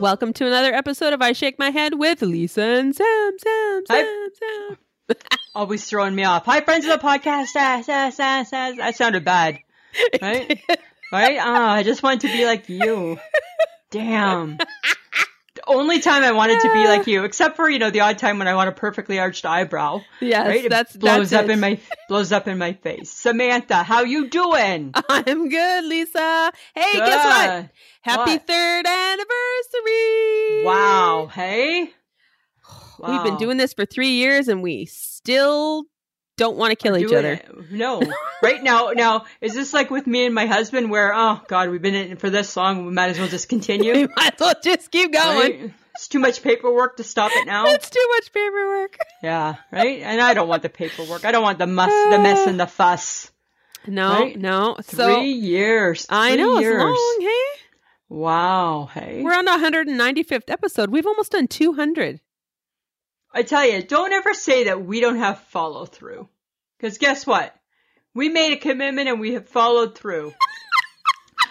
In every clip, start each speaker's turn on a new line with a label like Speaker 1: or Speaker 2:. Speaker 1: Welcome to another episode of I Shake My Head with Lisa and Sam. Sam, Sam,
Speaker 2: Hi.
Speaker 1: Sam.
Speaker 2: Always throwing me off. Hi, friends of the podcast. Ah, ah, ah, ah. That sounded bad, right? right? Oh, I just wanted to be like you. Damn. The only time I wanted to be
Speaker 1: Ah.
Speaker 2: like you, except for you know the odd time when I want a perfectly arched eyebrow.
Speaker 1: Yes,
Speaker 2: right? It
Speaker 1: that's
Speaker 2: blows
Speaker 1: that's
Speaker 2: up
Speaker 1: it.
Speaker 2: in my blows up in my face. Samantha, how you doing?
Speaker 1: I'm good, Lisa. Hey, guess what?
Speaker 2: Good.
Speaker 1: Happy
Speaker 2: What?
Speaker 1: third anniversary!
Speaker 2: Wow. Hey.
Speaker 1: we've been
Speaker 2: Wow.
Speaker 1: doing this for three years, and we still don't want to kill each
Speaker 2: doing
Speaker 1: other.
Speaker 2: it. No, right now, now is this like with me and my husband? Where oh god, we've been in it for this long, we might as well just
Speaker 1: We
Speaker 2: continue.
Speaker 1: might as well just keep going.
Speaker 2: right? It's too much paperwork to stop it now.
Speaker 1: It's too much paperwork.
Speaker 2: yeah, right. And I don't want the paperwork. I don't want the muss, the mess, and the fuss.
Speaker 1: No,
Speaker 2: Right?
Speaker 1: no.
Speaker 2: Three
Speaker 1: so
Speaker 2: years.
Speaker 1: I
Speaker 2: three
Speaker 1: know
Speaker 2: Years.
Speaker 1: it's long. Hey,
Speaker 2: Wow. Hey,
Speaker 1: we're on the 195th episode. We've almost done 200.
Speaker 2: I tell you, don't ever say that we don't have follow through. Because guess what? We made a commitment and we have followed through.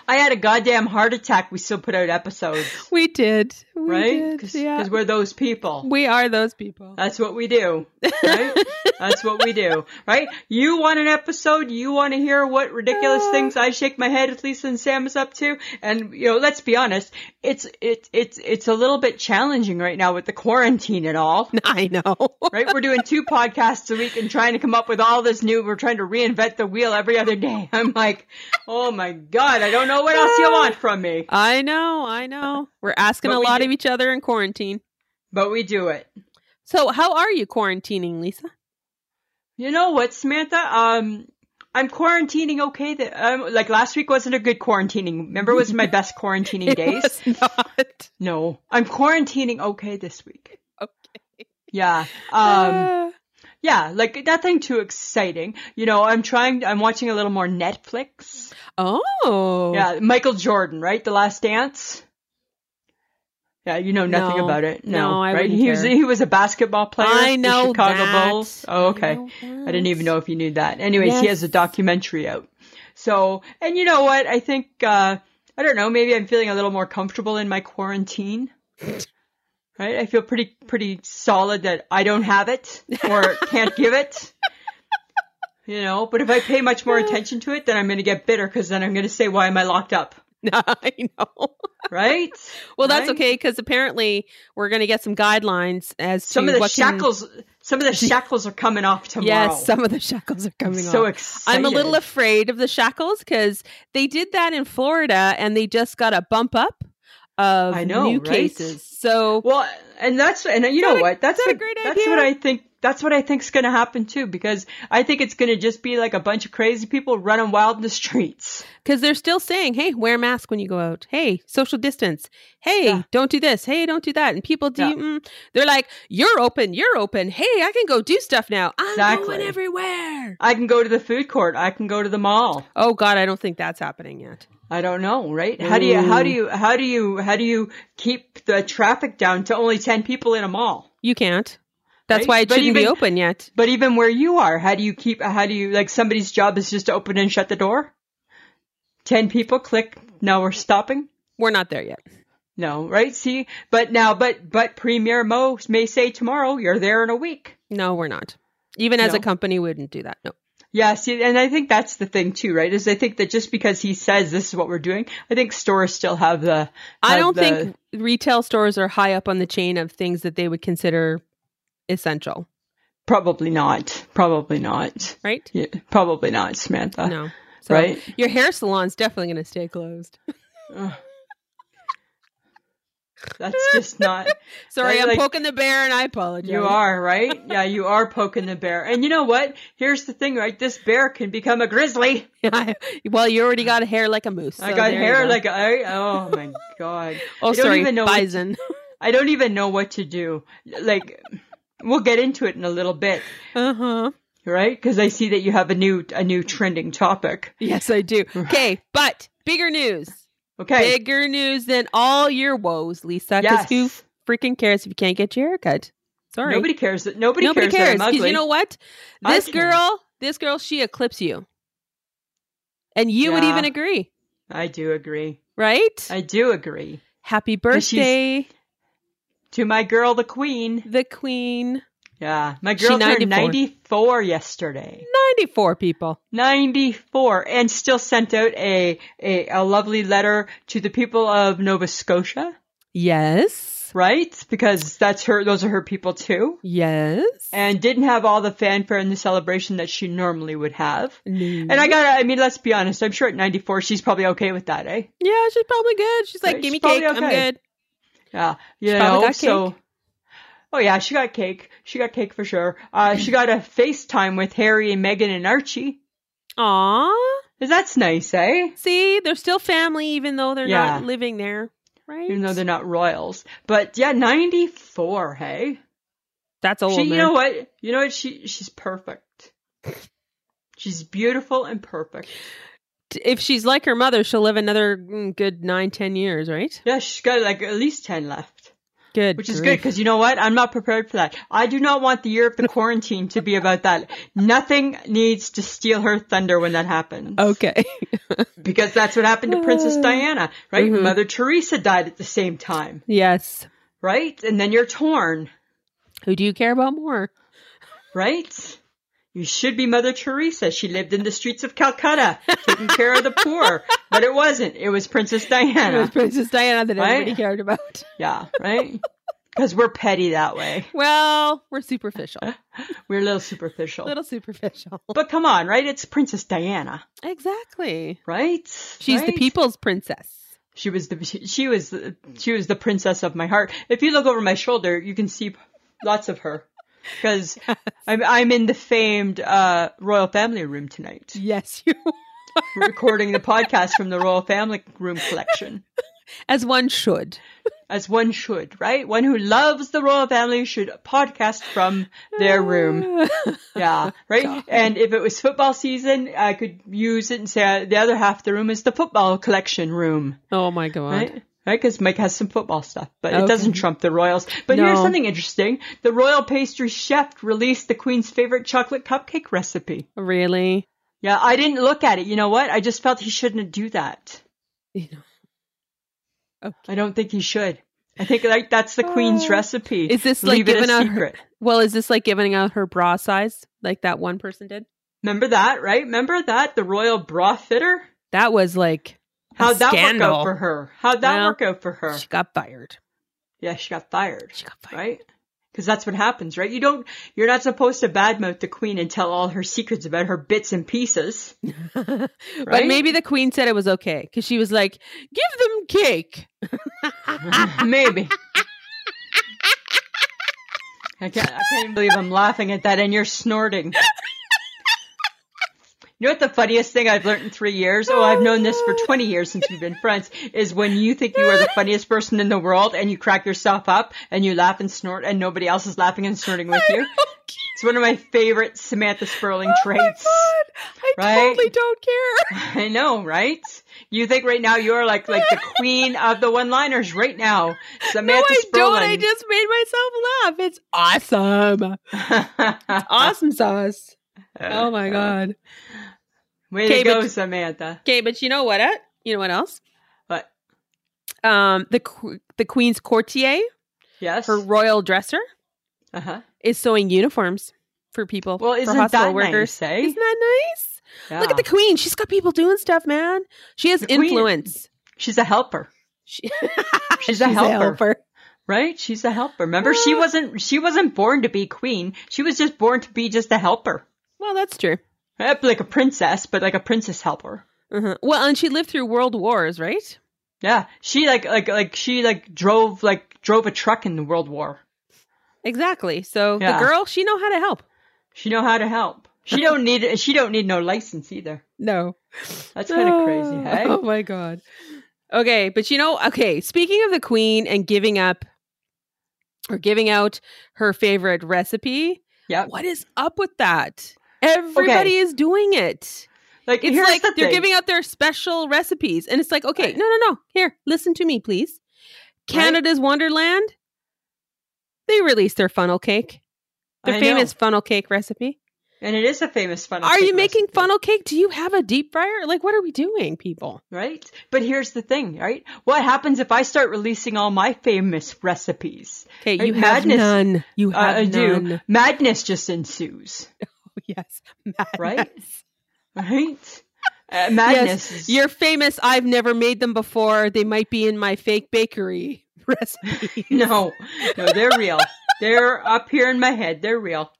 Speaker 2: I had a goddamn heart attack. We still put out episodes.
Speaker 1: We did. We
Speaker 2: right?
Speaker 1: did,
Speaker 2: Because
Speaker 1: yeah.
Speaker 2: we're those people.
Speaker 1: We are those people.
Speaker 2: That's what we do. Right? That's what we do. Right? You want an episode? You want to hear what ridiculous
Speaker 1: Yeah.
Speaker 2: things I shake my head at Lisa and Sam is up to? And you know, let's be honest, it's it's it's it's a little bit challenging right now with the quarantine and all.
Speaker 1: I know.
Speaker 2: Right? We're doing two podcasts a week and trying to come up with all this new. We're trying to reinvent the wheel every other day. I'm like, oh my god, I don't know what else
Speaker 1: Uh.
Speaker 2: you want from me,
Speaker 1: I know. I know. We're asking
Speaker 2: But
Speaker 1: a
Speaker 2: we
Speaker 1: lot
Speaker 2: did-
Speaker 1: of each other in quarantine.
Speaker 2: but we do it.
Speaker 1: So, how are you quarantining, Lisa?
Speaker 2: You know what, Samantha? Um, I'm quarantining okay. That um, like last week wasn't a good quarantining. Remember, it was my best quarantining
Speaker 1: It
Speaker 2: days.
Speaker 1: was not.
Speaker 2: No, I'm quarantining okay this week.
Speaker 1: Okay.
Speaker 2: Yeah. Um,
Speaker 1: Um,
Speaker 2: yeah, like nothing too exciting. You know, I'm trying. I'm watching a little more Netflix.
Speaker 1: oh.
Speaker 2: Yeah, Michael Jordan, right? The Last Dance. Yeah, you know nothing
Speaker 1: No.
Speaker 2: about it. No,
Speaker 1: No, I
Speaker 2: right?
Speaker 1: wouldn't
Speaker 2: He was
Speaker 1: care.
Speaker 2: he was a basketball player.
Speaker 1: I know
Speaker 2: the Chicago
Speaker 1: that.
Speaker 2: Bulls. Oh, okay. I didn't even know if you knew that. Anyways, he has a
Speaker 1: Yes.
Speaker 2: documentary out. So, and you know what? I think, uh, I don't know, maybe I'm feeling a little more comfortable in my quarantine. Right? I feel pretty, pretty solid that I don't have it or can't give it. You know, but if I pay much more attention to it, then I'm going to get bitter because then I'm going to say, why am I locked up?
Speaker 1: I know.
Speaker 2: Right?
Speaker 1: Well, that's
Speaker 2: Right?
Speaker 1: okay because apparently we're going to get some guidelines as
Speaker 2: Some
Speaker 1: to
Speaker 2: of the
Speaker 1: what can-
Speaker 2: shackles, some of the shackles are coming off tomorrow.
Speaker 1: Yes, some of the shackles are coming
Speaker 2: so
Speaker 1: off.
Speaker 2: excited.
Speaker 1: I'm a little afraid of the shackles because they did that in Florida and they just got a bump up of
Speaker 2: I know,
Speaker 1: new
Speaker 2: right?
Speaker 1: cases. So
Speaker 2: Well, and that's and you
Speaker 1: that
Speaker 2: know
Speaker 1: a-
Speaker 2: what? That's
Speaker 1: is that a
Speaker 2: what,
Speaker 1: great
Speaker 2: that's
Speaker 1: idea?
Speaker 2: what I think. That's what I think's going to happen too, because I think it's going to just be like a bunch of crazy people running wild in the streets.
Speaker 1: because they're still saying, "Hey, wear a mask when you go out. Hey, social distance. Hey,
Speaker 2: Yeah.
Speaker 1: don't do this. Hey, don't do that." And people do.
Speaker 2: Yeah.
Speaker 1: Mm, they're like, "You're open. You're open. Hey, I can go do stuff now. I'm going
Speaker 2: Exactly.
Speaker 1: everywhere."
Speaker 2: I can go to the food court. I can go to the mall.
Speaker 1: Oh God, I don't think that's happening yet.
Speaker 2: I don't know, right? How do you how do
Speaker 1: Ooh.
Speaker 2: you how do you how do you keep the traffic down to only ten people in a mall?
Speaker 1: You can't. That's
Speaker 2: Right?
Speaker 1: why it
Speaker 2: But
Speaker 1: shouldn't be
Speaker 2: even-
Speaker 1: open yet.
Speaker 2: But even where you are, how do you keep? How do you like somebody's job is just to open and shut the door? Ten people, click. Now we're stopping.
Speaker 1: We're not there yet.
Speaker 2: No, right? See, but now, but but Premier Mo may say tomorrow you're there in a week.
Speaker 1: No, we're not. Even as a
Speaker 2: No.
Speaker 1: company, we wouldn't do that. No.
Speaker 2: Yeah, see, and I think that's the thing too, right? Is I think that just because he says this is what we're doing, I think stores still have the.
Speaker 1: I
Speaker 2: have
Speaker 1: don't
Speaker 2: the-
Speaker 1: think retail stores are high up on the chain of things that they would consider essential,
Speaker 2: Probably not. Probably not.
Speaker 1: right?
Speaker 2: Yeah, probably not, Samantha.
Speaker 1: no. So
Speaker 2: right?
Speaker 1: your hair salon's definitely going to stay closed.
Speaker 2: Ugh. That's just not.
Speaker 1: Sorry,
Speaker 2: That's
Speaker 1: I'm
Speaker 2: like-
Speaker 1: poking the bear and I apologize.
Speaker 2: You are, right? Yeah, you are poking the bear. And you know what? Here's the thing, right? This bear can become a grizzly.
Speaker 1: well, you already got hair like a moose.
Speaker 2: I
Speaker 1: so
Speaker 2: got
Speaker 1: there you
Speaker 2: hair
Speaker 1: go.
Speaker 2: like I oh my god.
Speaker 1: Oh,
Speaker 2: I don't
Speaker 1: sorry,
Speaker 2: even know what-
Speaker 1: bison.
Speaker 2: I don't even know what to do. Like we'll get into it in a little bit,
Speaker 1: Uh huh.
Speaker 2: right? Cuz I see that you have a new a new trending topic.
Speaker 1: Yes, I do. Okay, but bigger news.
Speaker 2: Okay.
Speaker 1: Bigger news than all your woes, Lisa. Because
Speaker 2: yes.
Speaker 1: who freaking cares if you can't get your hair cut? Sorry.
Speaker 2: Nobody cares that nobody,
Speaker 1: Nobody
Speaker 2: cares,
Speaker 1: cares.
Speaker 2: that I'm
Speaker 1: Because
Speaker 2: ugly.
Speaker 1: you know what?
Speaker 2: I
Speaker 1: This
Speaker 2: care.
Speaker 1: girl, this girl, she eclipses you. And you would
Speaker 2: Yeah.
Speaker 1: even agree,
Speaker 2: I do agree.
Speaker 1: right?
Speaker 2: I do agree.
Speaker 1: Happy
Speaker 2: Does she-
Speaker 1: birthday,
Speaker 2: To my girl, the queen.
Speaker 1: the Queen.
Speaker 2: Yeah. My
Speaker 1: She
Speaker 2: girl
Speaker 1: 94.
Speaker 2: turned 94 yesterday.
Speaker 1: 94 people.
Speaker 2: 94 and still sent out a, a, a lovely letter to the people of Nova Scotia,
Speaker 1: Yes.
Speaker 2: right? Because that's her, those are her people too.
Speaker 1: Yes.
Speaker 2: And didn't have all the fanfare and the celebration that she normally would have.
Speaker 1: No.
Speaker 2: And I gotta, I mean, let's be honest, I'm sure at 94 she's probably okay with that, eh?
Speaker 1: yeah, she's probably good. She's like,
Speaker 2: Right,
Speaker 1: give me
Speaker 2: she's
Speaker 1: cake.
Speaker 2: probably
Speaker 1: I'm
Speaker 2: okay.
Speaker 1: good.
Speaker 2: Yeah. You
Speaker 1: probably
Speaker 2: know,
Speaker 1: got
Speaker 2: so. Oh yeah, she got cake. She got cake for sure. Uh, she got a FaceTime with Harry and Meghan and Archie.
Speaker 1: Aw.
Speaker 2: That's nice, eh?
Speaker 1: See, they're still family, even though they're
Speaker 2: Yeah.
Speaker 1: not living there. Right?
Speaker 2: Even though they're not royals. But yeah, 94, hey?
Speaker 1: That's old.
Speaker 2: She, you
Speaker 1: Oh, man.
Speaker 2: know what? You know what? She, she's perfect. She's beautiful and perfect.
Speaker 1: If she's like her mother, she'll live another mm, good nine, ten years, right?
Speaker 2: Yeah, she's got like at least 10 left.
Speaker 1: Good.
Speaker 2: Which is good
Speaker 1: grief.
Speaker 2: because you know what? I'm not prepared for that. I do not want the year of the quarantine to be about that. Nothing needs to steal her thunder when that happens.
Speaker 1: Okay.
Speaker 2: Because that's what happened to Princess
Speaker 1: Uh,
Speaker 2: Diana, right?
Speaker 1: mhm.
Speaker 2: Mother Teresa died at the same time,
Speaker 1: yes.
Speaker 2: right? And then you're torn,
Speaker 1: Who do you care about more?
Speaker 2: right? You should be Mother Teresa. She lived in the streets of Calcutta, taking care of the poor. But it wasn't. It was Princess
Speaker 1: It was
Speaker 2: Diana.
Speaker 1: Princess Diana that
Speaker 2: Right?
Speaker 1: everybody cared about.
Speaker 2: Yeah, right? Because we're petty that way.
Speaker 1: Well, we're superficial.
Speaker 2: We're a little superficial.
Speaker 1: little superficial.
Speaker 2: But come on, right? It's Princess Diana.
Speaker 1: Exactly.
Speaker 2: right?
Speaker 1: She's the
Speaker 2: Right?
Speaker 1: people's princess.
Speaker 2: She was the she, she was the, she was the princess of my heart. If you look over my shoulder, you can see lots of her because I'm I'm in the famed uh, royal family room tonight,
Speaker 1: Yes, you
Speaker 2: recording the podcast from the royal family room collection,
Speaker 1: as one should.
Speaker 2: as one should, right? One who loves the royal family should podcast from their room.
Speaker 1: Oh
Speaker 2: Yeah, right.
Speaker 1: God.
Speaker 2: And if it was football season, I could use it and say uh, the other half of the room is the football collection room.
Speaker 1: oh my god.
Speaker 2: Right? Right, because Mike has some football stuff, but
Speaker 1: Okay.
Speaker 2: it doesn't trump the Royals. But here's
Speaker 1: No.
Speaker 2: something interesting: the Royal Pastry Chef released the Queen's favorite chocolate cupcake recipe.
Speaker 1: Really?
Speaker 2: Yeah, I didn't look at it. You know what? I just felt he shouldn't do that.
Speaker 1: You know.
Speaker 2: I don't think he should. I think like that's the Queen's
Speaker 1: Oh.
Speaker 2: recipe.
Speaker 1: Is this like
Speaker 2: Leave it
Speaker 1: giving
Speaker 2: a
Speaker 1: out
Speaker 2: secret.
Speaker 1: Well, is this like giving out her bra size like that one person did?
Speaker 2: Remember that, right? Remember that the Royal bra fitter.
Speaker 1: That was like a
Speaker 2: How'd that
Speaker 1: scandal.
Speaker 2: work out for her? How'd that
Speaker 1: Well,
Speaker 2: work out for her?
Speaker 1: She got fired.
Speaker 2: Yeah, she got fired.
Speaker 1: She got fired.
Speaker 2: right? Because that's what happens, right? You don't, you're not supposed to badmouth the queen and tell all her secrets about her bits and pieces,
Speaker 1: But
Speaker 2: Right?
Speaker 1: maybe the queen said it was okay because she was like, "Give them cake." Ah,
Speaker 2: maybe. I can't, I can't even believe I'm laughing at that, and you're snorting. You know what the funniest thing I've learned in three years? Oh, I've known this for 20 years since we've been friends, is when you think you are the funniest person in the world and you crack yourself up and you laugh and snort and nobody else is laughing and snorting with you.
Speaker 1: Oh
Speaker 2: It's one of my favorite Samantha Sperling traits.
Speaker 1: Oh my god! I
Speaker 2: Right?
Speaker 1: totally don't care.
Speaker 2: I know, right? You think right now you're like like the queen of the one-liners right now,
Speaker 1: No,
Speaker 2: Samantha
Speaker 1: I
Speaker 2: Sperling.
Speaker 1: don't. I just made myself laugh. It's awesome. Awesome sauce. Oh my god.
Speaker 2: Way
Speaker 1: Okay,
Speaker 2: to go,
Speaker 1: but-
Speaker 2: Samantha.
Speaker 1: Okay, but you know what? uh, You know what else?
Speaker 2: But
Speaker 1: Um, the qu- the queen's courtier,
Speaker 2: yes,
Speaker 1: her royal dresser,
Speaker 2: uh-huh.
Speaker 1: is sewing uniforms for people.
Speaker 2: Well, isn't
Speaker 1: for
Speaker 2: that
Speaker 1: hospital
Speaker 2: nice,
Speaker 1: workers?
Speaker 2: eh?
Speaker 1: Isn't that nice? Look
Speaker 2: Yeah.
Speaker 1: at the queen. She's got people doing stuff, man. She has
Speaker 2: The queen-
Speaker 1: influence.
Speaker 2: She's a helper,
Speaker 1: She-
Speaker 2: She's a helper. right? She's a helper. Remember, she
Speaker 1: Ah.
Speaker 2: wasn't she wasn't born to be queen. She was just born to be just a helper,
Speaker 1: Well, that's true.
Speaker 2: Eh, like a princess, but like a princess helper.
Speaker 1: Uh-huh. Well, and she lived through world wars, right?
Speaker 2: Yeah, she like like like she like drove like drove a truck in the World War.
Speaker 1: Exactly. So
Speaker 2: Yeah.
Speaker 1: the girl, she know how to help.
Speaker 2: She know how to help. She don't need she don't need no license either.
Speaker 1: No.
Speaker 2: That's kind of crazy, hey?
Speaker 1: Oh my god. Okay, but you know, okay, speaking of the queen and giving up or giving out her favorite recipe,
Speaker 2: Yep.
Speaker 1: what is up with that? Everybody is doing it.
Speaker 2: Like
Speaker 1: It's
Speaker 2: here's
Speaker 1: like
Speaker 2: the
Speaker 1: they're
Speaker 2: thing.
Speaker 1: giving out their special recipes and it's like, okay,
Speaker 2: Right.
Speaker 1: no, no, no. Here, listen to me, please.
Speaker 2: Right.
Speaker 1: Canada's Wonderland they released their funnel cake. Their
Speaker 2: I know.
Speaker 1: famous funnel cake recipe.
Speaker 2: And it is a famous funnel.
Speaker 1: Are
Speaker 2: cake
Speaker 1: you making
Speaker 2: recipe,
Speaker 1: funnel cake? Do you have a deep fryer? Like, what are we doing, people?
Speaker 2: right? But here's the thing, right? What happens if I start releasing all my famous recipes?
Speaker 1: Okay,
Speaker 2: Right,
Speaker 1: you have
Speaker 2: madness.
Speaker 1: none. You
Speaker 2: Uh,
Speaker 1: have
Speaker 2: I
Speaker 1: none.
Speaker 2: do. Madness just ensues,
Speaker 1: Yes,
Speaker 2: Right?
Speaker 1: madness.
Speaker 2: right? Uh, madness.
Speaker 1: Yes,
Speaker 2: is-
Speaker 1: you're famous. I've never made them before. They might be in my fake bakery recipe.
Speaker 2: no, no, they're real. they're up here in my head. They're real.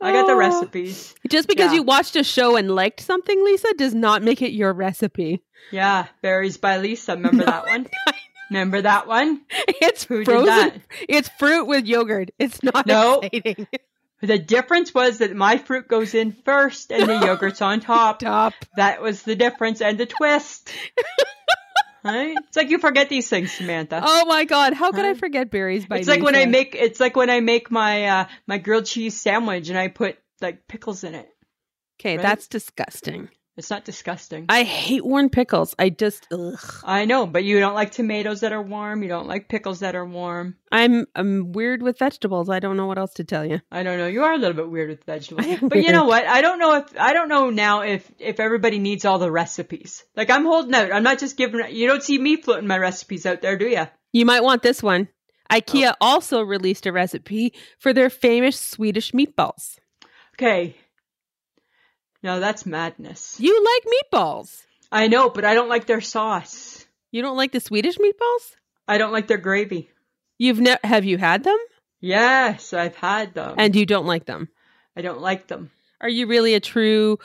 Speaker 2: I got the
Speaker 1: Oh.
Speaker 2: recipes.
Speaker 1: Just because
Speaker 2: Yeah.
Speaker 1: you watched a show and liked something, Lisa, does not make it your recipe.
Speaker 2: Yeah, berries by Lisa. Remember that one? Remember that one?
Speaker 1: It's
Speaker 2: Who did that?
Speaker 1: frozen. It's fruit with yogurt. It's not
Speaker 2: No.
Speaker 1: exciting.
Speaker 2: The difference was that my fruit goes in first and the yogurt's on top.
Speaker 1: Top.
Speaker 2: That was the difference and the twist. right? It's like you forget these things, Samantha.
Speaker 1: Oh my god, how could I
Speaker 2: Huh?
Speaker 1: forget berries by
Speaker 2: Uh, it's like when I
Speaker 1: Lisa?
Speaker 2: make it's like when I make my uh, my grilled cheese sandwich and I put like pickles in it.
Speaker 1: Okay,
Speaker 2: right?
Speaker 1: that's disgusting.
Speaker 2: It's not disgusting. I,
Speaker 1: I hate worn pickles. I just ugh.
Speaker 2: know, but you don't like tomatoes that are warm. You don't like pickles that are warm.
Speaker 1: I'm I'm weird with vegetables. I don't know what else to tell you.
Speaker 2: I don't know. You are a little bit weird with vegetables.
Speaker 1: I am
Speaker 2: But you know
Speaker 1: weird.
Speaker 2: what? I don't know if I don't know now if if everybody needs all the recipes. Like I'm holding out. I'm not just giving. You don't see me floating my recipes out there, do you?
Speaker 1: You might want this one. IKEA also released a recipe for their famous Swedish meatballs.
Speaker 2: Okay. No, that's madness.
Speaker 1: You like meatballs.
Speaker 2: I know, but I don't like their sauce.
Speaker 1: You don't like the Swedish meatballs?
Speaker 2: I don't like their gravy.
Speaker 1: You've ne- have you had them?
Speaker 2: Yes, I've had them.
Speaker 1: And you don't like them.
Speaker 2: I don't like them.
Speaker 1: Are you really a true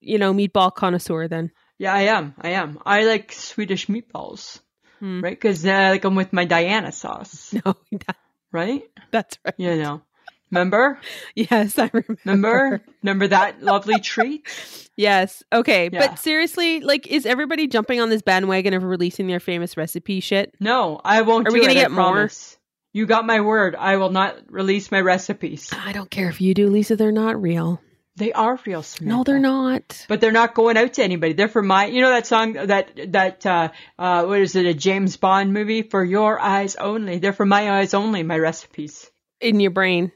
Speaker 1: you know meatball connoisseur then?
Speaker 2: Yeah, I am. I am. I like Swedish meatballs,
Speaker 1: Hmm.
Speaker 2: right? Because uh, like I'm with my Diana sauce,
Speaker 1: No, that,
Speaker 2: right?
Speaker 1: that's right.
Speaker 2: You know. Remember?
Speaker 1: Yes, I remember.
Speaker 2: Remember? Remember that lovely treat?
Speaker 1: Yes. Okay.
Speaker 2: Yeah.
Speaker 1: But seriously, like, is everybody jumping on this bandwagon of releasing their famous recipe shit?
Speaker 2: No, I won't.
Speaker 1: Are
Speaker 2: do
Speaker 1: we gonna
Speaker 2: it, I
Speaker 1: get more?
Speaker 2: promise. You got my word. I will not release my recipes.
Speaker 1: I don't care if you do, Lisa. They're not real.
Speaker 2: They are real, Samantha.
Speaker 1: No, they're not.
Speaker 2: But they're not going out to anybody. They're for my. You know that song that that uh, uh, what is it? A James Bond movie for your eyes only. They're for my eyes only. My recipes
Speaker 1: In your brain.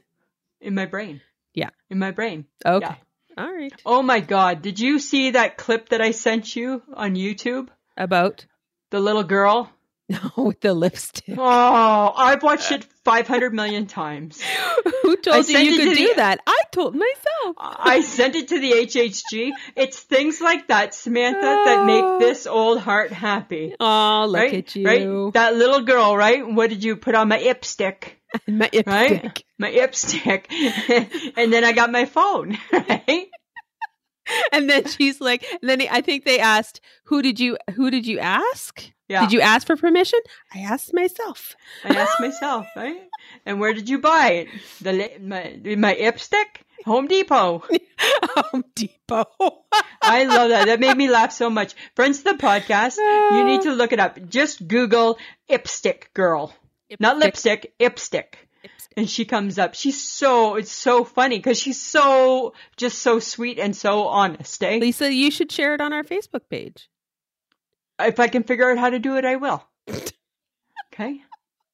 Speaker 2: in my brain.
Speaker 1: Yeah.
Speaker 2: in my brain.
Speaker 1: Okay.
Speaker 2: Yeah.
Speaker 1: All right.
Speaker 2: Oh my God! Did you see that clip that I sent you on YouTube?
Speaker 1: About
Speaker 2: The little girl.
Speaker 1: no with the lipstick.
Speaker 2: Oh, I've watched it 500 million times.
Speaker 1: Who told you
Speaker 2: sent
Speaker 1: you
Speaker 2: it
Speaker 1: could
Speaker 2: to
Speaker 1: do
Speaker 2: the-
Speaker 1: that? I told myself.
Speaker 2: I sent it to the HHG. It's things like that, Samantha, that
Speaker 1: Oh.
Speaker 2: make this old heart happy.
Speaker 1: Oh, look
Speaker 2: right?
Speaker 1: at you.
Speaker 2: Right? That little girl, right? What did you put on my lipstick?
Speaker 1: My lipstick.
Speaker 2: Right? My lipstick. and then I got my phone, right?
Speaker 1: And then she's like, and then I think they asked, who did you who did you ask?
Speaker 2: Yeah.
Speaker 1: Did you ask for permission? I asked myself.
Speaker 2: I asked myself, right? And where did you buy it? The li- my my lipstick? Home Depot.
Speaker 1: Home Depot.
Speaker 2: I love that. That made me laugh so much. Friends of the podcast, you need to look it up. Just Google lipstick girl. Not lipstick, lipstick. And she comes up. She's so, it's so funny because she's so, just so sweet and so honest, eh?
Speaker 1: Lisa, you should share it on our Facebook page.
Speaker 2: If I can figure out how to do it, I will. Okay?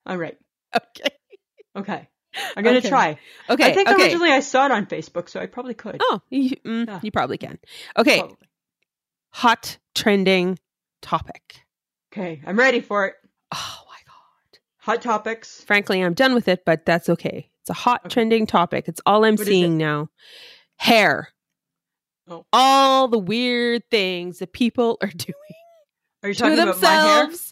Speaker 2: All right.
Speaker 1: Okay.
Speaker 2: Okay. I'm going to
Speaker 1: Okay.
Speaker 2: try.
Speaker 1: Okay.
Speaker 2: I think
Speaker 1: okay.
Speaker 2: originally I saw it on Facebook, so I probably could.
Speaker 1: Oh, you, mm,
Speaker 2: Yeah.
Speaker 1: you probably can. Okay.
Speaker 2: Probably.
Speaker 1: Hot trending topic.
Speaker 2: Okay. I'm ready for it.
Speaker 1: Oh my god.
Speaker 2: Hot topics.
Speaker 1: Frankly, I'm done with it, but that's okay. It's a hot
Speaker 2: Okay.
Speaker 1: trending topic. It's all I'm
Speaker 2: What is
Speaker 1: seeing now. Hair.
Speaker 2: Oh.
Speaker 1: All the weird things that people are doing.
Speaker 2: Are you
Speaker 1: to
Speaker 2: talking about my hair?
Speaker 1: themselves.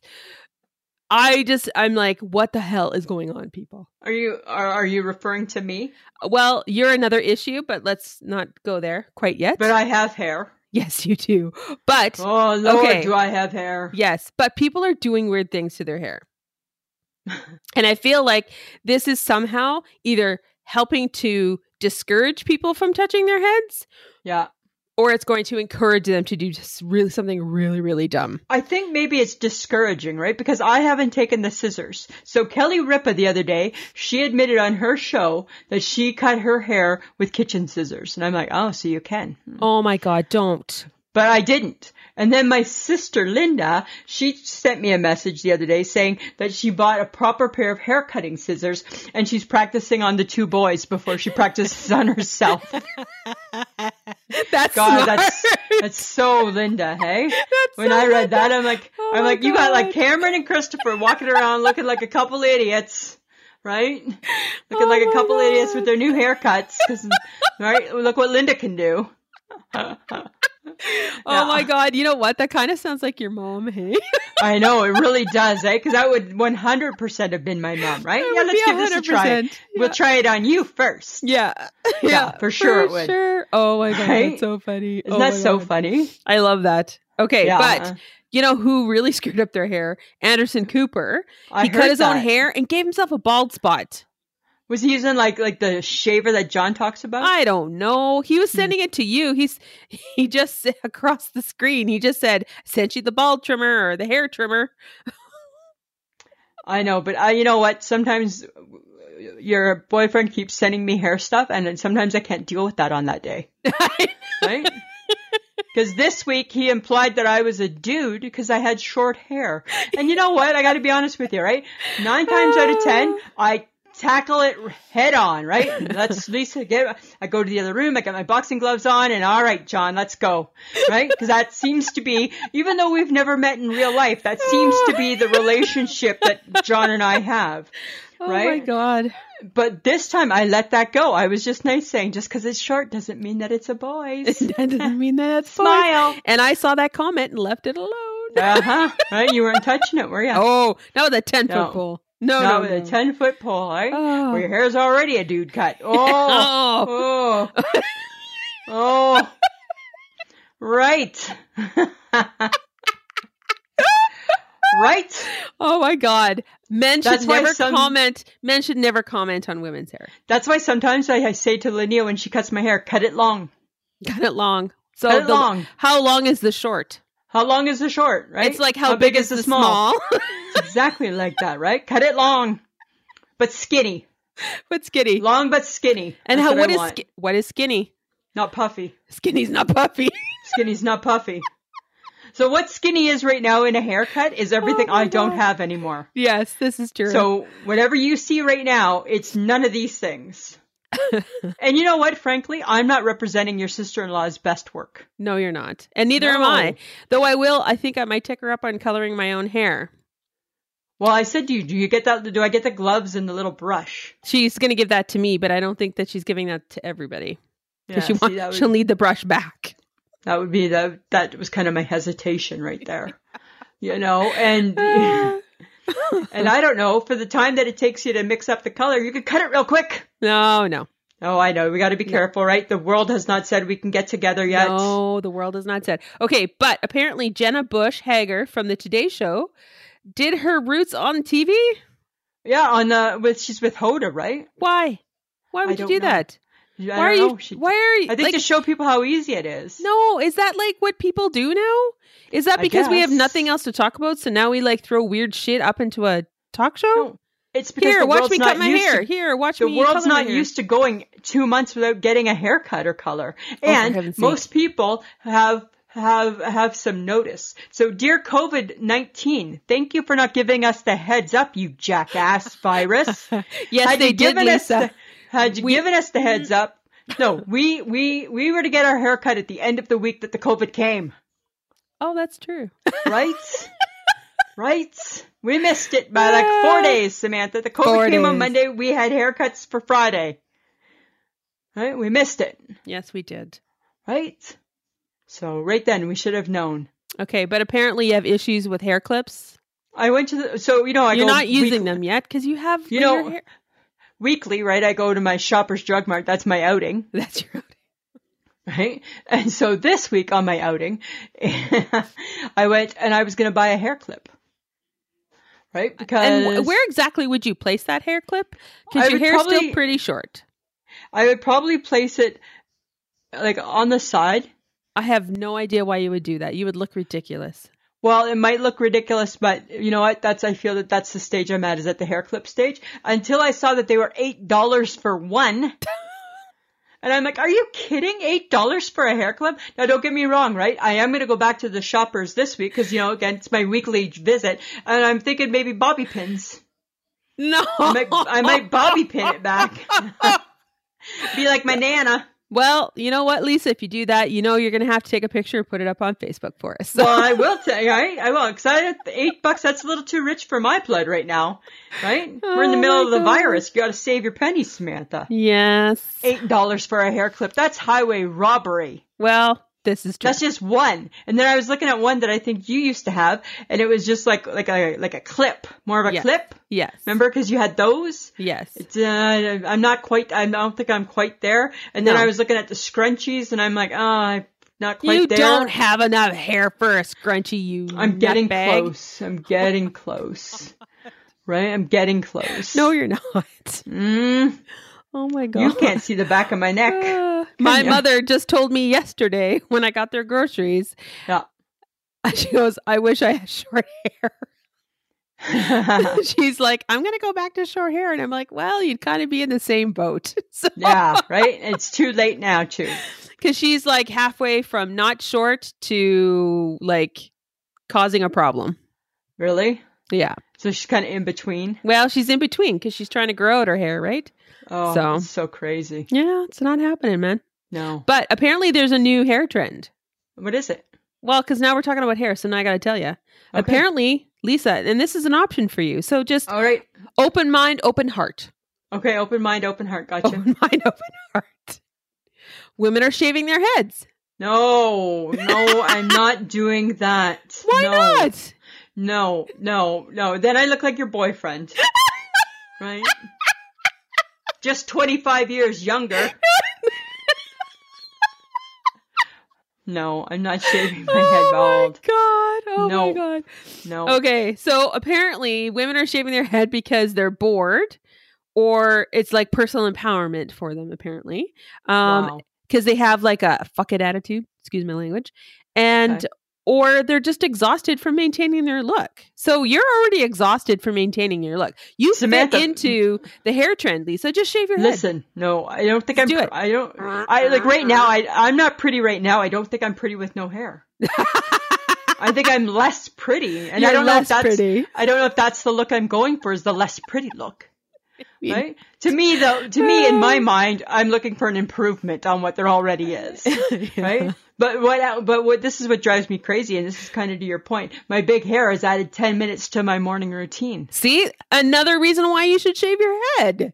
Speaker 1: I just I'm like, what the hell is going on, people?
Speaker 2: Are you are, are you referring to me?
Speaker 1: Well, you're another issue, but let's not go there quite yet.
Speaker 2: But I have hair.
Speaker 1: yes, you do. But
Speaker 2: Oh Lord,
Speaker 1: Okay.
Speaker 2: do I have hair?
Speaker 1: yes, but people are doing weird things to their hair. and I feel like this is somehow either helping to discourage people from touching their heads
Speaker 2: Yeah.
Speaker 1: or it's going to encourage them to do just really something really really dumb.
Speaker 2: I think maybe it's discouraging, right? Because I haven't taken the scissors. So Kelly Ripa the other day, she admitted on her show that she cut her hair with kitchen scissors. And I'm like, oh, so you can.
Speaker 1: Oh my god, don't.
Speaker 2: But I didn't. And then my sister Linda, she sent me a message the other day saying that she bought a proper pair of hair cutting scissors and she's practicing on the two boys before she practices on herself.
Speaker 1: That's
Speaker 2: God,
Speaker 1: smart.
Speaker 2: that's that's so Linda, hey?
Speaker 1: That's
Speaker 2: When
Speaker 1: so
Speaker 2: I read that,
Speaker 1: Linda.
Speaker 2: I'm like,
Speaker 1: Oh
Speaker 2: I'm
Speaker 1: my
Speaker 2: like, you got like
Speaker 1: God.
Speaker 2: Cameron and Christopher walking around looking like a couple idiots, right? Looking
Speaker 1: Oh
Speaker 2: like a
Speaker 1: my
Speaker 2: couple idiots with
Speaker 1: God.
Speaker 2: their new haircuts, 'cause- right? Look what Linda can do.
Speaker 1: Oh my
Speaker 2: Yeah.
Speaker 1: god! You know what? That kind of sounds like your mom. Hey,
Speaker 2: I know it really does, eh? Because that would 100% have been my mom, right?
Speaker 1: That
Speaker 2: yeah,
Speaker 1: would
Speaker 2: let's
Speaker 1: be
Speaker 2: give this a try.
Speaker 1: 100%,
Speaker 2: We'll
Speaker 1: yeah.
Speaker 2: try it on you first.
Speaker 1: yeah, yeah,
Speaker 2: for sure it would.
Speaker 1: sure. Oh my god,
Speaker 2: Right?
Speaker 1: that's so funny.
Speaker 2: Isn't
Speaker 1: Oh
Speaker 2: that
Speaker 1: my
Speaker 2: so
Speaker 1: God.
Speaker 2: funny?
Speaker 1: I love that. Okay,
Speaker 2: Yeah.
Speaker 1: but you know who really screwed up their hair? Anderson Cooper.
Speaker 2: I
Speaker 1: he cut
Speaker 2: heard
Speaker 1: his own
Speaker 2: that.
Speaker 1: hair and gave himself a bald spot.
Speaker 2: Was he using like like the shaver that John talks about?
Speaker 1: I don't know. He was
Speaker 2: Hmm.
Speaker 1: sending it to you. He's he just s- across the screen. He just said, "Sent you the bald trimmer or the hair trimmer."
Speaker 2: I know, but I, you know what? Sometimes uh, your boyfriend keeps sending me hair stuff, and then sometimes I can't deal with that on that day, right? Because this week he implied that I was a dude because I had short hair, and you know what? I got to be honest with you, right? Nine times out of ten, I tackle it head on, right? Let's Lisa get. I go to the other room. I get my boxing gloves on, and all right, John, let's go, right? Because that seems to be, even though we've never met in real life, that seems to be the relationship that John and I have.
Speaker 1: oh my
Speaker 2: Right?
Speaker 1: god.
Speaker 2: But this time I let that go. I was just nice saying, just because it's short doesn't mean that it's a boy's.
Speaker 1: that doesn't mean that that's fine.
Speaker 2: Smile.
Speaker 1: And I saw that comment and left it alone.
Speaker 2: Uh huh. Right? You weren't touching it, were you?
Speaker 1: Oh, not with a ten foot
Speaker 2: No.
Speaker 1: pole. No,
Speaker 2: Not
Speaker 1: no, no.
Speaker 2: with a ten foot pole, right?
Speaker 1: Oh.
Speaker 2: Where your hair's already a dude cut. Oh,
Speaker 1: Oh.
Speaker 2: oh, oh. Right. right.
Speaker 1: Oh my God! Men should
Speaker 2: That's why
Speaker 1: never
Speaker 2: some-
Speaker 1: comment. Men should never comment on women's hair.
Speaker 2: That's why sometimes I, I say to Linnea when she cuts my hair, cut it long.
Speaker 1: Got it long. So
Speaker 2: Cut it
Speaker 1: the-
Speaker 2: long.
Speaker 1: How long is the short?
Speaker 2: How long is the short, right?
Speaker 1: It's like how, big, is the, small?
Speaker 2: It's exactly like that, right? Cut it long, but skinny.
Speaker 1: What's skinny?
Speaker 2: Long but skinny.
Speaker 1: and
Speaker 2: That's
Speaker 1: how what
Speaker 2: I
Speaker 1: is
Speaker 2: want.
Speaker 1: ski- what is skinny?
Speaker 2: not puffy?
Speaker 1: Skinny's not puffy.
Speaker 2: Skinny's not puffy. So what skinny is right now in a haircut is everything
Speaker 1: Oh my
Speaker 2: I don't
Speaker 1: God.
Speaker 2: have anymore.
Speaker 1: yes, this is true.
Speaker 2: So whatever you see right now, it's none of these things. and you know what? Frankly, I'm not representing your sister-in-law's best work.
Speaker 1: no, you're not, and neither am
Speaker 2: No.
Speaker 1: I. Though I will. I think I might take her up on coloring my own hair.
Speaker 2: Well, I said to you, do you get that? Do I get the gloves and the little brush?
Speaker 1: She's going to give that to me, but I don't think that she's giving that to everybody because she
Speaker 2: see,
Speaker 1: wants.
Speaker 2: that would-
Speaker 1: she'll need the brush back.
Speaker 2: That would be the that was kind of my hesitation right there. You know, and
Speaker 1: Ah.
Speaker 2: and I don't know, for the time that it takes you to mix up the color, you could cut it real quick.
Speaker 1: no, no,
Speaker 2: Oh, I know. We got to be
Speaker 1: No.
Speaker 2: careful, right? The world has not said we can get together yet.
Speaker 1: no. The world is not set. Okay, but apparently Jenna Bush Hager from the Today Show did her roots on TV.
Speaker 2: Yeah, on the with she's with Hoda, right?
Speaker 1: Why? Why
Speaker 2: I
Speaker 1: would you
Speaker 2: don't
Speaker 1: do
Speaker 2: know.
Speaker 1: that? why
Speaker 2: I
Speaker 1: are
Speaker 2: don't
Speaker 1: you?
Speaker 2: know. She-
Speaker 1: why are you?
Speaker 2: I think
Speaker 1: like,
Speaker 2: to show people how easy it is.
Speaker 1: no, is that like what people do now? Is that
Speaker 2: I
Speaker 1: because we have
Speaker 2: guess.
Speaker 1: nothing else to talk about, so now we like throw weird shit up into a talk show?
Speaker 2: No, it's because
Speaker 1: Here,
Speaker 2: the
Speaker 1: watch
Speaker 2: world's
Speaker 1: me
Speaker 2: not
Speaker 1: cut my
Speaker 2: used
Speaker 1: hair.
Speaker 2: To,
Speaker 1: Here, watch
Speaker 2: the
Speaker 1: me.
Speaker 2: world's
Speaker 1: color my
Speaker 2: not
Speaker 1: hair.
Speaker 2: used to going two months without getting a haircut or color, and
Speaker 1: Oh heaven's sake.
Speaker 2: most people have have have some notice. So, dear COVID nineteen, thank you for not giving us the heads up, you jackass virus.
Speaker 1: yes,
Speaker 2: had
Speaker 1: they
Speaker 2: you
Speaker 1: did,
Speaker 2: given us
Speaker 1: Lisa.
Speaker 2: the, had you
Speaker 1: We- Mm.
Speaker 2: given us the heads up? No, we we we were to get our haircut at the end of the week that the COVID came,
Speaker 1: Oh, that's true.
Speaker 2: right? right? We missed it by like four days, Samantha. The COVID
Speaker 1: Ah. Four
Speaker 2: came on
Speaker 1: days.
Speaker 2: Monday. We had haircuts for Friday. Right? We missed it.
Speaker 1: Yes, we did.
Speaker 2: Right? So right then we should have known.
Speaker 1: Okay, but apparently you have issues with hair clips.
Speaker 2: I went to the so you know I
Speaker 1: You're
Speaker 2: go
Speaker 1: not using
Speaker 2: week-
Speaker 1: them yet because you have.
Speaker 2: You
Speaker 1: your
Speaker 2: know-
Speaker 1: hair-
Speaker 2: weekly, right? I go to my Shoppers Drug Mart. That's my outing.
Speaker 1: that's your.
Speaker 2: right? And so this week on my outing, I went and I was going to buy a hair clip, right? Because
Speaker 1: And wh- where exactly would you place that hair clip?
Speaker 2: I
Speaker 1: Because your
Speaker 2: would
Speaker 1: hair's still
Speaker 2: probably-
Speaker 1: pretty short.
Speaker 2: I would probably place it like on the side.
Speaker 1: I have no idea why you would do that. You would look ridiculous.
Speaker 2: Well, it might look ridiculous, but you know what? That's I feel that that's the stage I'm at is at the hair clip stage. Until I saw that they were eight dollars for one, And I'm like, are you kidding? Eight dollars for a hair club? Now don't get me wrong, right? I am going to go back to the shoppers this week because, you know, again, it's my weekly visit and I'm thinking maybe bobby pins.
Speaker 1: No.
Speaker 2: I might, I might bobby pin it back. Be like my Nana.
Speaker 1: Well, you know what, Lisa? If you do that, you know you're going to have to take a picture and put it up on Facebook for us. So-
Speaker 2: Well, I will tell you, right? I will, because I eight bucks, that's a little too rich for my blood right now, right? We're in the
Speaker 1: Oh,
Speaker 2: middle
Speaker 1: my
Speaker 2: of the
Speaker 1: God.
Speaker 2: virus. You got to save your pennies, Samantha.
Speaker 1: yes.
Speaker 2: Eight dollars for a hair clip. That's highway robbery.
Speaker 1: Well, this is true.
Speaker 2: That's just one. And then I was looking at one that I think you used to have, and it was just like like a like a clip, more of a
Speaker 1: Yes.
Speaker 2: clip.
Speaker 1: yes.
Speaker 2: Remember, because you had those.
Speaker 1: Yes.
Speaker 2: It's, uh, I'm not quite. I don't think I'm quite there. And then
Speaker 1: No.
Speaker 2: I was looking at the scrunchies, and I'm like, oh, I'm not quite
Speaker 1: You
Speaker 2: there.
Speaker 1: don't have enough hair for a scrunchie, you.
Speaker 2: I'm getting
Speaker 1: nutbag.
Speaker 2: close. I'm getting close. Right? I'm getting close.
Speaker 1: No, you're not.
Speaker 2: mm,
Speaker 1: Oh my god.
Speaker 2: you can't see the back of my neck.
Speaker 1: Uh, my
Speaker 2: you?
Speaker 1: mother just told me yesterday when I got their groceries.
Speaker 2: Yeah.
Speaker 1: She goes, I wish I had short hair. She's like, I'm going to go back to short hair. And I'm like, well, you'd kind of be in the same boat. So,
Speaker 2: yeah, right? It's too late now, too.
Speaker 1: because she's like halfway from not short to like causing a problem.
Speaker 2: Really?
Speaker 1: Yeah.
Speaker 2: So she's kind of in between.
Speaker 1: Well, she's in between because she's trying to grow out her hair, right?
Speaker 2: Oh,
Speaker 1: So.
Speaker 2: it's so crazy.
Speaker 1: Yeah, it's not happening, man.
Speaker 2: No.
Speaker 1: But apparently there's a new hair trend.
Speaker 2: What is it?
Speaker 1: Well, because now we're talking about hair. So now I got to tell you.
Speaker 2: Okay.
Speaker 1: Apparently, Lisa, and this is an option for you. So just
Speaker 2: All right.
Speaker 1: open mind, open heart.
Speaker 2: Okay, open mind, open heart. Gotcha.
Speaker 1: Open mind, open heart. Women are shaving their heads.
Speaker 2: No, no, I'm not doing that.
Speaker 1: Why
Speaker 2: No.
Speaker 1: not?
Speaker 2: No, no, no. Then I look like your boyfriend. right? Just 25 years younger. no, I'm not shaving my head
Speaker 1: oh
Speaker 2: bald.
Speaker 1: my Oh, god! Oh
Speaker 2: No.
Speaker 1: my god!
Speaker 2: No.
Speaker 1: Okay, so apparently women are shaving their head because they're bored, or it's like personal empowerment for them. Apparently, um,
Speaker 2: wow.
Speaker 1: because they have like a fuck it attitude, excuse my language, and
Speaker 2: Okay.
Speaker 1: or they're just exhausted from maintaining their look. So you're already exhausted from maintaining your look. You
Speaker 2: Samantha-
Speaker 1: fit into the hair trend, Lisa. Just shave your head.
Speaker 2: Listen, no, I don't think
Speaker 1: Just
Speaker 2: I'm.
Speaker 1: do it.
Speaker 2: I don't. I like right now. I I'm not pretty right now. I don't think I'm pretty with no hair. I think I'm less pretty, and I
Speaker 1: You're
Speaker 2: don't know
Speaker 1: less
Speaker 2: if that's.
Speaker 1: pretty.
Speaker 2: I don't know if that's the look I'm going for. Is the less pretty look?
Speaker 1: mean-
Speaker 2: right? To me, though, to me, in my mind, I'm looking for an improvement on what there already is, right? But what, but what, this is what drives me crazy, and this is kind of to your point. My big hair has added 10 minutes to my morning routine.
Speaker 1: See, another reason why you should shave your head.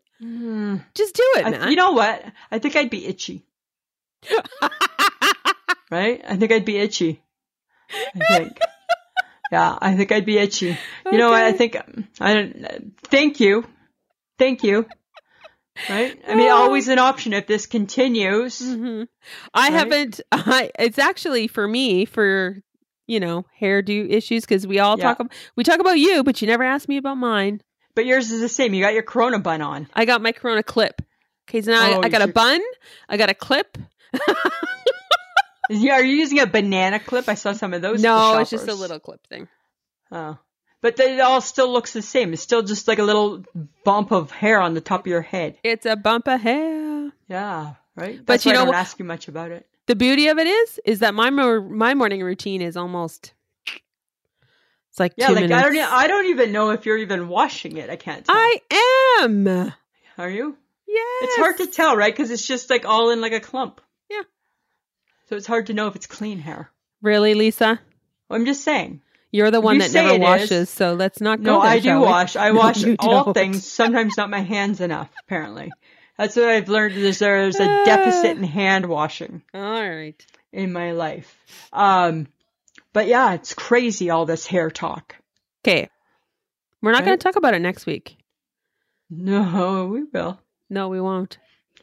Speaker 1: Just do it,
Speaker 2: I-
Speaker 1: man.
Speaker 2: you know what? I think I'd be itchy, right? I think I'd be itchy. I think. yeah, I think I'd be itchy. You know what? I
Speaker 1: Okay.
Speaker 2: think, um, I don't, thank you. Thank you. Right? I mean, always an option if this continues.
Speaker 1: Mhm. I
Speaker 2: Right?
Speaker 1: haven't. I, it's actually for me for you know hairdo issues because we all
Speaker 2: Yeah.
Speaker 1: talk. ab- We talk about you, but you never ask me about mine.
Speaker 2: But yours is the same. You got your Corona bun on.
Speaker 1: I got my Corona clip. Okay, so now
Speaker 2: Oh,
Speaker 1: I, I got a
Speaker 2: you-
Speaker 1: bun. I got a clip.
Speaker 2: Is- yeah, Are you using a banana clip? I saw some of those. at the
Speaker 1: no, it's just a
Speaker 2: Shoppers.
Speaker 1: little clip thing.
Speaker 2: Oh. But then it all still looks the same. It's still just like a little bump of hair on the top of your head.
Speaker 1: It's a bump of hair.
Speaker 2: Yeah, right. That's
Speaker 1: But you
Speaker 2: why I
Speaker 1: know
Speaker 2: don't
Speaker 1: wh-
Speaker 2: ask you much about it.
Speaker 1: The beauty of it is, is that my mor- my morning routine is almost. It's like
Speaker 2: Yeah,
Speaker 1: two
Speaker 2: like
Speaker 1: minutes.
Speaker 2: I don't. e- I don't even know if you're even washing it. I can't. Tell.
Speaker 1: I am. Yeah.
Speaker 2: Are you?
Speaker 1: It's
Speaker 2: It's hard to tell, right? Because it's just like all in like a clump.
Speaker 1: Yeah.
Speaker 2: So it's hard to know if it's clean hair.
Speaker 1: Really, Lisa?
Speaker 2: I'm just saying.
Speaker 1: You're the one
Speaker 2: you
Speaker 1: that
Speaker 2: say it
Speaker 1: never
Speaker 2: is.
Speaker 1: washes, so let's not go
Speaker 2: No,
Speaker 1: there,
Speaker 2: I do
Speaker 1: shall we?
Speaker 2: wash. I
Speaker 1: No,
Speaker 2: wash
Speaker 1: you
Speaker 2: all
Speaker 1: don't.
Speaker 2: things. Sometimes not my hands enough. Apparently, that's what I've learned. Is there's a deficit in hand washing
Speaker 1: All right.
Speaker 2: in my life. Um, but yeah, it's crazy all this hair talk.
Speaker 1: Okay. We're not going
Speaker 2: Right?
Speaker 1: to talk about it next week.
Speaker 2: No, we will.
Speaker 1: No, we won't.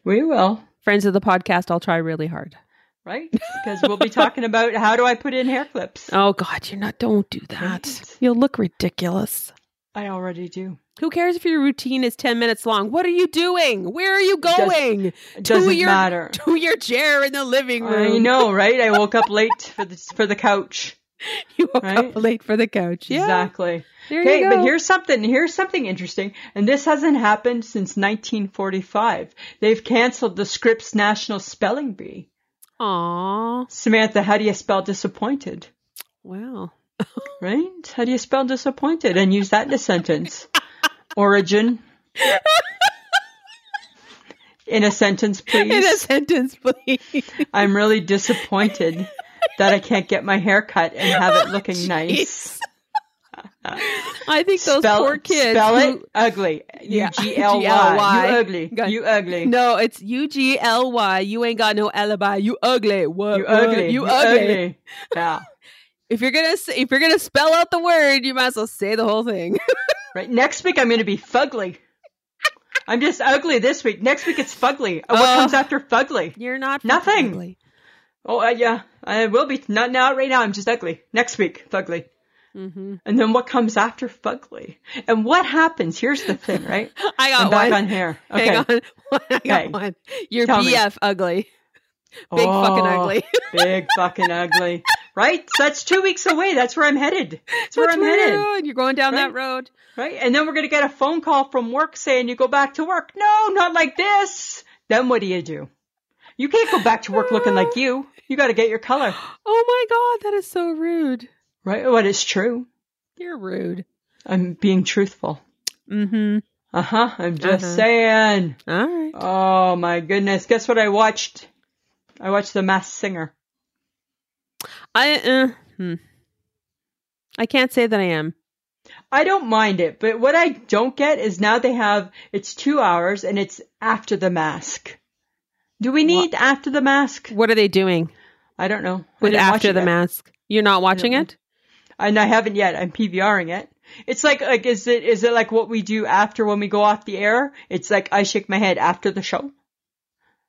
Speaker 2: We will.
Speaker 1: Friends of the podcast, I'll try really hard.
Speaker 2: Right? Because we'll be talking about how do I put in hair clips.
Speaker 1: Oh God, you're not. Don't do that.
Speaker 2: Right.
Speaker 1: You'll look ridiculous.
Speaker 2: I already do.
Speaker 1: Who cares if your routine is ten minutes long? What are you doing? Where are you going?
Speaker 2: It doesn't
Speaker 1: your
Speaker 2: matter.
Speaker 1: to your chair in the living room.
Speaker 2: I know, right? I woke up late for the for the couch.
Speaker 1: you woke
Speaker 2: right?
Speaker 1: up late for the couch. Yeah,
Speaker 2: Exactly.
Speaker 1: There
Speaker 2: Okay,
Speaker 1: you
Speaker 2: but
Speaker 1: go.
Speaker 2: here's something. Here's something interesting, and this hasn't happened since 1945. They've canceled the Scripps National Spelling Bee.
Speaker 1: Aw.
Speaker 2: Samantha, how do you spell disappointed?
Speaker 1: Wow.
Speaker 2: Right? How do you spell disappointed? And use that in a sentence. Origin. In a sentence, please.
Speaker 1: In a sentence, please.
Speaker 2: I'm really disappointed that I can't get my hair cut and have it looking nice.
Speaker 1: Oh, Jeez. I think those poor kids.
Speaker 2: Spell
Speaker 1: who-
Speaker 2: it ugly. U
Speaker 1: Yeah,
Speaker 2: G L Y.
Speaker 1: G-L-Y.
Speaker 2: You ugly.
Speaker 1: Got-
Speaker 2: You ugly.
Speaker 1: No, it's U G L Y. You ain't got no alibi. You ugly. What?
Speaker 2: You
Speaker 1: what?
Speaker 2: ugly.
Speaker 1: You ugly.
Speaker 2: Yeah.
Speaker 1: If you're gonna s- if you're gonna spell out the word, you might as well say the whole thing.
Speaker 2: Right. Next week I'm going to be fugly. I'm just ugly this week. Next week it's fugly. Oh, what
Speaker 1: Oh.
Speaker 2: comes after fugly?
Speaker 1: You're not
Speaker 2: Nothing.
Speaker 1: Ugly.
Speaker 2: Oh, uh, yeah. I will be. Not now. Right now I'm just ugly. Next week, fugly.
Speaker 1: hmm
Speaker 2: And then what comes after fugly? And what happens? Here's the thing, right?
Speaker 1: I got
Speaker 2: I'm back
Speaker 1: one.
Speaker 2: on hair. Okay.
Speaker 1: Hang on. I got
Speaker 2: Okay.
Speaker 1: one. Your
Speaker 2: Tell me.
Speaker 1: BF ugly. Big fucking
Speaker 2: Oh,
Speaker 1: ugly.
Speaker 2: big fucking ugly. Right? So that's two weeks away. That's where I'm headed. That's where
Speaker 1: That's
Speaker 2: I'm
Speaker 1: where
Speaker 2: headed.
Speaker 1: you're going. You're going down
Speaker 2: Right?
Speaker 1: that road.
Speaker 2: Right? And then we're going to get a phone call from work saying you go back to work. No, not like this. Then what do you do? You can't go back to work looking like you. You got to get your color.
Speaker 1: Oh my god, that is so rude.
Speaker 2: Right? What is true?
Speaker 1: You're rude.
Speaker 2: I'm being truthful.
Speaker 1: Mm-hmm.
Speaker 2: Uh huh. I'm just
Speaker 1: Uh-huh.
Speaker 2: saying.
Speaker 1: All right.
Speaker 2: Oh my goodness. Guess what I watched? I watched The Masked Singer.
Speaker 1: I uh, hmm. I can't say that I am.
Speaker 2: I don't mind it, but what I don't get is now they have it's two hours and it's after the mask. Do we need after the mask?
Speaker 1: What are they doing
Speaker 2: I don't know. I
Speaker 1: with
Speaker 2: didn't watch
Speaker 1: after
Speaker 2: it
Speaker 1: the
Speaker 2: yet.
Speaker 1: mask? You're not watching
Speaker 2: know.
Speaker 1: it?
Speaker 2: and I haven't yet. I'm PVRing it. It's like like is it is it like what we do after when we go off the air? It's like I shake my head after the show.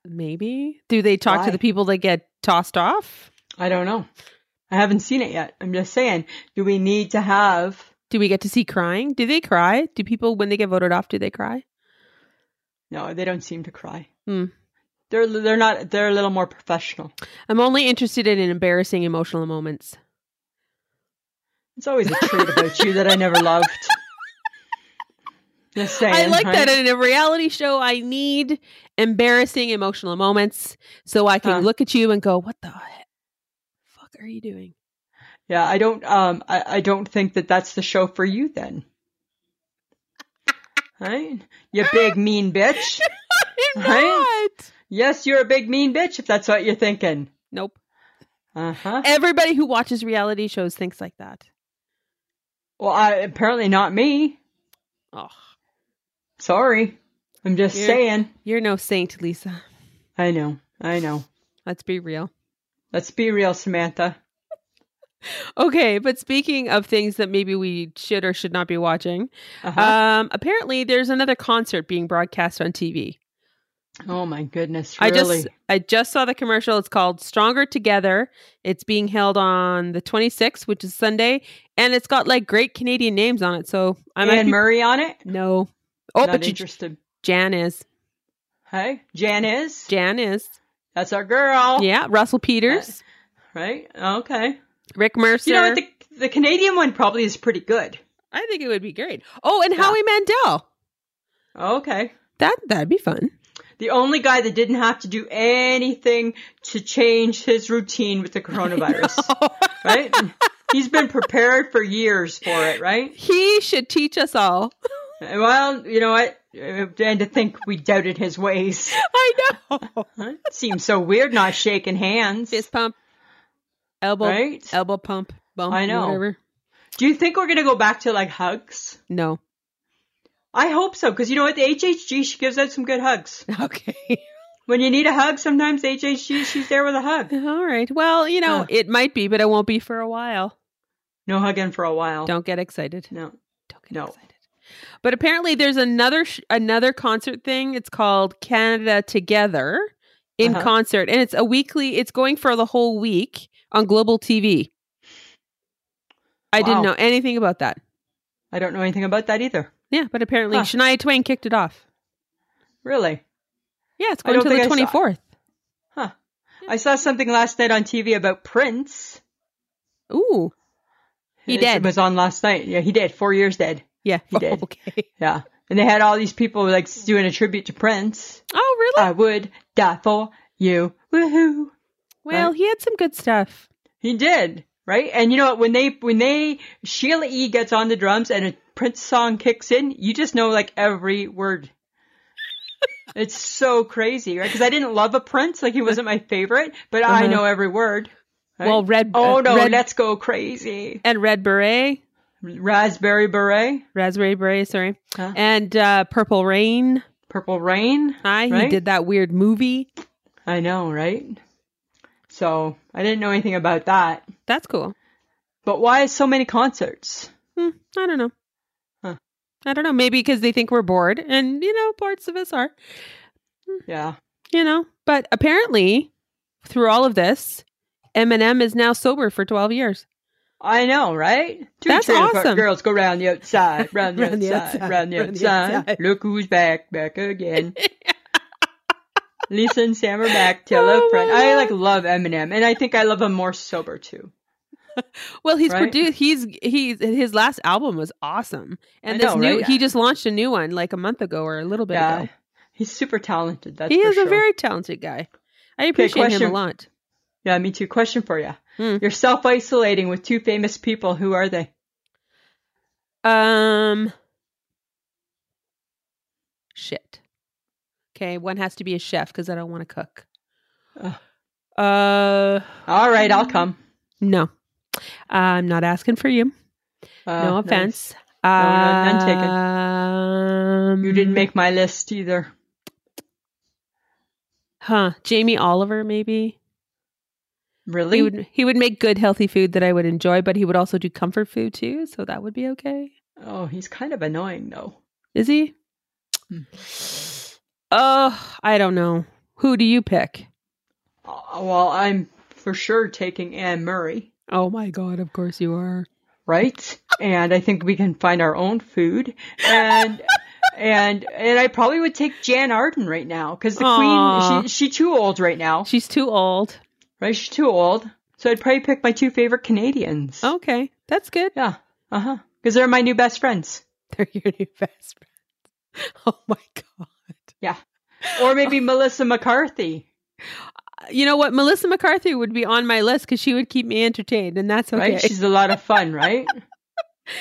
Speaker 1: Maybe. Do they talk
Speaker 2: Why?
Speaker 1: to the people that get tossed off?
Speaker 2: I don't know. I haven't seen it yet. I'm just saying. Do we need to have?
Speaker 1: Do we get to see crying? Do they cry? Do people when they get voted off, do they cry?
Speaker 2: No, they don't seem to cry.
Speaker 1: Hmm.
Speaker 2: They're they're not. They're a little more professional.
Speaker 1: I'm only interested in embarrassing emotional moments.
Speaker 2: It's always a trait about you that I never loved. Just saying.
Speaker 1: I like that
Speaker 2: right?
Speaker 1: in a reality show. I need embarrassing emotional moments so I can
Speaker 2: Huh.
Speaker 1: look at you and go, "What the he- fuck are you doing?"
Speaker 2: Yeah, I don't. Um, I, I don't think that that's the show for you then. Right? You big mean bitch.
Speaker 1: I'm
Speaker 2: Right?
Speaker 1: not.
Speaker 2: Yes, you're a big mean bitch if that's what you're thinking.
Speaker 1: Nope.
Speaker 2: Uh huh.
Speaker 1: Everybody who watches reality shows thinks like that.
Speaker 2: Well, I, apparently not me.
Speaker 1: Oh,
Speaker 2: Sorry. I'm just
Speaker 1: Yeah.
Speaker 2: saying.
Speaker 1: you're no saint, Lisa.
Speaker 2: I know. I know.
Speaker 1: Let's be real.
Speaker 2: Let's be real, Samantha.
Speaker 1: Okay, but speaking of things that maybe we should or should not be watching,
Speaker 2: Uh-huh.
Speaker 1: um, apparently there's another concert being broadcast on TV.
Speaker 2: oh my goodness,
Speaker 1: I
Speaker 2: really?
Speaker 1: just I just saw the commercial. It's called Stronger Together. It's being held on the 26th, which is Sunday, and it's got like great Canadian names on it. So I might
Speaker 2: Anne
Speaker 1: be-
Speaker 2: Murray on it.
Speaker 1: no. Oh,
Speaker 2: not
Speaker 1: but you,
Speaker 2: interested.
Speaker 1: Jan is
Speaker 2: Hey, Jan is.
Speaker 1: Jan is
Speaker 2: That's our girl.
Speaker 1: yeah. Russell Peters,
Speaker 2: Right. Okay.
Speaker 1: Rick Mercer.
Speaker 2: You know what? The, the Canadian one probably is pretty good.
Speaker 1: I think it would be great. Oh, and
Speaker 2: Yeah.
Speaker 1: Howie Mandel.
Speaker 2: Okay.
Speaker 1: That that'd be fun.
Speaker 2: The only guy that didn't have to do anything to change his routine with the coronavirus, right? He's been prepared for years for it, right?
Speaker 1: he should teach us all.
Speaker 2: Well, you know what? Uh, And to think we doubted his ways.
Speaker 1: I know.
Speaker 2: Huh? Seems so weird not shaking hands.
Speaker 1: Fist pump, elbow,
Speaker 2: Right?
Speaker 1: elbow pump, bump.
Speaker 2: I know.
Speaker 1: Whatever.
Speaker 2: Do you think we're going to go back to like hugs?
Speaker 1: No.
Speaker 2: I hope so, because you know what? The HHG, she gives out some good hugs.
Speaker 1: Okay.
Speaker 2: When you need a hug, sometimes HHG, she's there with a hug.
Speaker 1: All right. Well, you know,
Speaker 2: Huh.
Speaker 1: it might be, but it won't be for a while.
Speaker 2: No hugging for a while.
Speaker 1: Don't get excited.
Speaker 2: No.
Speaker 1: Don't get
Speaker 2: No.
Speaker 1: excited. But apparently, there's another sh- another concert thing. It's called Canada Together in
Speaker 2: Uh-huh.
Speaker 1: concert, and it's a weekly. It's going for the whole week on Global TV. I
Speaker 2: Wow.
Speaker 1: didn't know anything about that.
Speaker 2: I don't know anything about that either.
Speaker 1: Yeah, but apparently
Speaker 2: Huh.
Speaker 1: Shania Twain kicked it off.
Speaker 2: Really.
Speaker 1: Yeah, it's
Speaker 2: I
Speaker 1: going
Speaker 2: don't
Speaker 1: to the
Speaker 2: think I saw
Speaker 1: 24th.
Speaker 2: it. Huh. I saw something last night on TV about Prince.
Speaker 1: Ooh, He
Speaker 2: It
Speaker 1: dead.
Speaker 2: was on last night. Yeah, he did. Four years dead.
Speaker 1: Yeah.
Speaker 2: He did.
Speaker 1: Okay.
Speaker 2: Yeah. And they had all these people like doing a tribute to Prince.
Speaker 1: Oh, really?
Speaker 2: I would die for you. Woohoo. uh,
Speaker 1: well, he had some good stuff.
Speaker 2: He did, right? And you know what? When they when they Sheila E gets on the drums and a Prince song kicks in, you just know like every word. it's so crazy, right? Because I didn't love a Prince, like he wasn't my favorite, but I
Speaker 1: Uh-huh.
Speaker 2: know every word. right?
Speaker 1: Well, red.
Speaker 2: oh
Speaker 1: uh,
Speaker 2: no,
Speaker 1: red,
Speaker 2: let's go crazy.
Speaker 1: and red beret,
Speaker 2: Raspberry beret,
Speaker 1: raspberry beret. Sorry,
Speaker 2: Huh?
Speaker 1: and uh, purple rain.
Speaker 2: purple rain.
Speaker 1: Hi, he
Speaker 2: Right?
Speaker 1: did that weird movie.
Speaker 2: I know, right? So I didn't know anything about that.
Speaker 1: That's cool.
Speaker 2: But why so many concerts?
Speaker 1: Hmm, I don't know.
Speaker 2: Huh.
Speaker 1: I don't know. Maybe because they think we're bored, and you know, parts of us are.
Speaker 2: Yeah.
Speaker 1: You know, but apparently, through all of this, Eminem is now sober for twelve years.
Speaker 2: I know, right? Two
Speaker 1: That's
Speaker 2: trailer park
Speaker 1: awesome.
Speaker 2: girls go round the outside, round the,
Speaker 1: Round the
Speaker 2: outside,
Speaker 1: outside,
Speaker 2: round the
Speaker 1: round the
Speaker 2: outside.
Speaker 1: outside.
Speaker 2: Look who's back, back again. Lisa and Sam are back. Tell
Speaker 1: Oh,
Speaker 2: a friend.
Speaker 1: my
Speaker 2: I
Speaker 1: God.
Speaker 2: like love Eminem, and I think I love him more sober too.
Speaker 1: Well, he's
Speaker 2: Right?
Speaker 1: produced. He's he's his last album was awesome, and
Speaker 2: I
Speaker 1: this
Speaker 2: know,
Speaker 1: new
Speaker 2: right?
Speaker 1: he just launched a new one like a month ago or a little bit
Speaker 2: Yeah,
Speaker 1: ago.
Speaker 2: he's super talented. That's
Speaker 1: He
Speaker 2: for
Speaker 1: is
Speaker 2: sure.
Speaker 1: a very talented guy. I appreciate him
Speaker 2: question.
Speaker 1: a lot.
Speaker 2: yeah. Me too. Question for you:
Speaker 1: Hmm.
Speaker 2: You're self isolating with two famous people. Who are they?
Speaker 1: Um, shit. Okay, one has to be a chef because I don't want to cook.
Speaker 2: Ugh.
Speaker 1: Uh,
Speaker 2: All right, I'll come.
Speaker 1: no, I'm not asking for you.
Speaker 2: Uh,
Speaker 1: no
Speaker 2: nice.
Speaker 1: offense.
Speaker 2: no, none taken.
Speaker 1: Um,
Speaker 2: You didn't make my list either.
Speaker 1: huh? Jamie Oliver, maybe.
Speaker 2: Really?
Speaker 1: He would he would make good healthy food that I would enjoy, but he would also do comfort food too, so that would be okay.
Speaker 2: Oh, he's kind of annoying though.
Speaker 1: Is he?
Speaker 2: Hmm.
Speaker 1: Oh, I don't know. Who do you pick?
Speaker 2: Oh, well, I'm for sure taking Anne Murray.
Speaker 1: Oh my god, of course you are.
Speaker 2: right? And I think we can find our own food. And and and I probably would take Jan Arden right now because the
Speaker 1: Aw.
Speaker 2: queen she she too old right now,
Speaker 1: She's too old.
Speaker 2: right? She's too old. So I'd probably pick my two favorite Canadians.
Speaker 1: Okay, that's good.
Speaker 2: yeah, uh huh. Because they're my new best friends.
Speaker 1: They're your new best friends. Oh my god.
Speaker 2: Or
Speaker 1: Oh.
Speaker 2: maybe Melissa McCarthy,
Speaker 1: You know what? Melissa McCarthy would be on my list because she would keep me entertained, and that's okay.
Speaker 2: right? She's a lot of fun, right?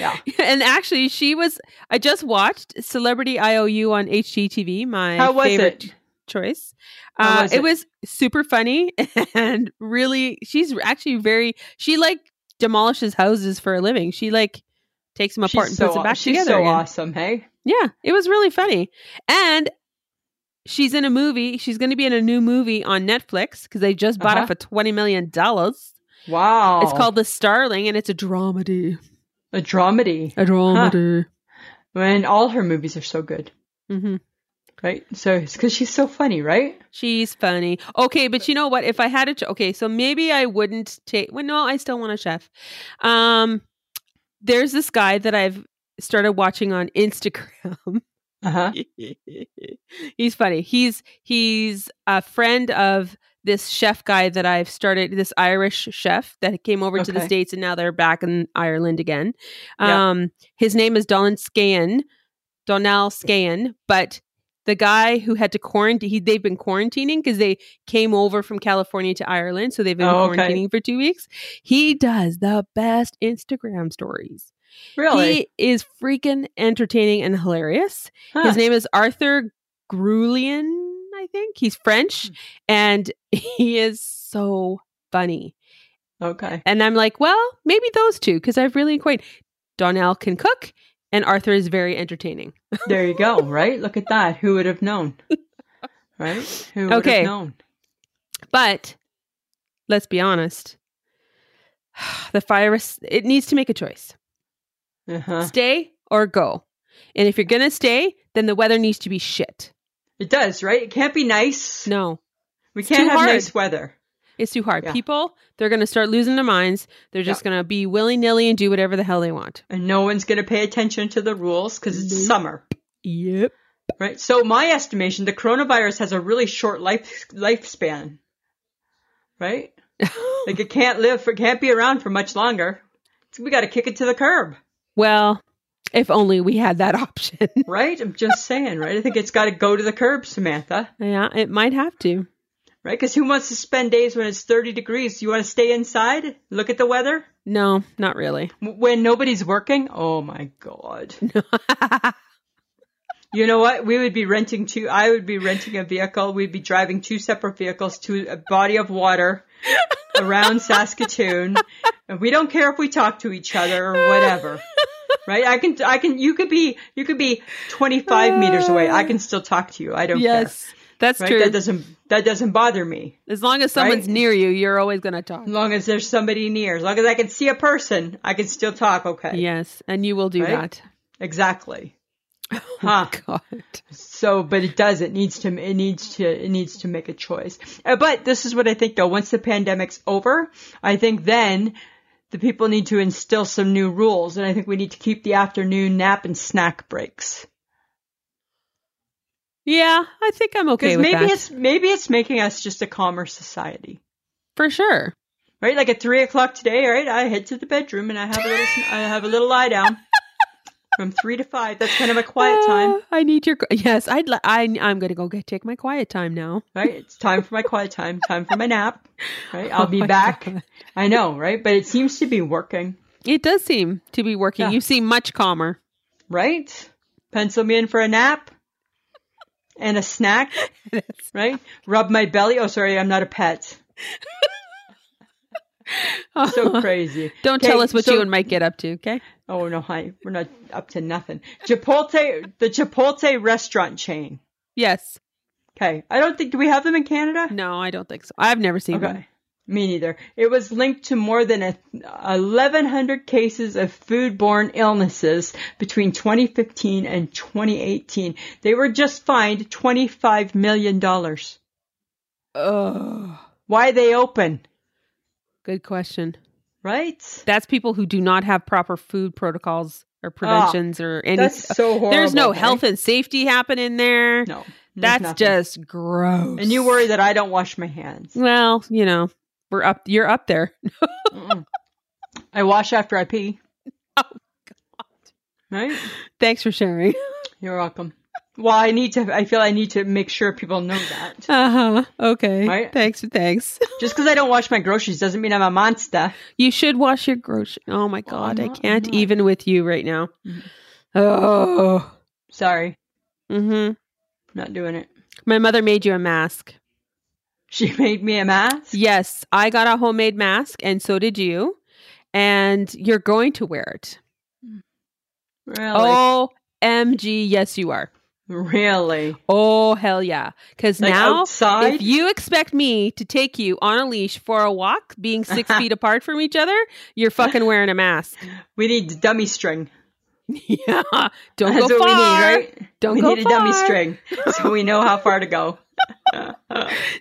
Speaker 2: yeah.
Speaker 1: and actually, she was. I just watched Celebrity IOU on HGTV. My
Speaker 2: How was
Speaker 1: favorite
Speaker 2: it?
Speaker 1: choice.
Speaker 2: How
Speaker 1: Uh,
Speaker 2: was
Speaker 1: it?
Speaker 2: it?
Speaker 1: was super funny and really. She's actually very. She like demolishes houses for a living. She like takes them apart
Speaker 2: She's
Speaker 1: and
Speaker 2: so
Speaker 1: puts them
Speaker 2: aw-
Speaker 1: back
Speaker 2: she's
Speaker 1: together.
Speaker 2: so
Speaker 1: again.
Speaker 2: awesome, hey?
Speaker 1: Yeah, it was really funny. And she's in a movie. She's going to be in a new movie on Netflix because they just bought
Speaker 2: Uh-huh. Oh.
Speaker 1: it for twenty million dollars.
Speaker 2: Wow.
Speaker 1: It's called The Starling, and it's a dramedy.
Speaker 2: a dramedy.
Speaker 1: A dramedy.
Speaker 2: And all her movies are so good.
Speaker 1: hmm
Speaker 2: Right? So it's because she's so funny, right?
Speaker 1: She's funny. Okay, but you know what? If I had a ch- okay, so maybe I wouldn't take. Well, no, I still want a chef. Um, there's this guy that I've started watching on Instagram.
Speaker 2: Uh huh.
Speaker 1: he's funny. He's he's a friend of this chef guy that I've started. This Irish chef that came over to the
Speaker 2: Okay.
Speaker 1: states and now they're back in Ireland again.
Speaker 2: Yeah.
Speaker 1: Um, his name is Don Scan, Donnell Scan, but. The guy who had to quarantine, he, they've been quarantining because they came over from California to Ireland. So they've been
Speaker 2: Oh, okay.
Speaker 1: quarantining for two weeks. He does the best Instagram stories.
Speaker 2: Really?
Speaker 1: He is freaking entertaining and hilarious.
Speaker 2: Huh.
Speaker 1: His name is Arthur Grulian, I think. He's French
Speaker 2: Hmm.
Speaker 1: and he is so funny.
Speaker 2: Okay.
Speaker 1: And I'm like, well, maybe those two because I've really quite Donnell can cook and Arthur is very entertaining.
Speaker 2: There you go, right? Look at that. Who would have known? Right? Who would
Speaker 1: Okay.
Speaker 2: have known?
Speaker 1: But let's be honest. The virus it needs to make a choice.
Speaker 2: Uh-huh.
Speaker 1: Stay or go. And if you're going to stay, then the weather needs to be shit.
Speaker 2: It does, right? It can't be nice.
Speaker 1: No.
Speaker 2: we
Speaker 1: it's
Speaker 2: can't
Speaker 1: too
Speaker 2: have
Speaker 1: hard.
Speaker 2: nice weather.
Speaker 1: It's too hard.
Speaker 2: Yeah.
Speaker 1: People, they're going to start losing their minds. They're just going to be willy nilly and do whatever the hell they want.
Speaker 2: And no one's going to pay attention to the rules because it's
Speaker 1: Nope.
Speaker 2: summer,
Speaker 1: Yep.
Speaker 2: right? So, my estimation, the coronavirus has a really short life lifespan, right? Like it can't live for, can't be around for much longer. we got to kick it to the curb,
Speaker 1: Well, if only we had that option.
Speaker 2: right? I'm just saying, right? I think it's got to go to the curb, Samantha,
Speaker 1: yeah, it might have to.
Speaker 2: right? Because who wants to spend days when it's 30 degrees? You want to stay inside, look at the weather
Speaker 1: No, not really.
Speaker 2: W- when nobody's working. Oh my god! You know what? We would be renting two. I would be renting a vehicle. We'd be driving two separate vehicles to a body of water around Saskatoon, and we don't care if we talk to each other or whatever. Right? I can. I can. You could be. You could be 25 meters away. I can still talk to you. I don't
Speaker 1: yes, that's
Speaker 2: care. Right? That
Speaker 1: true.
Speaker 2: doesn't. That doesn't bother me.
Speaker 1: As long as someone's
Speaker 2: right?
Speaker 1: near you, you're always going to talk.
Speaker 2: As long as there's somebody near. As long as I can see a person, I can still talk. Okay.
Speaker 1: Yes, and you will do
Speaker 2: Right?
Speaker 1: that.
Speaker 2: Exactly.
Speaker 1: Oh,
Speaker 2: Huh.
Speaker 1: God.
Speaker 2: So, but it does. It needs to. It needs to. It needs to make a choice. Uh, But this is what I think, though. Once the pandemic's over, I think then the people need to instill some new rules, and I think we need to keep the afternoon nap and snack breaks.
Speaker 1: Yeah, I think I'm okay
Speaker 2: Because
Speaker 1: with
Speaker 2: maybe
Speaker 1: that.
Speaker 2: it's maybe it's making us just a calmer society,
Speaker 1: For sure.
Speaker 2: right? Like at three o'clock today, right? I head to the bedroom and I have a little. sn- I have a little lie down from three to five. That's kind of a quiet time,
Speaker 1: Uh, I need your. Yes, I'd. Li- I, I'm going to go get take my quiet time now.
Speaker 2: right? It's time for my quiet time. Time for my nap, right? I'll
Speaker 1: Oh
Speaker 2: be
Speaker 1: my
Speaker 2: back.
Speaker 1: God.
Speaker 2: I know, right? But it seems to be working,
Speaker 1: It does seem to be working.
Speaker 2: Yeah.
Speaker 1: You seem much calmer.
Speaker 2: right? Pencil me in for a nap and a snack, right? Rub my belly. Oh, sorry, I'm not a pet. So crazy.
Speaker 1: Don't
Speaker 2: Okay,
Speaker 1: tell us what
Speaker 2: so-
Speaker 1: you and Mike get up to, okay?
Speaker 2: Oh no, hi. We're not up to nothing. Chipotle, the Chipotle restaurant chain.
Speaker 1: Yes.
Speaker 2: Okay, I don't think do we have them in Canada?
Speaker 1: No, I don't think so. I've never seen
Speaker 2: Okay.
Speaker 1: them.
Speaker 2: Me neither. It was linked to more than a, 1,100 cases of foodborne illnesses between 2015 and 2018. They were just fined $25 million. Why
Speaker 1: Oh,
Speaker 2: they open,
Speaker 1: good question.
Speaker 2: right?
Speaker 1: That's people who do not have proper food protocols or preventions or any.
Speaker 2: Ah, That's so horrible.
Speaker 1: uh, There's no
Speaker 2: right?
Speaker 1: health and safety happening there.
Speaker 2: No. there's
Speaker 1: That's
Speaker 2: nothing.
Speaker 1: just gross.
Speaker 2: And you worry that I don't wash my hands.
Speaker 1: Well, you know, we're up. You're up there.
Speaker 2: Mm-mm. I wash after I pee.
Speaker 1: Oh,
Speaker 2: Right?
Speaker 1: Thanks for sharing.
Speaker 2: You're welcome. Well, I need to, I feel I need to make sure people know that.
Speaker 1: Uh huh. Okay.
Speaker 2: Right?
Speaker 1: Thanks. Thanks.
Speaker 2: Just because I don't wash my groceries doesn't mean I'm a monster.
Speaker 1: You should wash your grocery. Oh my
Speaker 2: Well,
Speaker 1: god,
Speaker 2: I'm
Speaker 1: I
Speaker 2: not- I'm
Speaker 1: can't
Speaker 2: not.
Speaker 1: even with you right now.
Speaker 2: Mhm.
Speaker 1: Oh.
Speaker 2: Sorry,
Speaker 1: hmm
Speaker 2: not doing it.
Speaker 1: My mother made you a mask.
Speaker 2: She made me a mask.
Speaker 1: Yes, I got a homemade mask, and so did you. And you're going to wear it.
Speaker 2: Really?
Speaker 1: Oh, OMG, yes, you are.
Speaker 2: Really?
Speaker 1: Oh, hell yeah. Because
Speaker 2: Like
Speaker 1: now,
Speaker 2: outside?
Speaker 1: if you expect me to take you on a leash for a walk, being six feet apart from each other, you're fucking wearing a mask.
Speaker 2: we need dummy string.
Speaker 1: yeah. Don't
Speaker 2: That's
Speaker 1: go
Speaker 2: what we
Speaker 1: far.
Speaker 2: need, right?
Speaker 1: Don't
Speaker 2: we
Speaker 1: go
Speaker 2: need
Speaker 1: far.
Speaker 2: a dummy string so we know how far to go.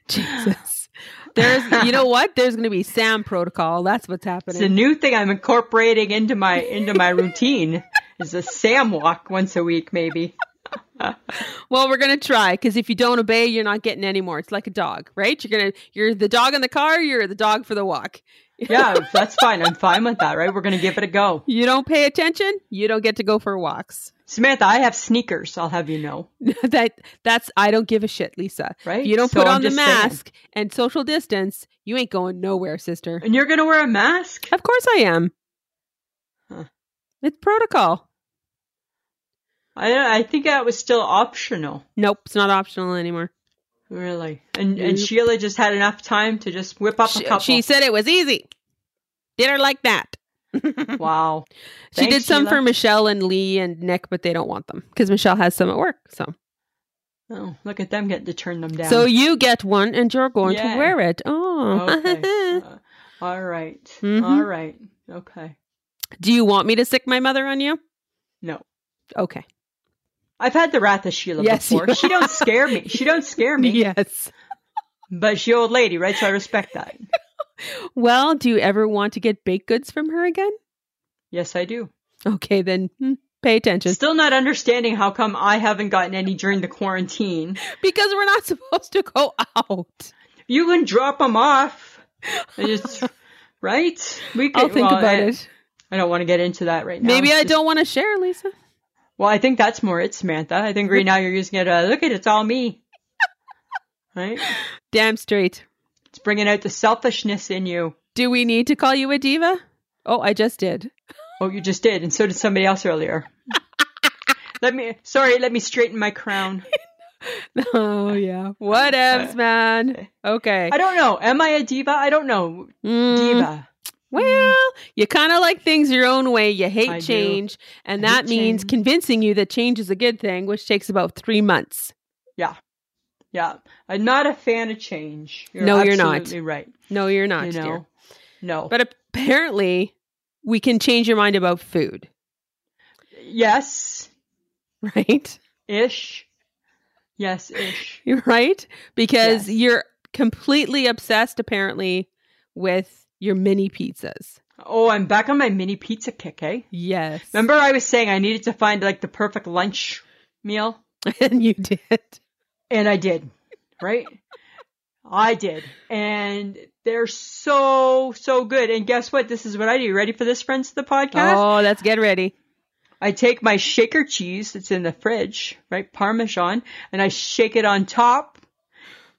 Speaker 1: Jesus. There's, you know what? There's going to be SAM protocol. That's what's
Speaker 2: it's a
Speaker 1: happening.
Speaker 2: new thing I'm incorporating into my into my routine. Is a Sam walk once a week, maybe.
Speaker 1: well, we're going to try because if you don't obey, you're not getting any more. It's like a dog, right? You're going to, you're the dog in the car, you're the dog for the walk.
Speaker 2: Yeah, that's fine. I'm fine with that, right? We're gonna give it a go.
Speaker 1: You don't pay attention, you don't get to go for walks.
Speaker 2: Samantha, I have sneakers. I'll have you know,
Speaker 1: that that's I don't give a shit, Lisa.
Speaker 2: right?
Speaker 1: If you don't
Speaker 2: So
Speaker 1: put
Speaker 2: I'm
Speaker 1: on the
Speaker 2: just saying.
Speaker 1: mask and social distance, you ain't going nowhere, sister.
Speaker 2: and you're gonna wear a mask.
Speaker 1: Of course I am.
Speaker 2: Huh.
Speaker 1: It's protocol.
Speaker 2: I I think that was still optional.
Speaker 1: Nope, it's not optional anymore.
Speaker 2: Really? And
Speaker 1: Yep.
Speaker 2: and Sheila just had enough time to just whip up a
Speaker 1: She,
Speaker 2: couple.
Speaker 1: she said it was easy. Did her like that.
Speaker 2: wow.
Speaker 1: she did
Speaker 2: Thanks,
Speaker 1: some for
Speaker 2: Sheila.
Speaker 1: Michelle and Lee and Nick, but they don't want them because Michelle has some at work. So,
Speaker 2: Oh, look at them getting to turn them down.
Speaker 1: so you get one and you're going
Speaker 2: Yeah.
Speaker 1: to wear it. Oh,
Speaker 2: okay. Uh, all right.
Speaker 1: Mhm.
Speaker 2: All right. Okay.
Speaker 1: do you want me to sick my mother on you?
Speaker 2: No.
Speaker 1: Okay.
Speaker 2: I've had the wrath of Sheila
Speaker 1: Yes, you
Speaker 2: before. She don't scare me. She don't scare me.
Speaker 1: Yes.
Speaker 2: But she old lady, right? So I respect that.
Speaker 1: Well, do you ever want to get baked goods from her again?
Speaker 2: Yes, I do.
Speaker 1: Okay, then hmm, pay attention
Speaker 2: Still not understanding how come I haven't gotten any during the quarantine.
Speaker 1: because we're not supposed to go out.
Speaker 2: You can drop them off. I just right. We could,
Speaker 1: I'll think
Speaker 2: well,
Speaker 1: about
Speaker 2: eh,
Speaker 1: it.
Speaker 2: I don't want to get into that right now.
Speaker 1: Maybe
Speaker 2: It's
Speaker 1: I
Speaker 2: just-
Speaker 1: don't want to share, Lisa.
Speaker 2: Well, I think that's more it, Samantha. I think right now you're using it. Uh, Look at it's all me. Right?
Speaker 1: Damn straight.
Speaker 2: It's bringing out the selfishness in you.
Speaker 1: Do we need to call you a diva? Oh, I just did.
Speaker 2: Oh, you just did, and so did somebody else earlier. let me. Sorry, let me straighten my crown.
Speaker 1: oh yeah. Whatevs, man. Okay.
Speaker 2: I don't know. Am I a diva? I don't know.
Speaker 1: Mm,
Speaker 2: Diva.
Speaker 1: Well, you kind of like things your own way. You hate
Speaker 2: Mm-hmm. I do.
Speaker 1: change, and
Speaker 2: I hate
Speaker 1: that means
Speaker 2: change.
Speaker 1: convincing you that change is a good thing, which takes about three months.
Speaker 2: Yeah, I'm not a fan of change. You're
Speaker 1: No, you're not.
Speaker 2: absolutely Right.
Speaker 1: No, you're not,
Speaker 2: you know.
Speaker 1: dear.
Speaker 2: No.
Speaker 1: But apparently, we can change your mind about food,
Speaker 2: yes,
Speaker 1: right?
Speaker 2: ish. Yes, ish.
Speaker 1: You're right because
Speaker 2: Yes.
Speaker 1: you're completely obsessed, apparently, with your mini pizzas.
Speaker 2: Oh, I'm back on my mini pizza kick, eh?
Speaker 1: Yes,
Speaker 2: Remember, I was saying I needed to find like the perfect lunch meal,
Speaker 1: and you did.
Speaker 2: and I did, right? I did, and they're so so good. And guess what? This is what I do. Ready for this, friends of the podcast?
Speaker 1: Oh, let's get ready.
Speaker 2: I take my shaker cheese that's in the fridge, right? Parmesan, and I shake it on top.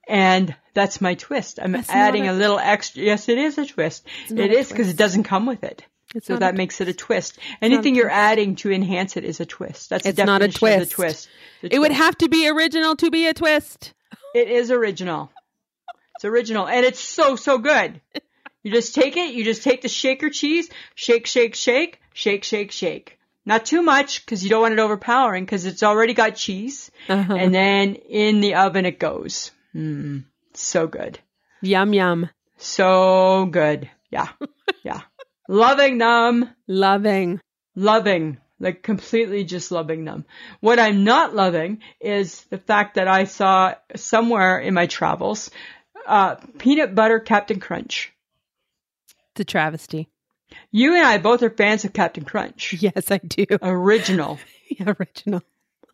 Speaker 2: And that's my twist. I'm
Speaker 1: That's not
Speaker 2: adding
Speaker 1: a-
Speaker 2: a, little extra. Yes, it is a twist.
Speaker 1: not
Speaker 2: It
Speaker 1: a
Speaker 2: is because
Speaker 1: twist.
Speaker 2: it doesn't come with it.
Speaker 1: It's
Speaker 2: So
Speaker 1: not a
Speaker 2: that
Speaker 1: tw-
Speaker 2: makes it a twist. Anything you're adding to enhance it is a twist. That's
Speaker 1: It's
Speaker 2: the
Speaker 1: not a
Speaker 2: definition of the
Speaker 1: twist.
Speaker 2: twist. The
Speaker 1: it would
Speaker 2: twist.
Speaker 1: have to be original to be a twist.
Speaker 2: It is original. It's original, and it's so so good. You just take it. You just take the shaker cheese, shake, shake, shake, shake, shake, shake. Not too much because you don't want it overpowering because it's already got cheese.
Speaker 1: Uh-huh.
Speaker 2: And then in the oven it goes. Mm, so good,
Speaker 1: yum yum,
Speaker 2: so good. Yeah, yeah. loving them,
Speaker 1: loving.
Speaker 2: loving. Like completely just loving them. What I'm not loving is the fact that I saw somewhere in my travels uh, peanut butter Captain Crunch.
Speaker 1: It's a travesty.
Speaker 2: You and I both are fans of Captain Crunch.
Speaker 1: Yes, I do.
Speaker 2: Original.
Speaker 1: Original.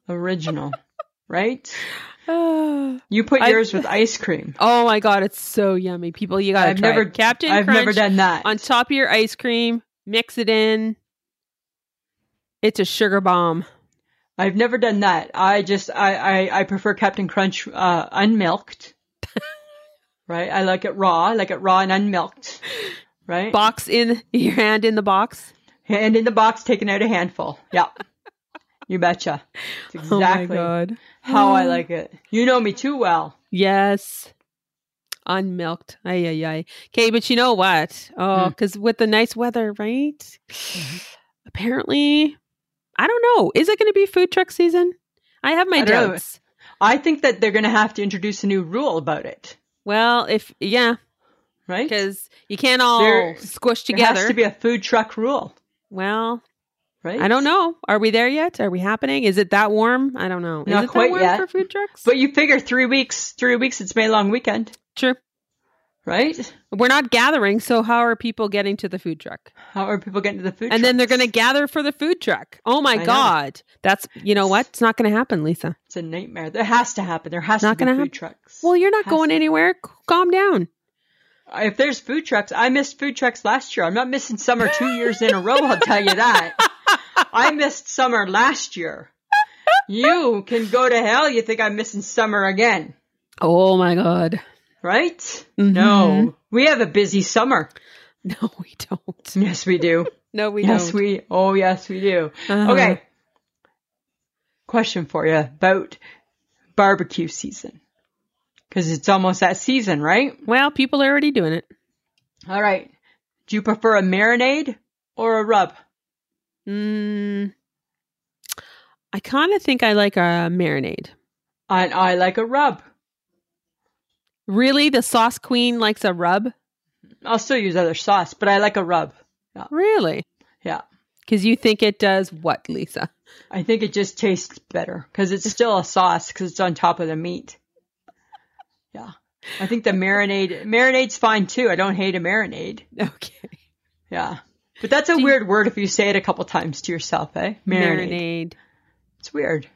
Speaker 2: Original. right?
Speaker 1: oh
Speaker 2: You put
Speaker 1: I-
Speaker 2: yours with ice cream.
Speaker 1: my god, it's so yummy, people! You gotta
Speaker 2: I've
Speaker 1: try it.
Speaker 2: never-
Speaker 1: Captain
Speaker 2: I've
Speaker 1: Crunch
Speaker 2: never done that.
Speaker 1: on top of your ice cream. Mix it in. It's a sugar bomb.
Speaker 2: I've never done that. I just I I, I prefer Captain Crunch uh, unmilked. right? I like it raw. I like it raw and unmilked. Right?
Speaker 1: Box in your hand in the box.
Speaker 2: and in the box, taking out a handful. Yeah. you betcha. It's exactly
Speaker 1: Oh my god.
Speaker 2: how I like it. You know me too well.
Speaker 1: Yes. Unmilked. Ay, ay, ay. Okay, but you know what?
Speaker 2: Hmm.
Speaker 1: Oh, because with the nice weather, right?
Speaker 2: Mm-hmm.
Speaker 1: Apparently, I don't know. Is it going to be food truck season? I have my
Speaker 2: I don't know.
Speaker 1: doubts.
Speaker 2: I think that they're going to have to introduce a new rule about it.
Speaker 1: Well, if, yeah,
Speaker 2: Right?
Speaker 1: because you can't all
Speaker 2: There-
Speaker 1: squish
Speaker 2: There
Speaker 1: together.
Speaker 2: has to be a food truck rule,
Speaker 1: well,
Speaker 2: right?
Speaker 1: I don't know. Are we there yet? Are we happening? Is it that warm? I don't know.
Speaker 2: Not
Speaker 1: Is it that
Speaker 2: quite
Speaker 1: warm
Speaker 2: yet.
Speaker 1: for food trucks?
Speaker 2: But you figure three weeks, three weeks, it's May long weekend,
Speaker 1: True.
Speaker 2: right?
Speaker 1: We're not gathering, so how are people getting to the food truck?
Speaker 2: How are people getting to the food
Speaker 1: and then they're going to
Speaker 2: trucks?
Speaker 1: gather for the food truck. Oh my
Speaker 2: I know.
Speaker 1: god, that's you know what? It's not going to happen, Lisa.
Speaker 2: It's a nightmare. There has to happen. There has
Speaker 1: Not
Speaker 2: to be
Speaker 1: gonna
Speaker 2: food
Speaker 1: happen.
Speaker 2: trucks.
Speaker 1: Well, you're not
Speaker 2: Has
Speaker 1: going anywhere. C- Calm down.
Speaker 2: If there's food trucks, I missed food trucks last year. I'm not missing summer two years in a row, I'll tell you that. I missed summer last year. You can go to hell. You think I'm missing summer again,
Speaker 1: Oh my god.
Speaker 2: right?
Speaker 1: Mm-hmm.
Speaker 2: No. We have a busy summer.
Speaker 1: No, we don't.
Speaker 2: Yes, we do.
Speaker 1: No, we
Speaker 2: yes,
Speaker 1: don't.
Speaker 2: we. Oh, yes, we do.
Speaker 1: Uh-huh.
Speaker 2: Okay. Question for you about barbecue season. Because it's almost that season, right?
Speaker 1: Well, people are already doing it.
Speaker 2: All right. Do you prefer a marinade or a rub?
Speaker 1: Mm, I kind of think I like a marinade.
Speaker 2: I, I like a rub.
Speaker 1: Really, the sauce queen likes a rub.
Speaker 2: I'll still use other sauce, but I like a rub.
Speaker 1: Really?
Speaker 2: Yeah.
Speaker 1: Because you think it does what, Lisa?
Speaker 2: I think it just tastes better because it's still a sauce because it's on top of the meat. Yeah. I think the marinade, marinade's fine too. I don't hate a marinade.
Speaker 1: Okay.
Speaker 2: Yeah. But that's a
Speaker 1: Do you-
Speaker 2: weird word if you say it a couple times to yourself, eh? Marinade.
Speaker 1: marinade.
Speaker 2: It's weird.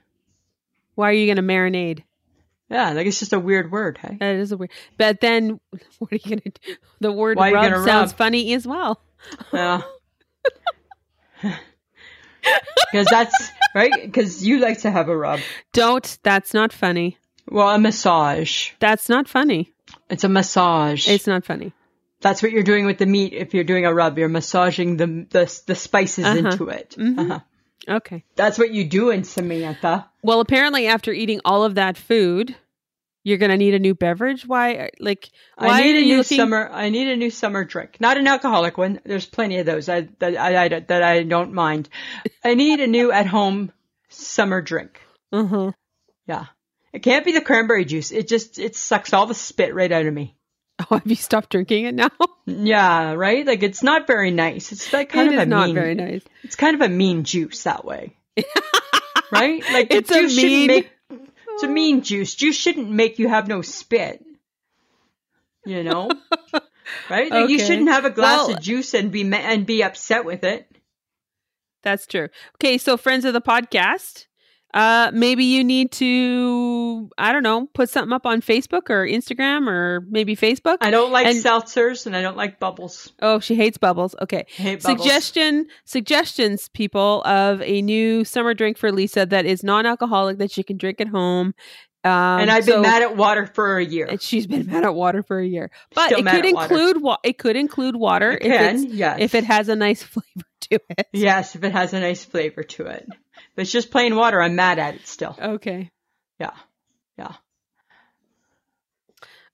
Speaker 1: Why are you going to marinade?
Speaker 2: Yeah, like it's just a weird word, hey?
Speaker 1: That is a weird. But then, what are you gonna do? The word
Speaker 2: Why are you
Speaker 1: rub
Speaker 2: gonna
Speaker 1: sounds
Speaker 2: rub?
Speaker 1: funny as well.
Speaker 2: Yeah. Because that's right. Because you like to have a rub.
Speaker 1: Don't. That's not funny.
Speaker 2: Well, a massage.
Speaker 1: That's not funny.
Speaker 2: It's a massage.
Speaker 1: It's not funny.
Speaker 2: That's what you're doing with the meat. If you're doing a rub, you're massaging the the, the spices
Speaker 1: Uh-huh.
Speaker 2: into it. Uh-huh.
Speaker 1: Okay.
Speaker 2: That's what you do in Samantha.
Speaker 1: Well, apparently, after eating all of that food, you're gonna need a new beverage. Why? Like, why
Speaker 2: I need
Speaker 1: are
Speaker 2: a
Speaker 1: you
Speaker 2: new
Speaker 1: looking-
Speaker 2: summer. I need a new summer drink, not an alcoholic one. There's plenty of those. I that I, I don't- that I don't mind. I need a new at home summer drink.
Speaker 1: Uh-huh.
Speaker 2: Yeah, it can't be the cranberry juice. It just it sucks all the spit right out of me.
Speaker 1: Oh, have you stopped drinking it now?
Speaker 2: Yeah, right. Like it's not very nice. It's like kind
Speaker 1: it
Speaker 2: of
Speaker 1: is
Speaker 2: a
Speaker 1: not
Speaker 2: mean,
Speaker 1: very nice.
Speaker 2: It's kind of a mean juice that way, right? Like the
Speaker 1: It's a
Speaker 2: juice shouldn't
Speaker 1: mean- Oh.
Speaker 2: Make, it's a mean juice. Juice shouldn't make you have no spit. You know, right? Like you
Speaker 1: Okay.
Speaker 2: shouldn't have a glass
Speaker 1: Well-
Speaker 2: of juice and be ma- and be upset with it.
Speaker 1: That's true. Okay, so friends of the podcast, uh, maybe you need to, I don't know, put something up on Facebook or Instagram or maybe Facebook.
Speaker 2: I don't like
Speaker 1: And-
Speaker 2: seltzers and I don't like bubbles.
Speaker 1: oh, she hates bubbles. Okay.
Speaker 2: I hate bubbles.
Speaker 1: Suggestion suggestions, people, of a new summer drink for Lisa that is non-alcoholic that she can drink at home. Um,
Speaker 2: and I've been
Speaker 1: so-
Speaker 2: mad at water for a year.
Speaker 1: and she's been mad at water for a year, but
Speaker 2: Still
Speaker 1: it
Speaker 2: mad
Speaker 1: could
Speaker 2: at water.
Speaker 1: include wa- it could include water
Speaker 2: It
Speaker 1: if
Speaker 2: can,
Speaker 1: it's,
Speaker 2: yes.
Speaker 1: if it has a nice flavor to it.
Speaker 2: yes, if it has a nice flavor to it. If it's just plain water, I'm mad at it still.
Speaker 1: Okay.
Speaker 2: Yeah. Yeah.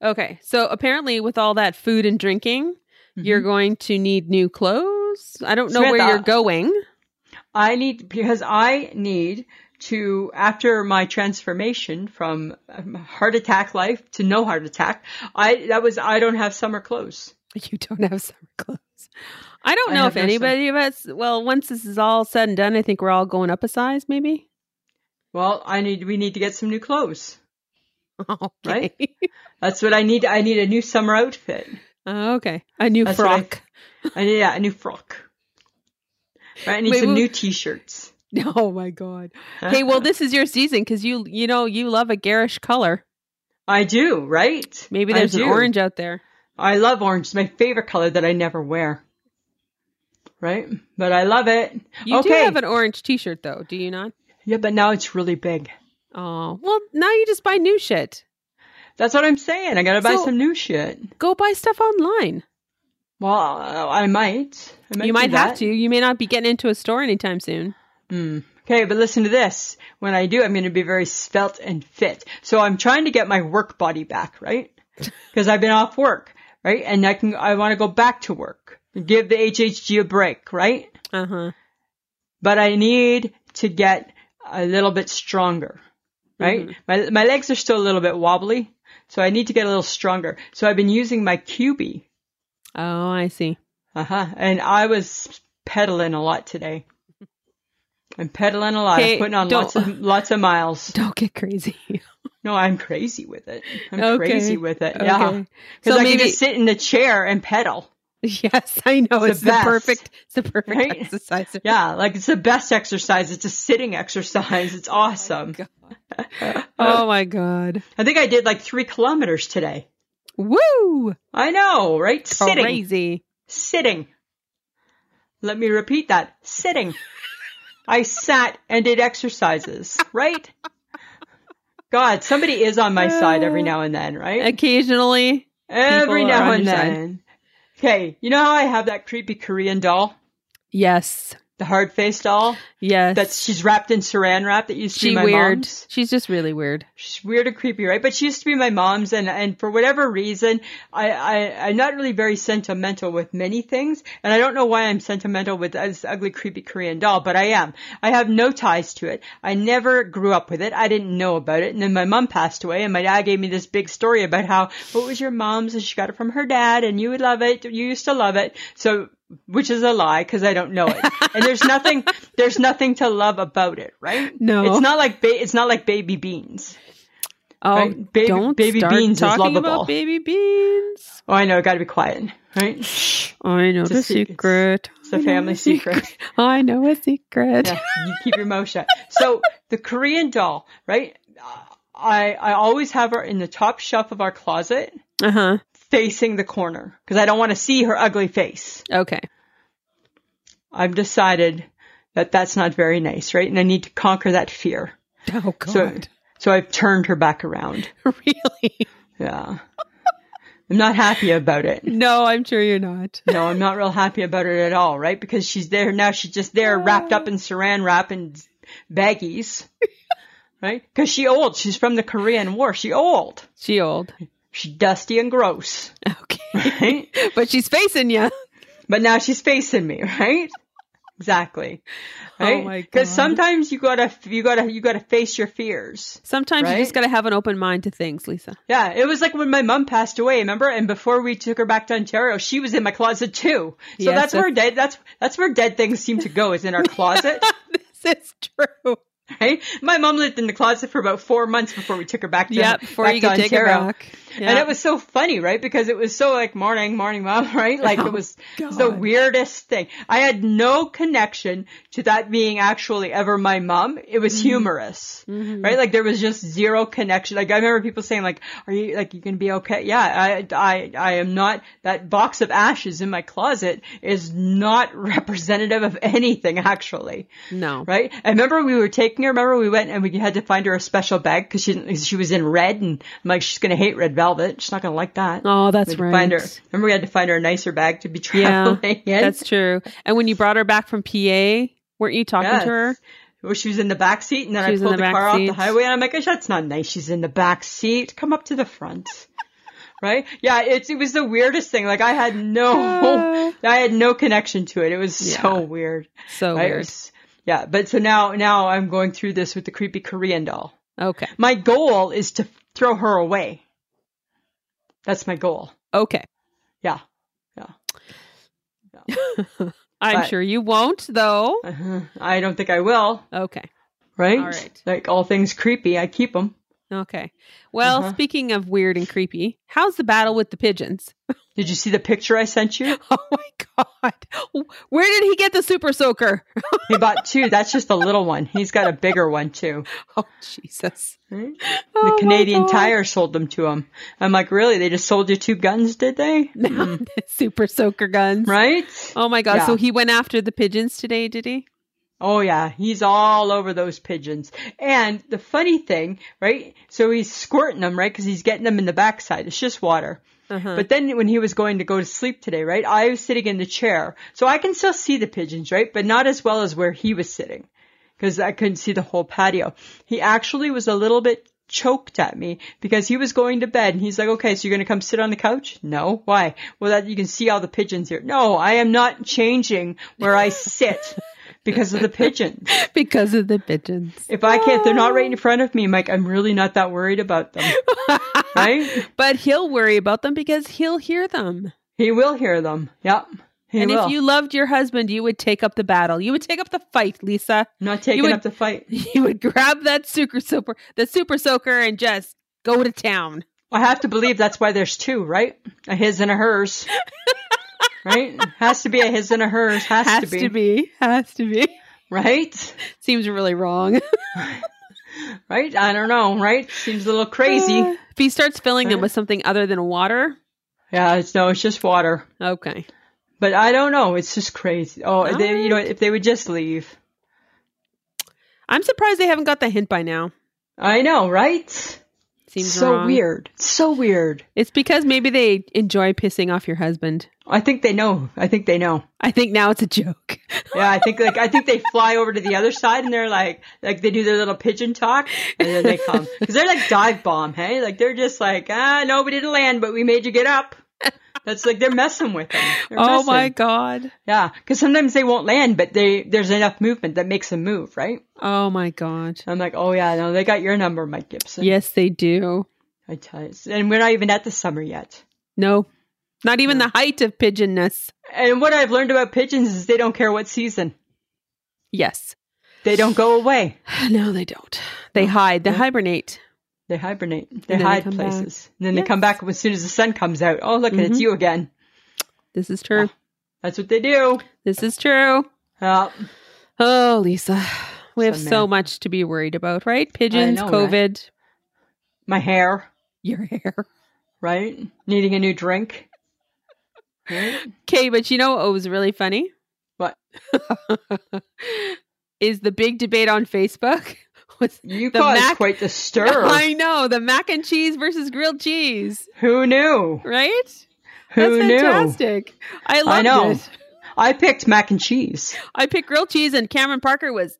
Speaker 1: Okay. So apparently, with all that food and drinking, you're going to need new clothes. I don't know where
Speaker 2: Mm-hmm. Samantha.
Speaker 1: you're going.
Speaker 2: I need because I need to after my transformation from um, heart attack life to no heart attack. I that was I don't have summer clothes.
Speaker 1: You don't have summer clothes. I don't
Speaker 2: I
Speaker 1: know
Speaker 2: have
Speaker 1: if
Speaker 2: no
Speaker 1: anybody of us. Well, once this is all said and done, I think we're all going up a size, maybe.
Speaker 2: Well, I need we need to get some new clothes.
Speaker 1: Okay.
Speaker 2: Right. That's what I need. I need a new summer outfit.
Speaker 1: okay. A new
Speaker 2: That's what I-
Speaker 1: frock.
Speaker 2: I need yeah, a new frock. Right, I need
Speaker 1: Wait,
Speaker 2: some
Speaker 1: wh-
Speaker 2: new t-shirts.
Speaker 1: Oh my god. hey, well, this is your season because you you know you love a garish color.
Speaker 2: I do, right?
Speaker 1: Maybe
Speaker 2: I
Speaker 1: there's an
Speaker 2: do.
Speaker 1: orange out there.
Speaker 2: I love orange. It's my favorite color that I never wear. Right? But I love it.
Speaker 1: You
Speaker 2: okay.
Speaker 1: do have an orange T-shirt though, do you not?
Speaker 2: yeah, but now it's really big.
Speaker 1: Oh well, now you just buy new shit.
Speaker 2: That's what I'm saying. I gotta buy
Speaker 1: So-
Speaker 2: some new shit.
Speaker 1: Go buy stuff online.
Speaker 2: Well, uh, I might. I might
Speaker 1: you might
Speaker 2: do
Speaker 1: have
Speaker 2: that.
Speaker 1: to. You may not be getting into a store anytime soon.
Speaker 2: Okay, but listen to this. When I do, I'm going to be very svelte and fit. So I'm trying to get my work body back, right? Because I've been off work, right? And I can, I want to go back to work. Give the HHG a break, right?
Speaker 1: Uh huh.
Speaker 2: But I need to get a little bit stronger, right? My,
Speaker 1: Mm-hmm.
Speaker 2: my legs are still a little bit wobbly. So I need to get a little stronger. So I've been using my QB.
Speaker 1: Oh, I see.
Speaker 2: Uh huh. And I was pedaling a lot today. I'm pedaling a lot.
Speaker 1: Okay,
Speaker 2: I'm putting on
Speaker 1: don't-
Speaker 2: lots of lots of miles.
Speaker 1: Don't get crazy.
Speaker 2: No, I'm crazy with it. I'm
Speaker 1: Okay.
Speaker 2: crazy with it. Yeah.
Speaker 1: Okay.
Speaker 2: Because
Speaker 1: So
Speaker 2: I
Speaker 1: maybe
Speaker 2: can just sit in the chair and pedal.
Speaker 1: yes, I know it's,
Speaker 2: It's the
Speaker 1: the,
Speaker 2: best,
Speaker 1: perfect. It's the perfect
Speaker 2: right?
Speaker 1: exercise.
Speaker 2: Yeah, like it's the best exercise. It's a sitting exercise. It's awesome.
Speaker 1: Oh my god.
Speaker 2: I think I did like three kilometers today.
Speaker 1: Woo!
Speaker 2: I know, right? Sitting.
Speaker 1: Crazy.
Speaker 2: Sitting. Let me repeat that. Sitting. I sat and did exercises, right? God, somebody is on my side every now and then, right?
Speaker 1: Occasionally.
Speaker 2: every
Speaker 1: people are
Speaker 2: now
Speaker 1: on
Speaker 2: and
Speaker 1: your side.
Speaker 2: then. Okay, you know how I have that creepy Korean doll?
Speaker 1: Yes.
Speaker 2: the hard face doll
Speaker 1: Yes.
Speaker 2: that she's wrapped in saran wrap that used to
Speaker 1: she
Speaker 2: be my
Speaker 1: weird.
Speaker 2: mom's.
Speaker 1: She's just really weird.
Speaker 2: She's weird and creepy, right? But she used to be my mom's, and and for whatever reason, I, I I'm not really very sentimental with many things, and I don't know why I'm sentimental with this ugly, creepy Korean doll, but I am. I have no ties to it. I never grew up with it. I didn't know about it, and then my mom passed away, and my dad gave me this big story about how well, it was your mom's, and she got it from her dad, and you would love it. You used to love it, so which is a lie because I don't know it, and there's nothing there's nothing to love about it, right?
Speaker 1: No.
Speaker 2: it's not like ba- it's not like baby beans.
Speaker 1: Oh,
Speaker 2: Right? Baby-
Speaker 1: don't
Speaker 2: baby
Speaker 1: start
Speaker 2: beans is
Speaker 1: talking
Speaker 2: lovable.
Speaker 1: about baby beans.
Speaker 2: Oh, I know. Got to be quiet, right? Shh,
Speaker 1: I know
Speaker 2: It's a
Speaker 1: the
Speaker 2: secret.
Speaker 1: secret.
Speaker 2: It's a family secret.
Speaker 1: I know a secret.
Speaker 2: Yeah, you keep your mouth shut. So the Korean doll, right? Uh, I I always have her in the top shelf of our closet,
Speaker 1: Uh
Speaker 2: Uh-huh.
Speaker 1: huh.
Speaker 2: facing the corner, because I don't want to see her ugly face.
Speaker 1: Okay.
Speaker 2: I've decided that that's not very nice, right? And I need to conquer that fear.
Speaker 1: Oh
Speaker 2: So,
Speaker 1: God,
Speaker 2: so I've turned her back around.
Speaker 1: really?
Speaker 2: Yeah. I'm not happy about it.
Speaker 1: No, I'm sure you're not.
Speaker 2: No, I'm not real happy about it at all, right? Because she's there now. She's just there wrapped
Speaker 1: Oh.
Speaker 2: up in saran wrap and baggies, right? Because she old. She's from the Korean War. She old.
Speaker 1: She old.
Speaker 2: She's dusty and gross,
Speaker 1: Okay,
Speaker 2: right?
Speaker 1: but she's facing you.
Speaker 2: but now she's facing me, right? Exactly.
Speaker 1: Oh
Speaker 2: Right?
Speaker 1: my
Speaker 2: Because
Speaker 1: God.
Speaker 2: sometimes you gotta, you gotta, you gotta face your fears.
Speaker 1: Sometimes
Speaker 2: Right?
Speaker 1: you just got to have an open mind to things, Lisa.
Speaker 2: Yeah, it was like when my mom passed away, remember? And before we took her back to Ontario, she was in my closet too. So
Speaker 1: Yes,
Speaker 2: that's
Speaker 1: that's-
Speaker 2: where dead, that's, that's where dead things seem to go is in our closet.
Speaker 1: this is true.
Speaker 2: Right? My mom lived in the closet for about four months before we took her back to,
Speaker 1: Yeah, before
Speaker 2: back
Speaker 1: you
Speaker 2: to
Speaker 1: can take her
Speaker 2: Ontario.
Speaker 1: back.
Speaker 2: And
Speaker 1: Yeah.
Speaker 2: it was so funny, right? Because it was so like morning, morning, mom, right? Like
Speaker 1: Oh,
Speaker 2: it was it was the
Speaker 1: God.
Speaker 2: weirdest thing. I had no connection to that being actually ever my mom. It was
Speaker 1: Mm-hmm.
Speaker 2: humorous,
Speaker 1: Mhm.
Speaker 2: right? Like there was just zero connection. Like I remember people saying like, are you, like, you gonna be okay? Yeah, I, I, I am not, that box of ashes in my closet is not representative of anything actually
Speaker 1: No.
Speaker 2: right? I remember we were taking her. Remember we went and we had to find her a special bag because she didn't, she was in red, and I'm like, she's gonna hate red velvet. She's not gonna like that.
Speaker 1: Oh,
Speaker 2: we
Speaker 1: that's
Speaker 2: had to
Speaker 1: right.
Speaker 2: Find her. Remember we had to find her a nicer bag to be
Speaker 1: Yeah,
Speaker 2: traveling in.
Speaker 1: that's true. And when you brought her back from PA, weren't you talking
Speaker 2: Yes.
Speaker 1: to her?
Speaker 2: Well, she was in the back seat, and then
Speaker 1: She
Speaker 2: I
Speaker 1: was in
Speaker 2: pulled
Speaker 1: the
Speaker 2: the,
Speaker 1: back
Speaker 2: car off the
Speaker 1: seat.
Speaker 2: highway, and I'm like, "Gosh, that's not nice. She's in the back seat. Come up to the front." Right? Yeah, it's it was the weirdest thing. Like I had no I had no connection to it. It was
Speaker 1: Yeah.
Speaker 2: so weird.
Speaker 1: So
Speaker 2: Right? It
Speaker 1: weird.
Speaker 2: was- yeah, but so now now I'm going through this with the creepy Korean doll.
Speaker 1: Okay.
Speaker 2: My goal is to throw her away. That's my goal.
Speaker 1: Okay.
Speaker 2: Yeah.
Speaker 1: I'm
Speaker 2: But-
Speaker 1: sure you won't, though.
Speaker 2: Uh-huh. I don't think I will,
Speaker 1: Okay.
Speaker 2: right?
Speaker 1: All right.
Speaker 2: Like all things creepy, I keep them.
Speaker 1: Okay. Well,
Speaker 2: Uh-huh.
Speaker 1: speaking of weird and creepy, how's the battle with the pigeons?
Speaker 2: Did you see the picture I sent you?
Speaker 1: Oh my God. Where did he get the super soaker?
Speaker 2: He bought two. That's just a little one. He's got a bigger one too.
Speaker 1: Oh, Jesus.
Speaker 2: Right?
Speaker 1: Oh
Speaker 2: The
Speaker 1: my
Speaker 2: Canadian
Speaker 1: God.
Speaker 2: Tire sold them to him. I'm like, really? They just sold you two guns, did they?
Speaker 1: No, the super soaker guns.
Speaker 2: Hmm. Right?
Speaker 1: Oh my God.
Speaker 2: Yeah.
Speaker 1: So he went after the pigeons today, did he?
Speaker 2: Oh yeah, he's all over those pigeons. And the funny thing, right? So he's squirting them, right? Because he's getting them in the backside. It's just water.
Speaker 1: Uh-huh.
Speaker 2: But then when he was going to go to sleep today, right? I was sitting in the chair. So I can still see the pigeons, right? But not as well as where he was sitting. Cause I couldn't see the whole patio. He actually was a little bit choked at me because he was going to bed and he's like, okay, so you're going to come sit on the couch? No. Why? Well, that you can see all the pigeons here. No, I am not changing where I sit because of the pigeons.
Speaker 1: because of the pigeons.
Speaker 2: If I can't, they're not right in front of me. Mike, I'm really not that worried about them. Right?
Speaker 1: But he'll worry about them because he'll hear them.
Speaker 2: He will hear them. Yep. He
Speaker 1: and
Speaker 2: will.
Speaker 1: if you loved your husband, you would take up the battle. You would take up the fight, Lisa.
Speaker 2: I'm not taking
Speaker 1: would-
Speaker 2: up the fight.
Speaker 1: You would grab that super soaker, the super soaker, and just go to town.
Speaker 2: I have to believe that's why there's two, right? A his and a hers. right? Has to be a his and a hers. Has,
Speaker 1: Has to be. Has to be.
Speaker 2: Right?
Speaker 1: Seems really wrong.
Speaker 2: Right? I don't know, right? Seems a little crazy.
Speaker 1: if he starts filling them with something other than water,
Speaker 2: yeah, it's no, it's just water.
Speaker 1: okay.
Speaker 2: But I don't know. It's just crazy. Oh,
Speaker 1: All
Speaker 2: they, you know, if they would just leave.
Speaker 1: I'm surprised they haven't got the hint by now.
Speaker 2: I know, right?
Speaker 1: Seems
Speaker 2: so
Speaker 1: wrong.
Speaker 2: weird. So weird.
Speaker 1: It's because maybe they enjoy pissing off your husband.
Speaker 2: I think they know. I think they know.
Speaker 1: I think now it's a joke.
Speaker 2: Yeah, I think like I think they fly over to the other side and they're like like they do their little pigeon talk and then they come because they're like dive bomb, hey? Like they're just like ah no, we didn't land, but we made you get up. That's like they're messing with them. They're
Speaker 1: oh
Speaker 2: messing.
Speaker 1: my god.
Speaker 2: Yeah, because sometimes they won't land, but they there's enough movement that makes them move, right?
Speaker 1: Oh my god.
Speaker 2: I'm like, oh yeah, no, they got your number, Mike Gibson.
Speaker 1: Yes, they do.
Speaker 2: I tell you, and we're not even at the summer yet.
Speaker 1: No. Not even the height of pigeonness.
Speaker 2: And what I've learned about pigeons is they don't care what season.
Speaker 1: Yes.
Speaker 2: They don't go away.
Speaker 1: No, they don't. They hide. They hibernate.
Speaker 2: They hibernate.
Speaker 1: then
Speaker 2: They
Speaker 1: they
Speaker 2: hide
Speaker 1: come back.
Speaker 2: places. And then they
Speaker 1: Yes.
Speaker 2: come back as soon as the sun comes out. Oh, look, it's
Speaker 1: Mhm.
Speaker 2: you again.
Speaker 1: This is true.
Speaker 2: Ah. That's what they do. Uh,
Speaker 1: This is true.
Speaker 2: Yeah.
Speaker 1: Oh, Lisa. We have
Speaker 2: So
Speaker 1: so
Speaker 2: mad.
Speaker 1: much to be worried about, right? Pigeons,
Speaker 2: know, right?
Speaker 1: COVID,
Speaker 2: my hair,
Speaker 1: your hair.
Speaker 2: right? Needing a new drink. Right?
Speaker 1: Okay, but you know what was really funny?
Speaker 2: What?
Speaker 1: is the big debate on Facebook? Was
Speaker 2: You
Speaker 1: The
Speaker 2: caused
Speaker 1: mac-
Speaker 2: quite the stir.
Speaker 1: I know the mac and cheese versus grilled cheese,
Speaker 2: Who knew?
Speaker 1: right?
Speaker 2: Who
Speaker 1: That's
Speaker 2: knew?
Speaker 1: fantastic. I loved
Speaker 2: know.
Speaker 1: it.
Speaker 2: I picked mac and cheese.
Speaker 1: I picked grilled cheese, and Cameron Parker was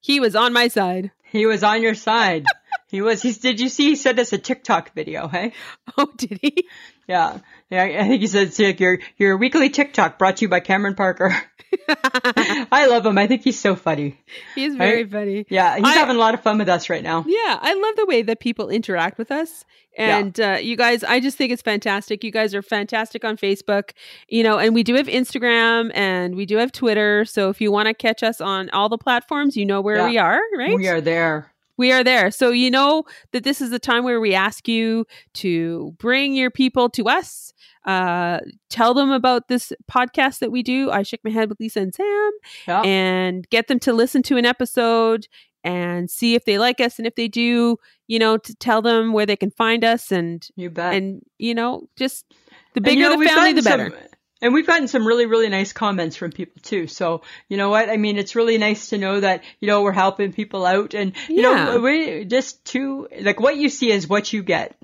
Speaker 1: he was on my side.
Speaker 2: He was on your side. he was. He's. Did you see? He sent us a TikTok video. Hey.
Speaker 1: Oh, did he?
Speaker 2: Yeah. Yeah. I think he said "Sick, your your weekly TikTok brought to you by Cameron Parker. I love him. I think he's so funny.
Speaker 1: He's very
Speaker 2: Right?
Speaker 1: funny.
Speaker 2: Yeah. He's
Speaker 1: I-
Speaker 2: having a lot of fun with us right now.
Speaker 1: Yeah, I love the way that people interact with us.
Speaker 2: Yeah.
Speaker 1: And uh, you guys, I just think it's fantastic. You guys are fantastic on Facebook, you know, and we do have Instagram and we do have Twitter. So if you want to catch us on all the platforms, you know where
Speaker 2: Yeah.
Speaker 1: we are, right?
Speaker 2: We are there.
Speaker 1: We are there. So you know that this is the time where we ask you to bring your people to us. Uh, tell them about this podcast that we do. I shook my head with Lisa and Sam,
Speaker 2: Yeah.
Speaker 1: and get them to listen to an episode and see if they like us. And if they do, you know, to tell them where they can find us. And
Speaker 2: you bet.
Speaker 1: and you know, just the
Speaker 2: Uh, And,
Speaker 1: bigger
Speaker 2: you know,
Speaker 1: the
Speaker 2: we've
Speaker 1: family,
Speaker 2: gotten
Speaker 1: the better.
Speaker 2: some- and we've gotten some really, really nice comments from people too. So, you know what? I mean, it's really nice to know that, you know, we're helping people out and, you
Speaker 1: Yeah.
Speaker 2: know, we just too, like what you see is what you get.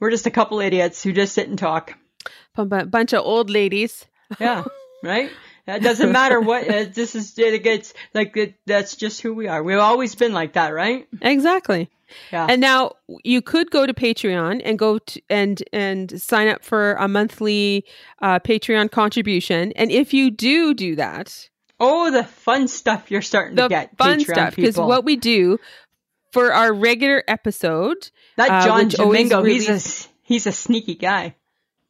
Speaker 2: We're just a couple idiots who just sit and talk.
Speaker 1: A bunch of old ladies.
Speaker 2: Yeah. right? It doesn't matter what, uh, this is, it gets, like, it, that's just who we are. We've always been like that, right?
Speaker 1: Exactly.
Speaker 2: Yeah.
Speaker 1: And now you could go to Patreon and go to, and and sign up for a monthly uh, Patreon contribution. And if you do do that,
Speaker 2: Oh, the fun stuff you're starting to
Speaker 1: the
Speaker 2: get.
Speaker 1: fun
Speaker 2: Patreon
Speaker 1: stuff because
Speaker 2: people.
Speaker 1: what we do for our regular episode, uh,
Speaker 2: that John
Speaker 1: which always
Speaker 2: Domingo, he's a,
Speaker 1: release-
Speaker 2: s- he's a sneaky guy.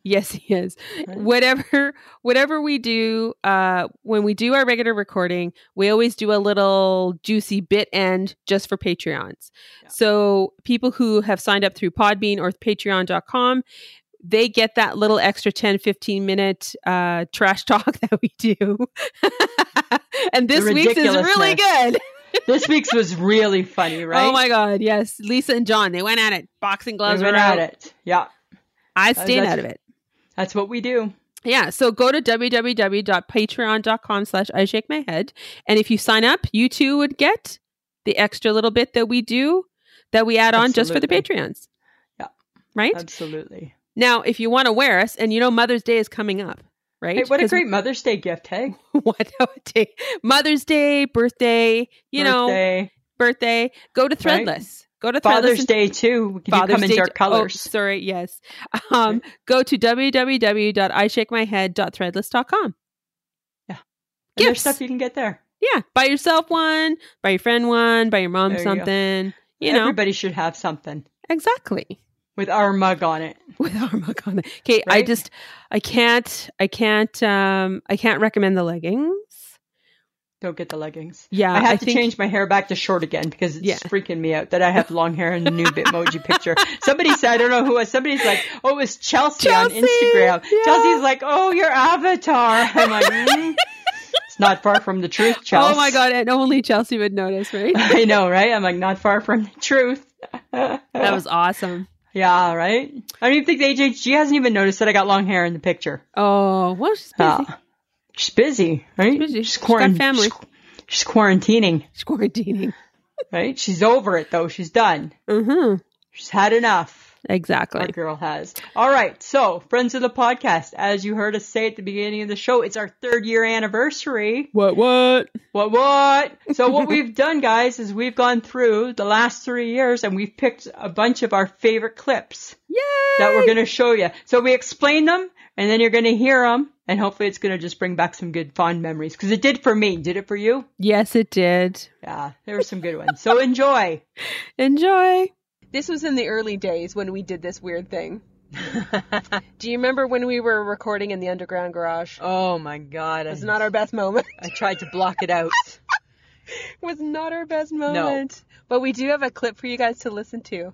Speaker 1: yes, he is.
Speaker 2: Right.
Speaker 1: Whatever whatever we do, uh, when we do our regular recording, we always do a little juicy bit end just for Patreons.
Speaker 2: Yeah.
Speaker 1: So people who have signed up through Podbean or Patreon.com. They get that little extra 10, 15 minute uh, trash talk that we do. and this week's is really
Speaker 2: ridiculousness.
Speaker 1: good.
Speaker 2: this week's was really funny, right?
Speaker 1: Oh my god, yes. Lisa and John, they went at it. Boxing gloves
Speaker 2: We
Speaker 1: were
Speaker 2: went
Speaker 1: out.
Speaker 2: at it. Yeah,
Speaker 1: I
Speaker 2: That-
Speaker 1: stayed
Speaker 2: that's-
Speaker 1: out of it.
Speaker 2: that's what we do.
Speaker 1: Yeah, so go to www.patreon.com slash I shake my head. And if you sign up, you too would get the extra little bit that we do that we add on just for the
Speaker 2: Absolutely.
Speaker 1: Patreons.
Speaker 2: Yeah.
Speaker 1: Right?
Speaker 2: Absolutely.
Speaker 1: now, if you want to wear us, and you know Mother's Day is coming up, right?
Speaker 2: Hey, what a
Speaker 1: 'Cause
Speaker 2: great Mother's Day gift, hey?
Speaker 1: what a day. Mother's Day, birthday, you know,
Speaker 2: Birthday,
Speaker 1: birthday. Go to
Speaker 2: Right.
Speaker 1: Threadless. Go to Threadless
Speaker 2: Father's
Speaker 1: and
Speaker 2: Day too. We can do come in
Speaker 1: Day-
Speaker 2: dark
Speaker 1: Oh,
Speaker 2: colors.
Speaker 1: sorry, yes. Um, go to www.ishakemyhead.threadless.com.
Speaker 2: And
Speaker 1: gifts.
Speaker 2: there's stuff you can get there.
Speaker 1: Yeah, buy yourself one, buy your friend one, buy your mom
Speaker 2: There you go.
Speaker 1: something. You, know,
Speaker 2: Everybody should have something
Speaker 1: exactly.
Speaker 2: with our mug on it.
Speaker 1: With Armagona. Okay, I
Speaker 2: Right?
Speaker 1: just I can't I can't um I can't recommend the leggings.
Speaker 2: Don't get the leggings.
Speaker 1: Yeah,
Speaker 2: I have
Speaker 1: Uh, I
Speaker 2: to
Speaker 1: think-
Speaker 2: change my hair back to short again because it's
Speaker 1: Yeah.
Speaker 2: freaking me out that I have long hair in the new Bitmoji picture. Somebody said, I don't know who it was, somebody's like, oh, it was Chelsea,
Speaker 1: Chelsea,
Speaker 2: on Instagram.
Speaker 1: yeah.
Speaker 2: Chelsea's like, oh, your avatar. I'm like, mm. it's not far from the truth, Chelsea.
Speaker 1: Oh my god, and only Chelsea would notice, right?
Speaker 2: I know, right? I'm like, not far from the truth.
Speaker 1: that was awesome.
Speaker 2: yeah, right? I don't even think the AJG hasn't even noticed that I got long hair in the picture.
Speaker 1: Oh, well, she's busy.
Speaker 2: Yeah. She's busy, right?
Speaker 1: She's busy. She's got
Speaker 2: quaran-
Speaker 1: family.
Speaker 2: She's, she's quarantining,
Speaker 1: She's quarantining.
Speaker 2: right? She's over it though. She's done.
Speaker 1: Mm-hmm.
Speaker 2: She's had enough. Our
Speaker 1: Exactly.
Speaker 2: girl has. All right. So, friends of the podcast, as you heard us say at the beginning of the show, it's our third year anniversary.
Speaker 1: What what?
Speaker 2: What, what? So, what we've done, guys, is we've gone through the last three years and we've picked a bunch of our favorite clips
Speaker 1: Yeah.
Speaker 2: that we're going to show you. So, we explain them and then you're going to hear them. And hopefully, it's going to just bring back some good, fond memories because it did for me. Did it for you?
Speaker 1: Yes, it did.
Speaker 2: Yeah, there were some good ones. So, enjoy.
Speaker 1: Enjoy.
Speaker 3: This was in the early days when we did this weird thing. Do you remember when we were recording in the underground garage?
Speaker 2: Oh my God.
Speaker 3: It's not our best moment.
Speaker 2: I tried to block it out.
Speaker 3: was not our best moment. But we do have a clip for you guys to listen to.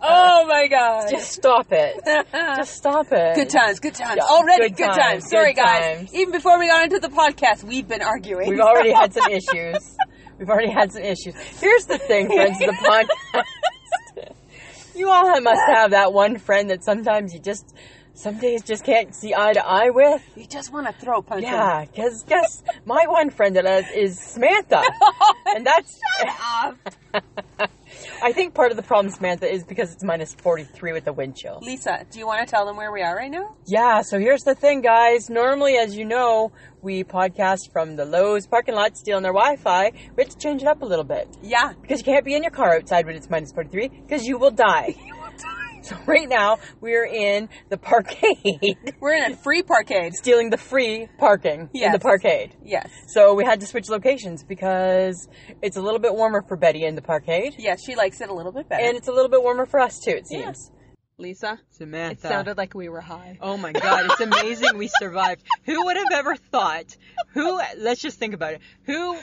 Speaker 4: Oh my god. Just stop it. Just stop it.
Speaker 5: Good times, good times. Already good,
Speaker 4: good
Speaker 5: times.
Speaker 4: times,
Speaker 5: Sorry,
Speaker 4: good
Speaker 5: guys.
Speaker 4: times.
Speaker 5: Even before we got into the podcast, we've been arguing.
Speaker 4: We've already had some issues. We've already had some issues. Here's the thing, friends of the podcast. You all have- must have that one friend that sometimes you just
Speaker 6: some days just can't see eye to eye with.
Speaker 7: You just want to throw punches.
Speaker 6: Yeah, because guess my one friend that has is Samantha, and that's. I think part of the problem, Samantha, is because it's minus forty three with the wind chill.
Speaker 7: Lisa, do you want to tell them where we are right now?
Speaker 6: Yeah, so here's the thing, guys. Normally, as you know, we podcast from the Lowe's parking lot stealing their Wi Fi. We had to change it up a little bit
Speaker 7: Yeah.
Speaker 6: because you can't be in your car outside when it's minus 43 because you will die. So right now we're in the parkade,
Speaker 7: We're in a free parkade.
Speaker 6: stealing the free parking in
Speaker 7: Yes.
Speaker 6: the parkade.
Speaker 7: Yes.
Speaker 6: So we had to switch locations because it's a little bit warmer for Betty in the parkade,
Speaker 7: Yes, she likes it a little bit better.
Speaker 6: and it's a little bit warmer for us too. It seems.
Speaker 1: Lisa,
Speaker 2: Samantha.
Speaker 1: it sounded like we were high.
Speaker 2: Oh my god, it's amazing we survived. Who would have ever thought? Who let's just think about it. Who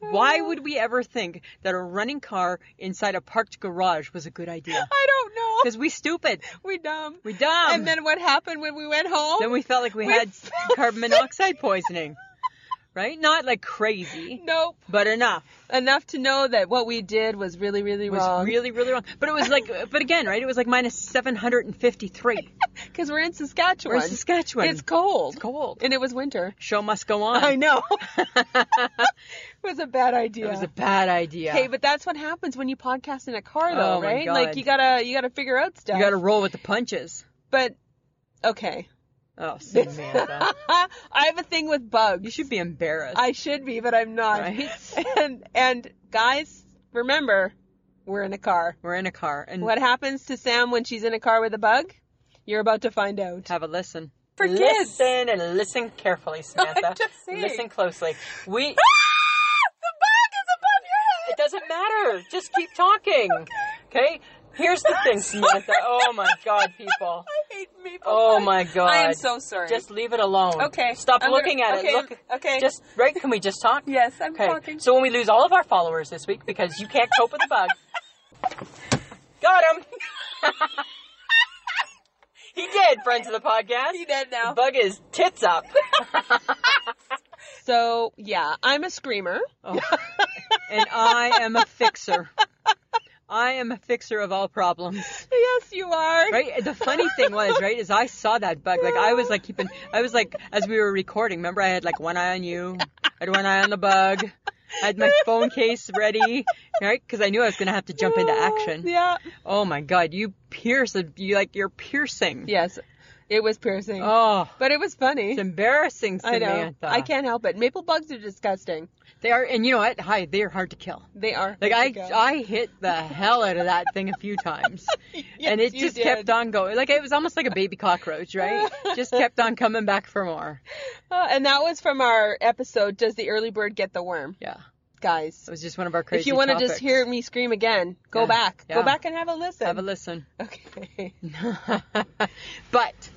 Speaker 2: why would we ever think that a running car inside a parked garage was a good idea?
Speaker 1: I don't know.
Speaker 2: Because we stupid.
Speaker 1: We dumb.
Speaker 2: We dumb.
Speaker 1: And then what happened when we went home?
Speaker 2: Then we felt like we, had carbon monoxide poisoning. Right? Not like crazy,
Speaker 1: nope.
Speaker 2: but enough.
Speaker 1: Enough to know that what we did was really, really
Speaker 2: It was
Speaker 1: wrong.
Speaker 2: really, really wrong. But it was like, but again, right? It was like minus 753.
Speaker 1: Because we're in Saskatchewan.
Speaker 2: We're in Saskatchewan.
Speaker 1: It's cold.
Speaker 2: It's cold.
Speaker 1: And it was winter.
Speaker 2: Show must go on.
Speaker 1: I know. it was a bad idea.
Speaker 2: It was a bad idea.
Speaker 1: Okay, but that's what happens when you podcast in a car, though,
Speaker 2: Oh my
Speaker 1: right?
Speaker 2: God.
Speaker 1: Like you gotta you gotta figure out stuff.
Speaker 2: you got to roll with the punches.
Speaker 1: But okay,
Speaker 2: Oh, Samantha.
Speaker 1: I have a thing with bugs.
Speaker 2: you should be embarrassed.
Speaker 1: I should be, but I'm not.
Speaker 2: Right?
Speaker 1: And and guys, remember, we're in a car.
Speaker 2: We're in a car and
Speaker 1: What happens to Sam when she's in a car with a bug? You're about to find out.
Speaker 2: have a listen.
Speaker 7: for kids.
Speaker 6: Listen and listen carefully, Samantha.
Speaker 7: just saying.
Speaker 6: listen closely. We.
Speaker 7: The bug is above your head.
Speaker 6: It doesn't matter. Just keep talking. Okay. Here's the thing, Samantha. Oh my God, people.
Speaker 7: I hate maple
Speaker 6: Oh
Speaker 7: bugs.
Speaker 6: my God.
Speaker 7: I am so sorry.
Speaker 6: Just leave it alone.
Speaker 7: Okay,
Speaker 6: Stop
Speaker 7: I'm
Speaker 6: looking
Speaker 7: gonna-
Speaker 6: at
Speaker 7: okay,
Speaker 6: it. Look.
Speaker 7: okay.
Speaker 6: Just right. Can we just talk?
Speaker 7: yes, I'm
Speaker 6: Okay.
Speaker 7: talking.
Speaker 6: So when we lose all of our followers this week because you can't cope with the bug. Got him. he did. Friends of the podcast.
Speaker 7: you dead now.
Speaker 6: Bug is tits up.
Speaker 1: So yeah, I'm a screamer.
Speaker 2: Oh. And I am a fixer. I am a fixer of all problems.
Speaker 1: Yes, you are.
Speaker 2: Right? The funny thing was, right, is I saw that bug. Like I was like keeping I was like as we were recording, remember I had like one eye on you, I had one eye on the bug. I had my phone case ready, right? Because I knew I was gonna have to jump into action.
Speaker 1: Yeah.
Speaker 2: Oh my god, you pierce a- you like you're piercing.
Speaker 1: Yes, it was piercing,
Speaker 2: Oh,
Speaker 1: but it was funny.
Speaker 2: it's embarrassing,
Speaker 1: I know.
Speaker 2: Samantha.
Speaker 1: I can't help it. Maple bugs are disgusting.
Speaker 2: They are, and you know what? Hi, they are hard to kill.
Speaker 1: They are.
Speaker 2: Like
Speaker 1: There
Speaker 2: I,
Speaker 1: you go.
Speaker 2: I hit the hell out of that thing a few times, and it
Speaker 1: you
Speaker 2: just
Speaker 1: did.
Speaker 2: kept on going. Like it was almost like a baby cockroach, right? just kept on coming back for more.
Speaker 1: Uh, and that was from our episode. Does the early bird get the worm,
Speaker 2: Yeah,
Speaker 1: guys?
Speaker 2: it was just one of our crazy.
Speaker 1: If you want to
Speaker 2: topics.
Speaker 1: just hear me scream again, go
Speaker 2: Yeah.
Speaker 1: back.
Speaker 2: Yeah.
Speaker 1: Go back and have a listen.
Speaker 2: have a listen.
Speaker 1: okay.
Speaker 2: but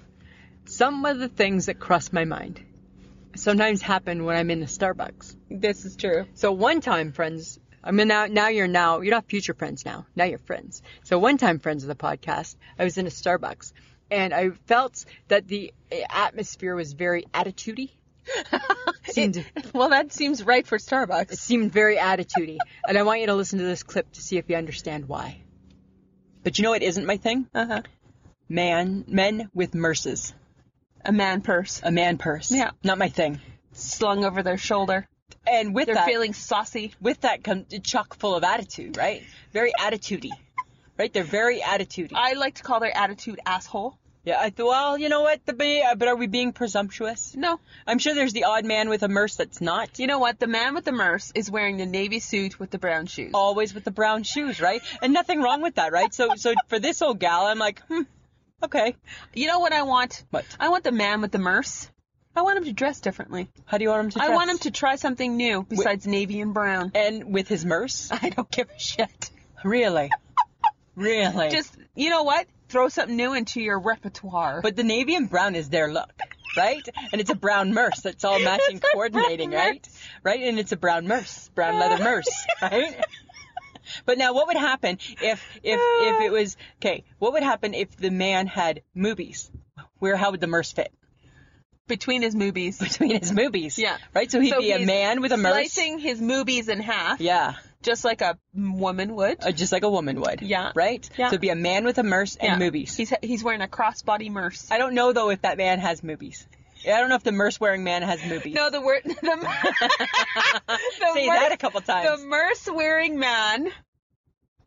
Speaker 2: some of the things that cross my mind sometimes happen when I'm in a Starbucks.
Speaker 1: This is true.
Speaker 2: So one time, friends. I mean, now, now you're now, you're not future friends now. Now you're friends. So one time, friends of the podcast, I was in a Starbucks and I felt that the atmosphere was very attitudey. seemed,
Speaker 1: Well, that seems right for Starbucks.
Speaker 2: seemed very attitudey. And I want you to listen to this clip to see if you understand why. But you know it isn't my thing?
Speaker 1: Uh-huh.
Speaker 2: Man, men with merces.
Speaker 1: A man purse
Speaker 2: A man purse.
Speaker 1: Yeah.
Speaker 2: Not my thing.
Speaker 1: slung over their shoulder.
Speaker 2: And with
Speaker 1: They're
Speaker 2: that,
Speaker 1: feeling saucy.
Speaker 2: with that comes chock full of attitude, right? Very attitudey. Right? They're very attitudey.
Speaker 1: I like to call their attitude asshole.
Speaker 2: Yeah, I th- well, you know what? The ba- uh, but are we being presumptuous?
Speaker 1: No.
Speaker 2: I'm sure there's the odd man with a merce that's not.
Speaker 1: You know what? The man with the merce is wearing the navy suit with the brown shoes.
Speaker 2: Always with the brown shoes, right? And nothing wrong with that, right? So, so for this old gal, I'm like, hmm, okay.
Speaker 1: You know what I want?
Speaker 2: What?
Speaker 1: I want the man with the merce. I want him to dress differently.
Speaker 2: How do you want him to?
Speaker 1: I
Speaker 2: Dress?
Speaker 1: want him to try something new besides navy and brown.
Speaker 2: And with his merce?
Speaker 1: I don't give a shit.
Speaker 2: Really? really?
Speaker 1: Just you know what? Throw something new into your repertoire.
Speaker 2: But the navy and brown is their look, right? And it's a brown merce that's all matching, coordinating, right? Right? And it's a brown merce, brown leather merce, right? But now, what would happen if if if it was okay? What would happen if the man had movies? Where how would the merce fit?
Speaker 1: between his movies.
Speaker 2: between his movies.
Speaker 1: Yeah.
Speaker 2: Right? So he'd
Speaker 1: So
Speaker 2: be a
Speaker 1: he's
Speaker 2: man with a merce.
Speaker 1: Slicing his movies in half,
Speaker 2: Yeah.
Speaker 1: just like a woman would.
Speaker 2: Uh, just like a woman would.
Speaker 1: Yeah.
Speaker 2: Right?
Speaker 1: Yeah.
Speaker 2: So it'd be a man with a merce and
Speaker 1: Yeah.
Speaker 2: movies.
Speaker 1: He's he's wearing a crossbody merce.
Speaker 2: I don't know though if that man has movies. I don't know if the merce wearing man has movies.
Speaker 1: No, the word the, the
Speaker 2: Say
Speaker 1: mer-
Speaker 2: that a couple times.
Speaker 1: the merce wearing man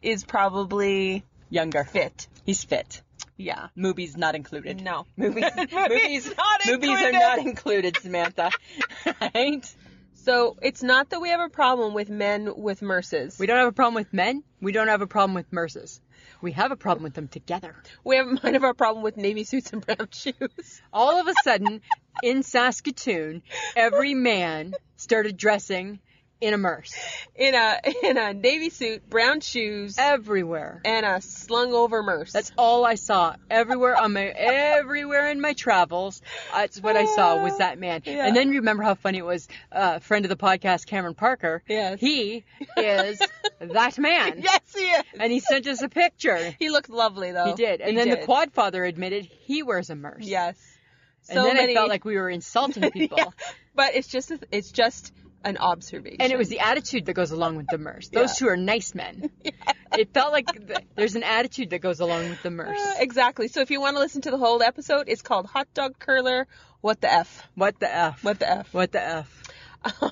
Speaker 1: is probably
Speaker 2: Younger.
Speaker 1: fit.
Speaker 2: He's fit.
Speaker 1: Yeah.
Speaker 2: Movies not included.
Speaker 1: No.
Speaker 2: Movies. movies.
Speaker 1: not
Speaker 2: Movies are
Speaker 1: included.
Speaker 2: not included, Samantha. right?
Speaker 1: So it's not that we have a problem with men with merces.
Speaker 2: We don't have a problem with men. We don't have a problem with merces. We have a problem with them together.
Speaker 1: We have might have a problem with navy suits and brown shoes.
Speaker 2: All of a sudden, in Saskatoon, every man started dressing in a merce
Speaker 1: In a in a navy suit, brown shoes,
Speaker 2: everywhere.
Speaker 1: and a slung over merce.
Speaker 2: That's all I saw everywhere on my everywhere in my travels. That's what I saw was that man. And then remember how funny it was. Uh, friend of the podcast, Cameron Parker.
Speaker 1: Yes.
Speaker 2: He is that man.
Speaker 1: yes, he is.
Speaker 2: And he sent us a picture.
Speaker 1: He looked lovely though.
Speaker 2: He did. And then the
Speaker 1: quad.
Speaker 2: quad father admitted he wears a merce.
Speaker 1: Yes.
Speaker 2: And then I felt like we were insulting people.
Speaker 1: Yeah. but it's just a, it's just an observation.
Speaker 2: And it was the attitude that goes along with the merce. Those two are nice men. It felt like th- there's an attitude that goes along with the merce.
Speaker 1: Uh, exactly. So if you want to listen to the whole episode, it's called Hot Dog Curler. What the f?
Speaker 2: What the f?
Speaker 1: What the f?
Speaker 2: What the f?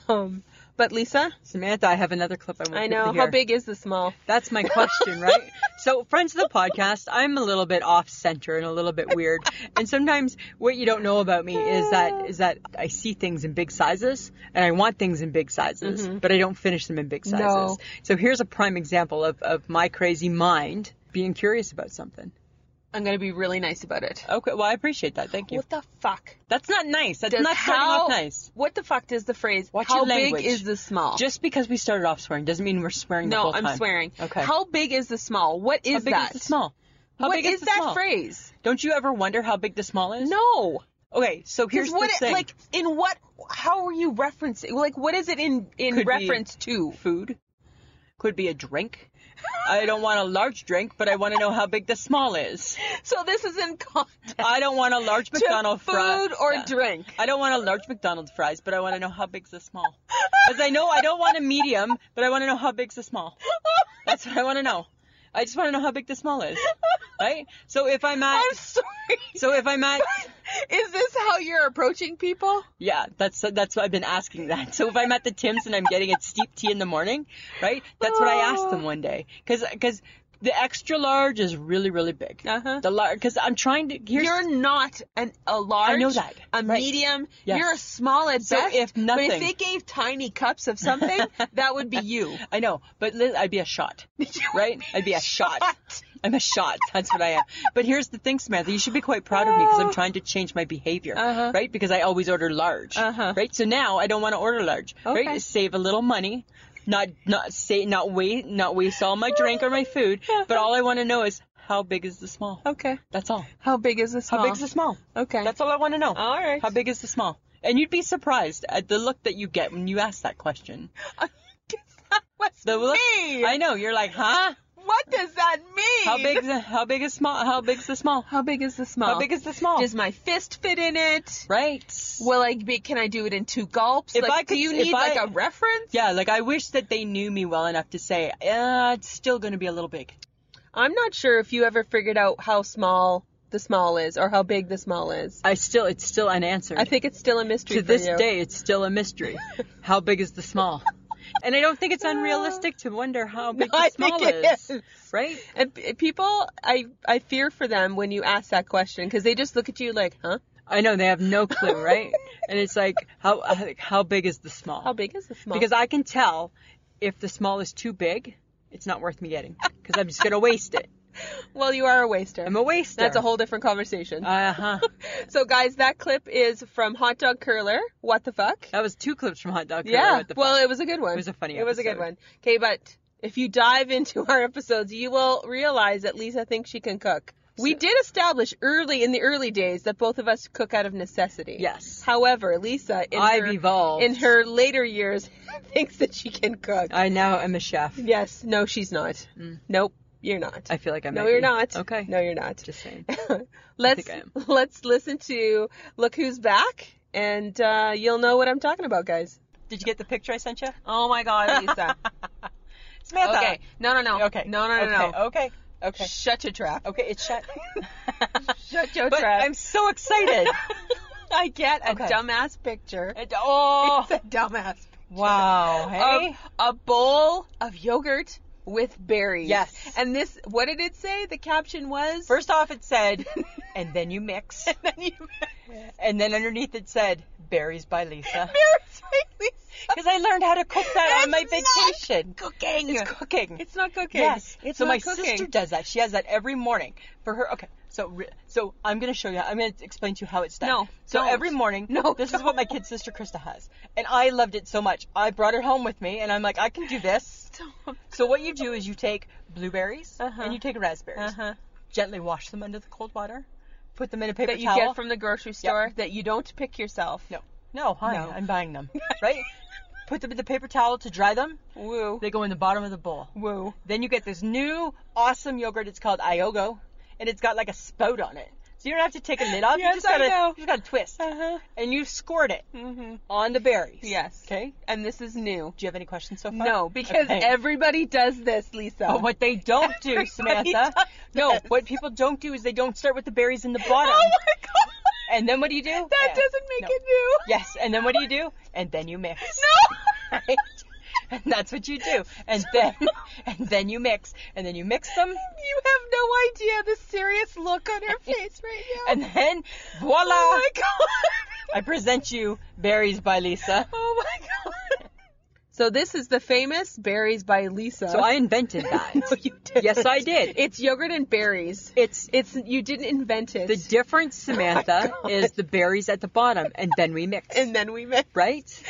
Speaker 1: Um, but Lisa,
Speaker 2: Samantha, I have another clip I want
Speaker 1: I
Speaker 2: people to
Speaker 1: know
Speaker 2: hear.
Speaker 1: how big is the small?
Speaker 2: That's my question, right? so, friends of the podcast, I'm a little bit off center and a little bit weird. And sometimes what you don't know about me is that is that I see things in big sizes and I want things in big sizes, but I don't finish them in big sizes.
Speaker 1: Mm-hmm. No.
Speaker 2: So here's a prime example of, of my crazy mind being curious about something.
Speaker 1: I'm gonna be really nice about it.
Speaker 2: Okay, well I appreciate that. Thank you.
Speaker 1: What the fuck?
Speaker 2: That's not nice. That's
Speaker 1: Does
Speaker 2: not starting
Speaker 1: how-
Speaker 2: off nice.
Speaker 1: What the fuck does the phrase
Speaker 2: Watch
Speaker 1: "How
Speaker 2: your
Speaker 1: big
Speaker 2: language.
Speaker 1: is the small"?
Speaker 2: Just because we started off swearing doesn't mean we're swearing the
Speaker 1: no,
Speaker 2: whole
Speaker 1: I'm
Speaker 2: time.
Speaker 1: swearing.
Speaker 2: Okay.
Speaker 1: How big is the small? What
Speaker 2: How
Speaker 1: is
Speaker 2: big is
Speaker 1: that?
Speaker 2: the small? How
Speaker 1: What
Speaker 2: big is
Speaker 1: is
Speaker 2: the
Speaker 1: that
Speaker 2: small?
Speaker 1: phrase?
Speaker 2: Don't you ever wonder how big the small is?
Speaker 1: No.
Speaker 2: Okay, so here's
Speaker 1: Because what
Speaker 2: the
Speaker 1: it-
Speaker 2: thing.
Speaker 1: like in what? How are you referencing? Like what is it in in
Speaker 2: Could be-
Speaker 1: reference to?
Speaker 2: food could be a drink. I don't want a large drink, but I want to know how big the small is.
Speaker 1: So this is in context.
Speaker 2: I don't want a large McDonald's
Speaker 1: food
Speaker 2: fry.
Speaker 1: or
Speaker 2: Yeah.
Speaker 1: drink.
Speaker 2: I don't want a large McDonald's fries, but I want to know how big's the small. Because I know I don't want a medium, but I want to know how big's the small. That's what I want to know. I just want to know how big the small is, right? So if I'm at,
Speaker 1: I'm sorry.
Speaker 2: so if I'm at,
Speaker 1: Is this how you're approaching people?
Speaker 2: Yeah, that's that's what I've been asking that. So if I'm at the Tim's and I'm getting a steep tea in the morning, right? That's what I asked them one day because the extra large is really really big.
Speaker 1: Uh-huh.
Speaker 2: The large because I'm trying to here's
Speaker 1: you're not an, a large.
Speaker 2: I know that.
Speaker 1: A
Speaker 2: Right.
Speaker 1: medium.
Speaker 2: Yes.
Speaker 1: You're a small at
Speaker 2: So
Speaker 1: best.
Speaker 2: if
Speaker 1: But
Speaker 2: nothing-
Speaker 1: if they gave tiny cups of something, that would be you.
Speaker 2: I know, but li- I'd be a shot, right? I'd be a shot. I'm a shot. That's what I am. But here's the thing, Samantha. You should be quite proud of me because I'm trying to change my behavior,
Speaker 1: Oh. Uh-huh.
Speaker 2: right? Because I always order large,
Speaker 1: Uh-huh.
Speaker 2: right? So now I don't want to order large,
Speaker 1: Okay.
Speaker 2: right? Save a little money, not not say not waste not waste all my drink or my food. But all I want to know is how big is the small?
Speaker 1: Okay.
Speaker 2: That's all.
Speaker 1: How big is the
Speaker 2: How
Speaker 1: small?
Speaker 2: big is the small?
Speaker 1: Okay.
Speaker 2: That's all I want to know.
Speaker 1: All right.
Speaker 2: How big is the small? And you'd be surprised at the look that you get when you ask that question.
Speaker 1: What's
Speaker 2: The look-
Speaker 1: me?
Speaker 2: I know. You're like, huh?
Speaker 1: What does that mean?
Speaker 2: How big? How big is small? How big's the small?
Speaker 1: How big is the small?
Speaker 2: How big is the small?
Speaker 1: Does my fist fit in it?
Speaker 2: right.
Speaker 1: Will I be? Can I do it in two gulps?
Speaker 2: If
Speaker 1: like,
Speaker 2: I could-
Speaker 1: do you
Speaker 2: if
Speaker 1: need
Speaker 2: I-
Speaker 1: like a reference?
Speaker 2: yeah, like I wish that they knew me well enough to say, uh, it's still going to be a little big.
Speaker 1: I'm not sure if you ever figured out how small the small is or how big the small is.
Speaker 2: I still, it's still unanswered.
Speaker 1: I think it's still a mystery
Speaker 2: to
Speaker 1: for
Speaker 2: this
Speaker 1: you.
Speaker 2: day, it's still a mystery. how big is the small? And I don't think it's unrealistic to wonder how big
Speaker 1: I
Speaker 2: the small
Speaker 1: think it
Speaker 2: is,
Speaker 1: is.
Speaker 2: right?
Speaker 1: And p- people, I I fear for them when you ask that question because they just look at you like, huh?
Speaker 2: I know they have no clue, right? and it's like, how like, how big is the small?
Speaker 1: How big is the small?
Speaker 2: Because I can tell if the small is too big, it's not worth me getting because I'm just going to waste it.
Speaker 1: well, you are a waster.
Speaker 2: I'm a waster.
Speaker 1: That's a whole different conversation.
Speaker 2: Uh huh.
Speaker 1: so, guys, that clip is from Hot Dog Curler. What the fuck?
Speaker 2: That was two clips from Hot Dog. Curler
Speaker 1: Yeah.
Speaker 2: at the
Speaker 1: Well, it was a good one.
Speaker 2: It was a funny
Speaker 1: It was a good
Speaker 2: episode.
Speaker 1: one. Okay, but if you dive into our episodes, you will realize that Lisa thinks she can cook. We did establish early in the early days that both of us cook out of necessity.
Speaker 2: Yes.
Speaker 1: However, Lisa in
Speaker 2: I've
Speaker 1: her,
Speaker 2: evolved.
Speaker 1: in her later years thinks that she can cook.
Speaker 2: I now am a chef.
Speaker 1: yes. No, she's not. Nope. You're not.
Speaker 2: Mm. I feel like I might
Speaker 1: no, you're
Speaker 2: be.
Speaker 1: not.
Speaker 2: Okay.
Speaker 1: No, you're not.
Speaker 2: Just saying.
Speaker 1: let's
Speaker 2: I am.
Speaker 1: let's listen to "Look Who's Back," and uh, you'll know what I'm talking about, guys.
Speaker 2: Did you get the picture I sent you?
Speaker 1: Oh my God, Lisa.
Speaker 2: Samantha.
Speaker 1: okay. No, no, no.
Speaker 2: Okay.
Speaker 1: No, no, no, no.
Speaker 2: Okay. Okay. Okay.
Speaker 1: Shut your trap.
Speaker 2: Okay, It's shut.
Speaker 1: Shut your
Speaker 2: but
Speaker 1: trap.
Speaker 2: I'm so excited.
Speaker 1: I get a
Speaker 2: Okay.
Speaker 1: dumbass picture.
Speaker 2: And- oh.
Speaker 1: It's a dumbass. picture
Speaker 2: Wow. Hey.
Speaker 1: Of a bowl of yogurt with berries.
Speaker 2: Yes.
Speaker 1: And this, what did it say? The caption was.
Speaker 2: First off, it said, and then you mix.
Speaker 1: and then you.
Speaker 2: And then underneath it said, berries by
Speaker 1: uh,
Speaker 2: Lisa.
Speaker 1: Berries with Lisa.
Speaker 2: Because I learned how to cook that on my
Speaker 1: That's not
Speaker 2: vacation.
Speaker 1: Cooking.
Speaker 2: It's cooking.
Speaker 1: It's not cooking.
Speaker 2: Yes.
Speaker 1: It's
Speaker 2: so
Speaker 1: not
Speaker 2: my
Speaker 1: cooking.
Speaker 2: sister does that. She has that every morning for her. Okay. So re- so I'm gonna show you. I'm gonna explain to you how it's done.
Speaker 1: No,
Speaker 2: So
Speaker 1: don't.
Speaker 2: every morning.
Speaker 1: No,
Speaker 2: This is what my kid sister Krista has, and I loved it so much. I brought her home with me, and I'm like, I can do this. So what you do is you take blueberries
Speaker 1: Uh-huh.
Speaker 2: and you take raspberries.
Speaker 1: Uh-huh.
Speaker 2: Gently wash them under the cold water. Put them in a paper
Speaker 1: That you
Speaker 2: towel.
Speaker 1: get from the grocery store that you don't pick yourself.
Speaker 2: no, no, honey,
Speaker 1: No.
Speaker 2: I'm buying them. Right. Put them in the paper towel to dry them.
Speaker 1: Woo.
Speaker 2: They go in the bottom of the bowl.
Speaker 1: Woo.
Speaker 2: Then you get this new awesome yogurt. It's called Iogo, and it's got like a spout on it. So you don't have to take a lid off.
Speaker 1: Yes,
Speaker 2: you just
Speaker 1: I
Speaker 2: gotta,
Speaker 1: know.
Speaker 2: You just gotta twist,
Speaker 1: Uh-huh.
Speaker 2: and you squirt it
Speaker 1: Mm-hmm.
Speaker 2: on the berries.
Speaker 1: Yes.
Speaker 2: Okay.
Speaker 1: And this is new.
Speaker 2: Do you have any questions so far?
Speaker 1: No, because
Speaker 2: Okay.
Speaker 1: everybody does this, Lisa.
Speaker 2: But what they don't do,
Speaker 1: Everybody
Speaker 2: Samantha.
Speaker 1: does
Speaker 2: No,
Speaker 1: this.
Speaker 2: what people don't do is they don't start with the berries in the bottom.
Speaker 1: Oh my god.
Speaker 2: And then what do you do?
Speaker 1: That
Speaker 2: Yeah.
Speaker 1: doesn't make
Speaker 2: No.
Speaker 1: it new.
Speaker 2: Yes. And then what do you do? And then you mix.
Speaker 1: No.
Speaker 2: Right? And that's what you do. And then, and then you mix. And then you mix them.
Speaker 1: You have no idea the serious look on her face right now.
Speaker 2: And then, voila!
Speaker 1: oh my god.
Speaker 2: I present you Berries by Lisa.
Speaker 1: Oh my god. So this is the famous berries by Lisa.
Speaker 2: So I invented that.
Speaker 1: No, you didn't.
Speaker 2: Yes, I did.
Speaker 1: It's yogurt and berries.
Speaker 2: It's
Speaker 1: It's you didn't invent it.
Speaker 2: the difference, Samantha,
Speaker 1: God.
Speaker 2: is the berries at the bottom, Oh and then we mix,
Speaker 1: and then we met.
Speaker 2: right?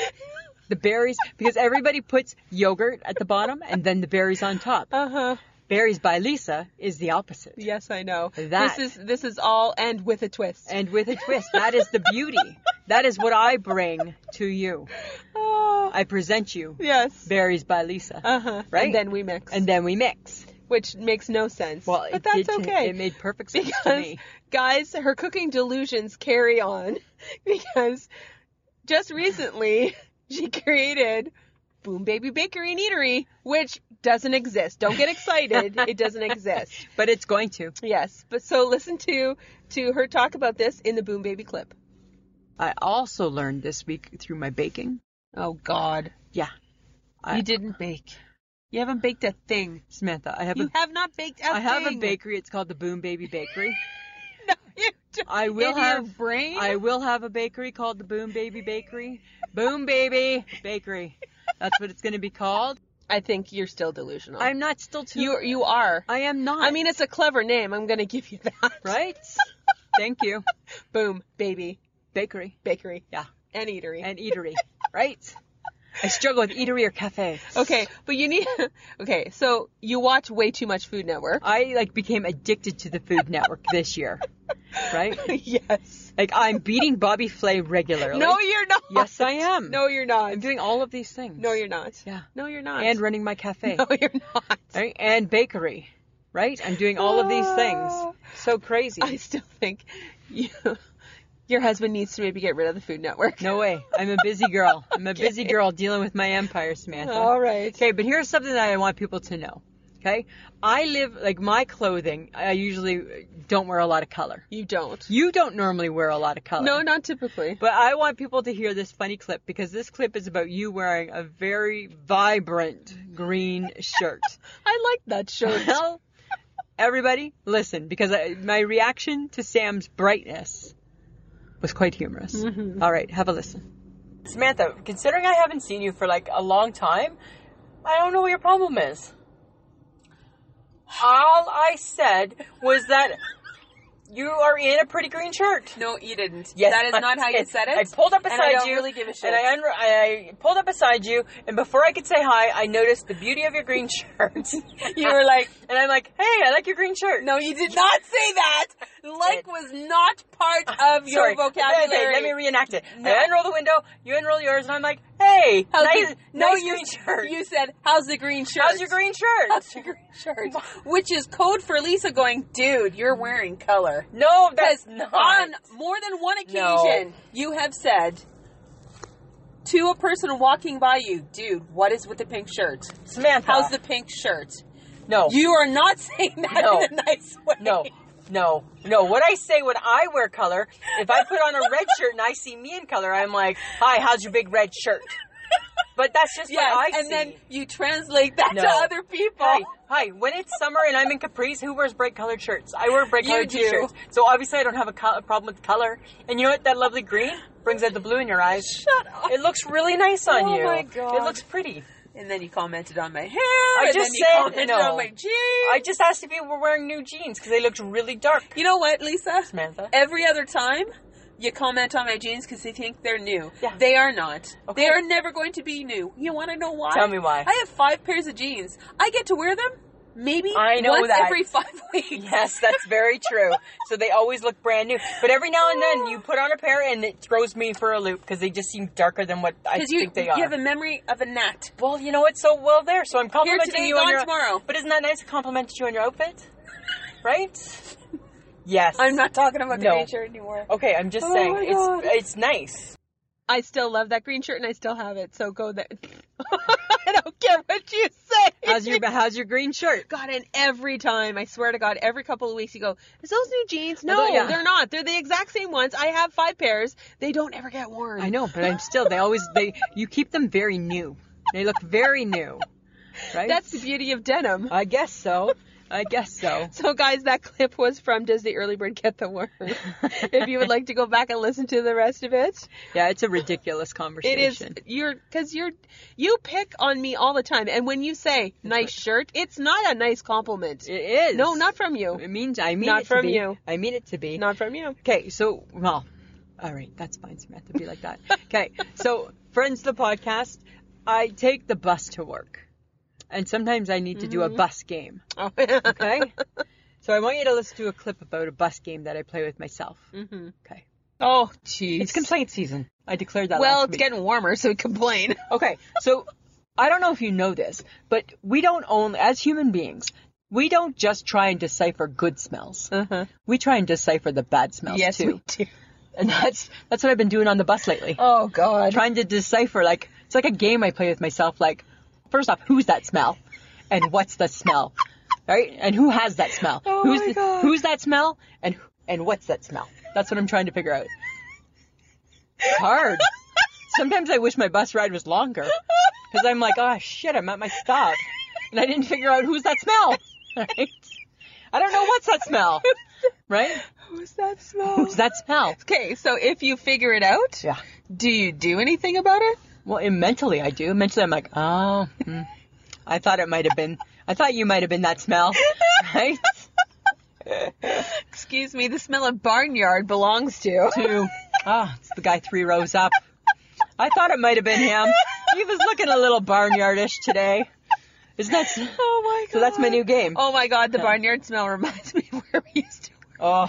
Speaker 2: The berries, because everybody puts yogurt at the bottom and then the berries on top.
Speaker 1: Uh huh.
Speaker 2: Berries by Lisa is the opposite,
Speaker 1: Yes, I know.
Speaker 2: That-
Speaker 1: This is this is all and with a twist.
Speaker 2: and with a twist. That is the beauty. That is what I bring to you.
Speaker 1: oh,
Speaker 2: I present you
Speaker 1: yes.
Speaker 2: Berries by Lisa,
Speaker 1: Uh huh.
Speaker 2: Right?
Speaker 1: And then we mix.
Speaker 2: and then we mix.
Speaker 1: which makes no sense.
Speaker 2: Well,
Speaker 1: but
Speaker 2: it
Speaker 1: that's
Speaker 2: did to-
Speaker 1: okay.
Speaker 2: It made perfect sense to
Speaker 1: because
Speaker 2: me.
Speaker 1: guys, her cooking delusions carry on because just recently she created Boom Baby Bakery and Eatery, which doesn't exist. Don't get excited. it doesn't exist.
Speaker 2: But it's going to.
Speaker 1: Yes, but so listen to to her talk about this in the Boom Baby clip.
Speaker 2: I also learned this week through my baking.
Speaker 1: Oh God,
Speaker 2: Yeah. I,
Speaker 1: you didn't bake. You haven't baked a thing.
Speaker 2: Samantha, I have
Speaker 1: You
Speaker 2: a
Speaker 1: have not baked a
Speaker 2: I have a
Speaker 1: thing.
Speaker 2: bakery. It's called the Boom Baby Bakery.
Speaker 1: No, you don't.
Speaker 2: I will
Speaker 1: in your
Speaker 2: have
Speaker 1: brain.
Speaker 2: I will have a bakery called the Boom Baby Bakery. Boom Baby Bakery. That's what it's going to be called.
Speaker 1: I think you're still delusional.
Speaker 2: I'm not still too
Speaker 1: you you are.
Speaker 2: I am not.
Speaker 1: I mean, it's a clever name. I'm gonna give you that.
Speaker 2: right? Thank you.
Speaker 1: Boom, baby,
Speaker 2: Bakery
Speaker 1: bakery.
Speaker 2: Yeah.
Speaker 1: And eatery.
Speaker 2: and eatery, right? I struggle with eatery or cafe.
Speaker 1: okay, but you need. Okay, so you watch way too much Food Network.
Speaker 2: I like became addicted to the Food Network this year. Right?
Speaker 1: yes.
Speaker 2: Like I'm beating Bobby Flay regularly.
Speaker 1: No, you're not.
Speaker 2: Yes, I am.
Speaker 1: No, you're not.
Speaker 2: I'm doing all of these things.
Speaker 1: no, you're not.
Speaker 2: Yeah.
Speaker 1: No, you're not.
Speaker 2: And running my cafe.
Speaker 1: no, you're not.
Speaker 2: Right? And bakery. Right? I'm doing all of these things. So crazy.
Speaker 1: I still think you, your husband needs to maybe get rid of the Food Network.
Speaker 2: No way. I'm a busy girl. I'm a busy girl dealing with my empire, Samantha.
Speaker 1: All right.
Speaker 2: Okay, but here's something that I want people to know. Okay? I live like my clothing, I usually don't wear a lot of color.
Speaker 1: You don't.
Speaker 2: You don't normally wear a lot of color.
Speaker 1: No, not typically.
Speaker 2: But I want people to hear this funny clip because this clip is about you wearing a very vibrant green shirt.
Speaker 1: I like that shirt.
Speaker 2: Well, everybody, listen because I, my reaction to Sam's brightness was quite humorous. All right, have a listen. Samantha, considering I haven't seen you for like a long time, I don't know what your problem is. All I said was that You are in a pretty green shirt.
Speaker 8: No, you didn't.
Speaker 2: Yes,
Speaker 8: that is
Speaker 2: I
Speaker 8: not how you
Speaker 2: did.
Speaker 8: said it.
Speaker 2: I pulled up
Speaker 8: and I
Speaker 2: beside
Speaker 8: don't
Speaker 2: you,
Speaker 8: really give a shit.
Speaker 2: And I, un- I pulled up beside you, and before I could say hi, I noticed the beauty of your green shirt.
Speaker 8: you were like,
Speaker 2: and I'm like, hey, I like your green shirt.
Speaker 8: no, you did not say that. Like was not part of your
Speaker 2: Sorry.
Speaker 8: vocabulary.
Speaker 2: Okay, let me reenact it.
Speaker 8: No.
Speaker 2: I unroll the window, you unroll yours, and I'm like, hey,
Speaker 8: How's
Speaker 2: nice,
Speaker 8: the- no,
Speaker 2: nice
Speaker 8: you,
Speaker 2: green shirt.
Speaker 8: you said, how's the green shirt?
Speaker 2: How's your green shirt?
Speaker 8: How's your green shirt? Which is code for Lisa going, dude, you're wearing color.
Speaker 2: no, that's
Speaker 8: Because
Speaker 2: not.
Speaker 8: on more than one occasion, you have said to a person walking by you, dude, what is with the pink shirt?
Speaker 2: Samantha.
Speaker 8: How's the pink shirt?
Speaker 2: no?
Speaker 8: You are not saying that
Speaker 2: No.
Speaker 8: in a nice way.
Speaker 2: No, no, no. What I say when I wear color, if I put on a red shirt and I see me in color, I'm like, "Hi, how's your big red shirt?" But that's just
Speaker 8: Yes,
Speaker 2: what I
Speaker 8: and
Speaker 2: see.
Speaker 8: then you translate that to
Speaker 2: No.
Speaker 8: other people.
Speaker 2: hi, hi. When it's summer and I'm in capris, who wears bright colored shirts? I wear bright
Speaker 8: You
Speaker 2: colored
Speaker 8: do.
Speaker 2: t-shirts. So obviously, I don't have a, co- a problem with color. And you know what? That lovely green brings out the blue in your eyes.
Speaker 8: Shut up.
Speaker 2: It looks really nice on
Speaker 8: Oh
Speaker 2: you.
Speaker 8: my God.
Speaker 2: It looks pretty.
Speaker 8: And then you commented on my hair.
Speaker 2: I
Speaker 8: and
Speaker 2: just
Speaker 8: then you
Speaker 2: said
Speaker 8: commented
Speaker 2: no.
Speaker 8: on my jeans.
Speaker 2: I just asked if you were wearing new jeans because they looked really dark,
Speaker 8: you know what, Lisa?
Speaker 2: Samantha.
Speaker 8: Every other time you comment on my jeans because they think they're new.
Speaker 2: Yeah.
Speaker 8: They are not.
Speaker 2: Okay.
Speaker 8: They are never going to be new. You want to know why?
Speaker 2: Tell me why.
Speaker 8: I have five pairs of jeans. I get to wear them maybe
Speaker 2: I know
Speaker 8: once
Speaker 2: that.
Speaker 8: every five weeks.
Speaker 2: Yes, that's very true. So they always look brand new. But every now and then
Speaker 8: Oh.
Speaker 2: you put on a pair and it throws me for a loop because they just seem darker than what I
Speaker 8: Because you,
Speaker 2: think they
Speaker 8: you
Speaker 2: are.
Speaker 8: have a memory of a gnat.
Speaker 2: well, you know what? So well there. So I'm
Speaker 8: Here
Speaker 2: complimenting
Speaker 8: today,
Speaker 2: you on
Speaker 8: gone
Speaker 2: your
Speaker 8: tomorrow.
Speaker 2: But isn't that nice to compliment you on your outfit? Right? Yes.
Speaker 8: I'm not talking about the
Speaker 2: No.
Speaker 8: green shirt anymore.
Speaker 2: Okay, I'm just
Speaker 1: Oh
Speaker 2: saying
Speaker 1: my God.
Speaker 2: it's it's nice.
Speaker 1: I still love that green shirt and I still have it, so go there. I don't care what you say.
Speaker 2: How's your how's your green shirt?
Speaker 1: God, and every time, I swear to God, every couple of weeks you go, is those new jeans? No,
Speaker 2: Although, yeah.
Speaker 1: they're not. They're the exact same ones. I have five pairs. They don't ever get worn.
Speaker 2: I know, but I'm still they always they you keep them very new. They look very new. Right? Uh,
Speaker 1: That's the beauty of denim.
Speaker 2: I guess so. I guess so.
Speaker 1: So, guys, that clip was from Does the Early Bird Get the Worm? if you would like to go back and listen to the rest of it,
Speaker 2: Yeah, it's a ridiculous
Speaker 1: it
Speaker 2: conversation.
Speaker 1: is you're because you're you pick on me all the time, and when you say nice shirt, it's not a nice compliment.
Speaker 2: It is.
Speaker 1: No, not from you.
Speaker 2: It means I mean
Speaker 1: Not
Speaker 2: it
Speaker 1: from
Speaker 2: to be.
Speaker 1: you.
Speaker 2: I mean it to be.
Speaker 1: Not from you.
Speaker 2: okay, so well, all right, that's fine, Samantha. Be like that. Okay, so friends, of the podcast. I take the bus to work, and sometimes I need to do a bus game.
Speaker 1: Oh.
Speaker 2: Okay, so I want you to listen to a clip about a bus game that I play with myself.
Speaker 1: Mhm.
Speaker 2: Mm-hmm. Okay,
Speaker 1: Oh, jeez.
Speaker 2: it's complaint season. I declared that.
Speaker 1: Well,
Speaker 2: last
Speaker 1: it's
Speaker 2: week.
Speaker 1: getting warmer, so we complain.
Speaker 2: Okay, so I don't know if you know this, but we don't own, as human beings, we don't just try and decipher good smells.
Speaker 1: Uh-huh.
Speaker 2: We try and decipher the bad smells
Speaker 1: Yes,
Speaker 2: too.
Speaker 1: we do.
Speaker 2: And that's that's what I've been doing on the bus lately.
Speaker 1: Oh God.
Speaker 2: Trying to decipher like it's like a game I play with myself like first off, who's that smell? And what's the smell? Right? And who has that smell?
Speaker 1: Oh
Speaker 2: who's
Speaker 1: my
Speaker 2: the-
Speaker 1: God.
Speaker 2: who's that smell? And and what's that smell? That's what I'm trying to figure out. It's hard. Sometimes I wish my bus ride was longer because I'm like, oh shit, I'm at my stop, and I didn't figure out who's that smell. Right? I don't know what's that smell. Right?
Speaker 1: Who's that smell?
Speaker 2: Who's that smell?
Speaker 1: Okay, so if you figure it out,
Speaker 2: Yeah.
Speaker 1: do you do anything about it?
Speaker 2: Well, and mentally I do. Mentally I'm like, oh, hmm. I thought it might have been. I thought you might have been that smell. Right?
Speaker 1: Excuse me, the smell of barnyard belongs to.
Speaker 2: Two. Ah, it's the guy three rows up. I thought it might have been him. He was looking a little barnyardish today. Isn't that? s-
Speaker 1: Oh my god.
Speaker 2: So that's my new game.
Speaker 1: Oh my god, the barnyard smell reminds me of where we used to.
Speaker 2: Oh.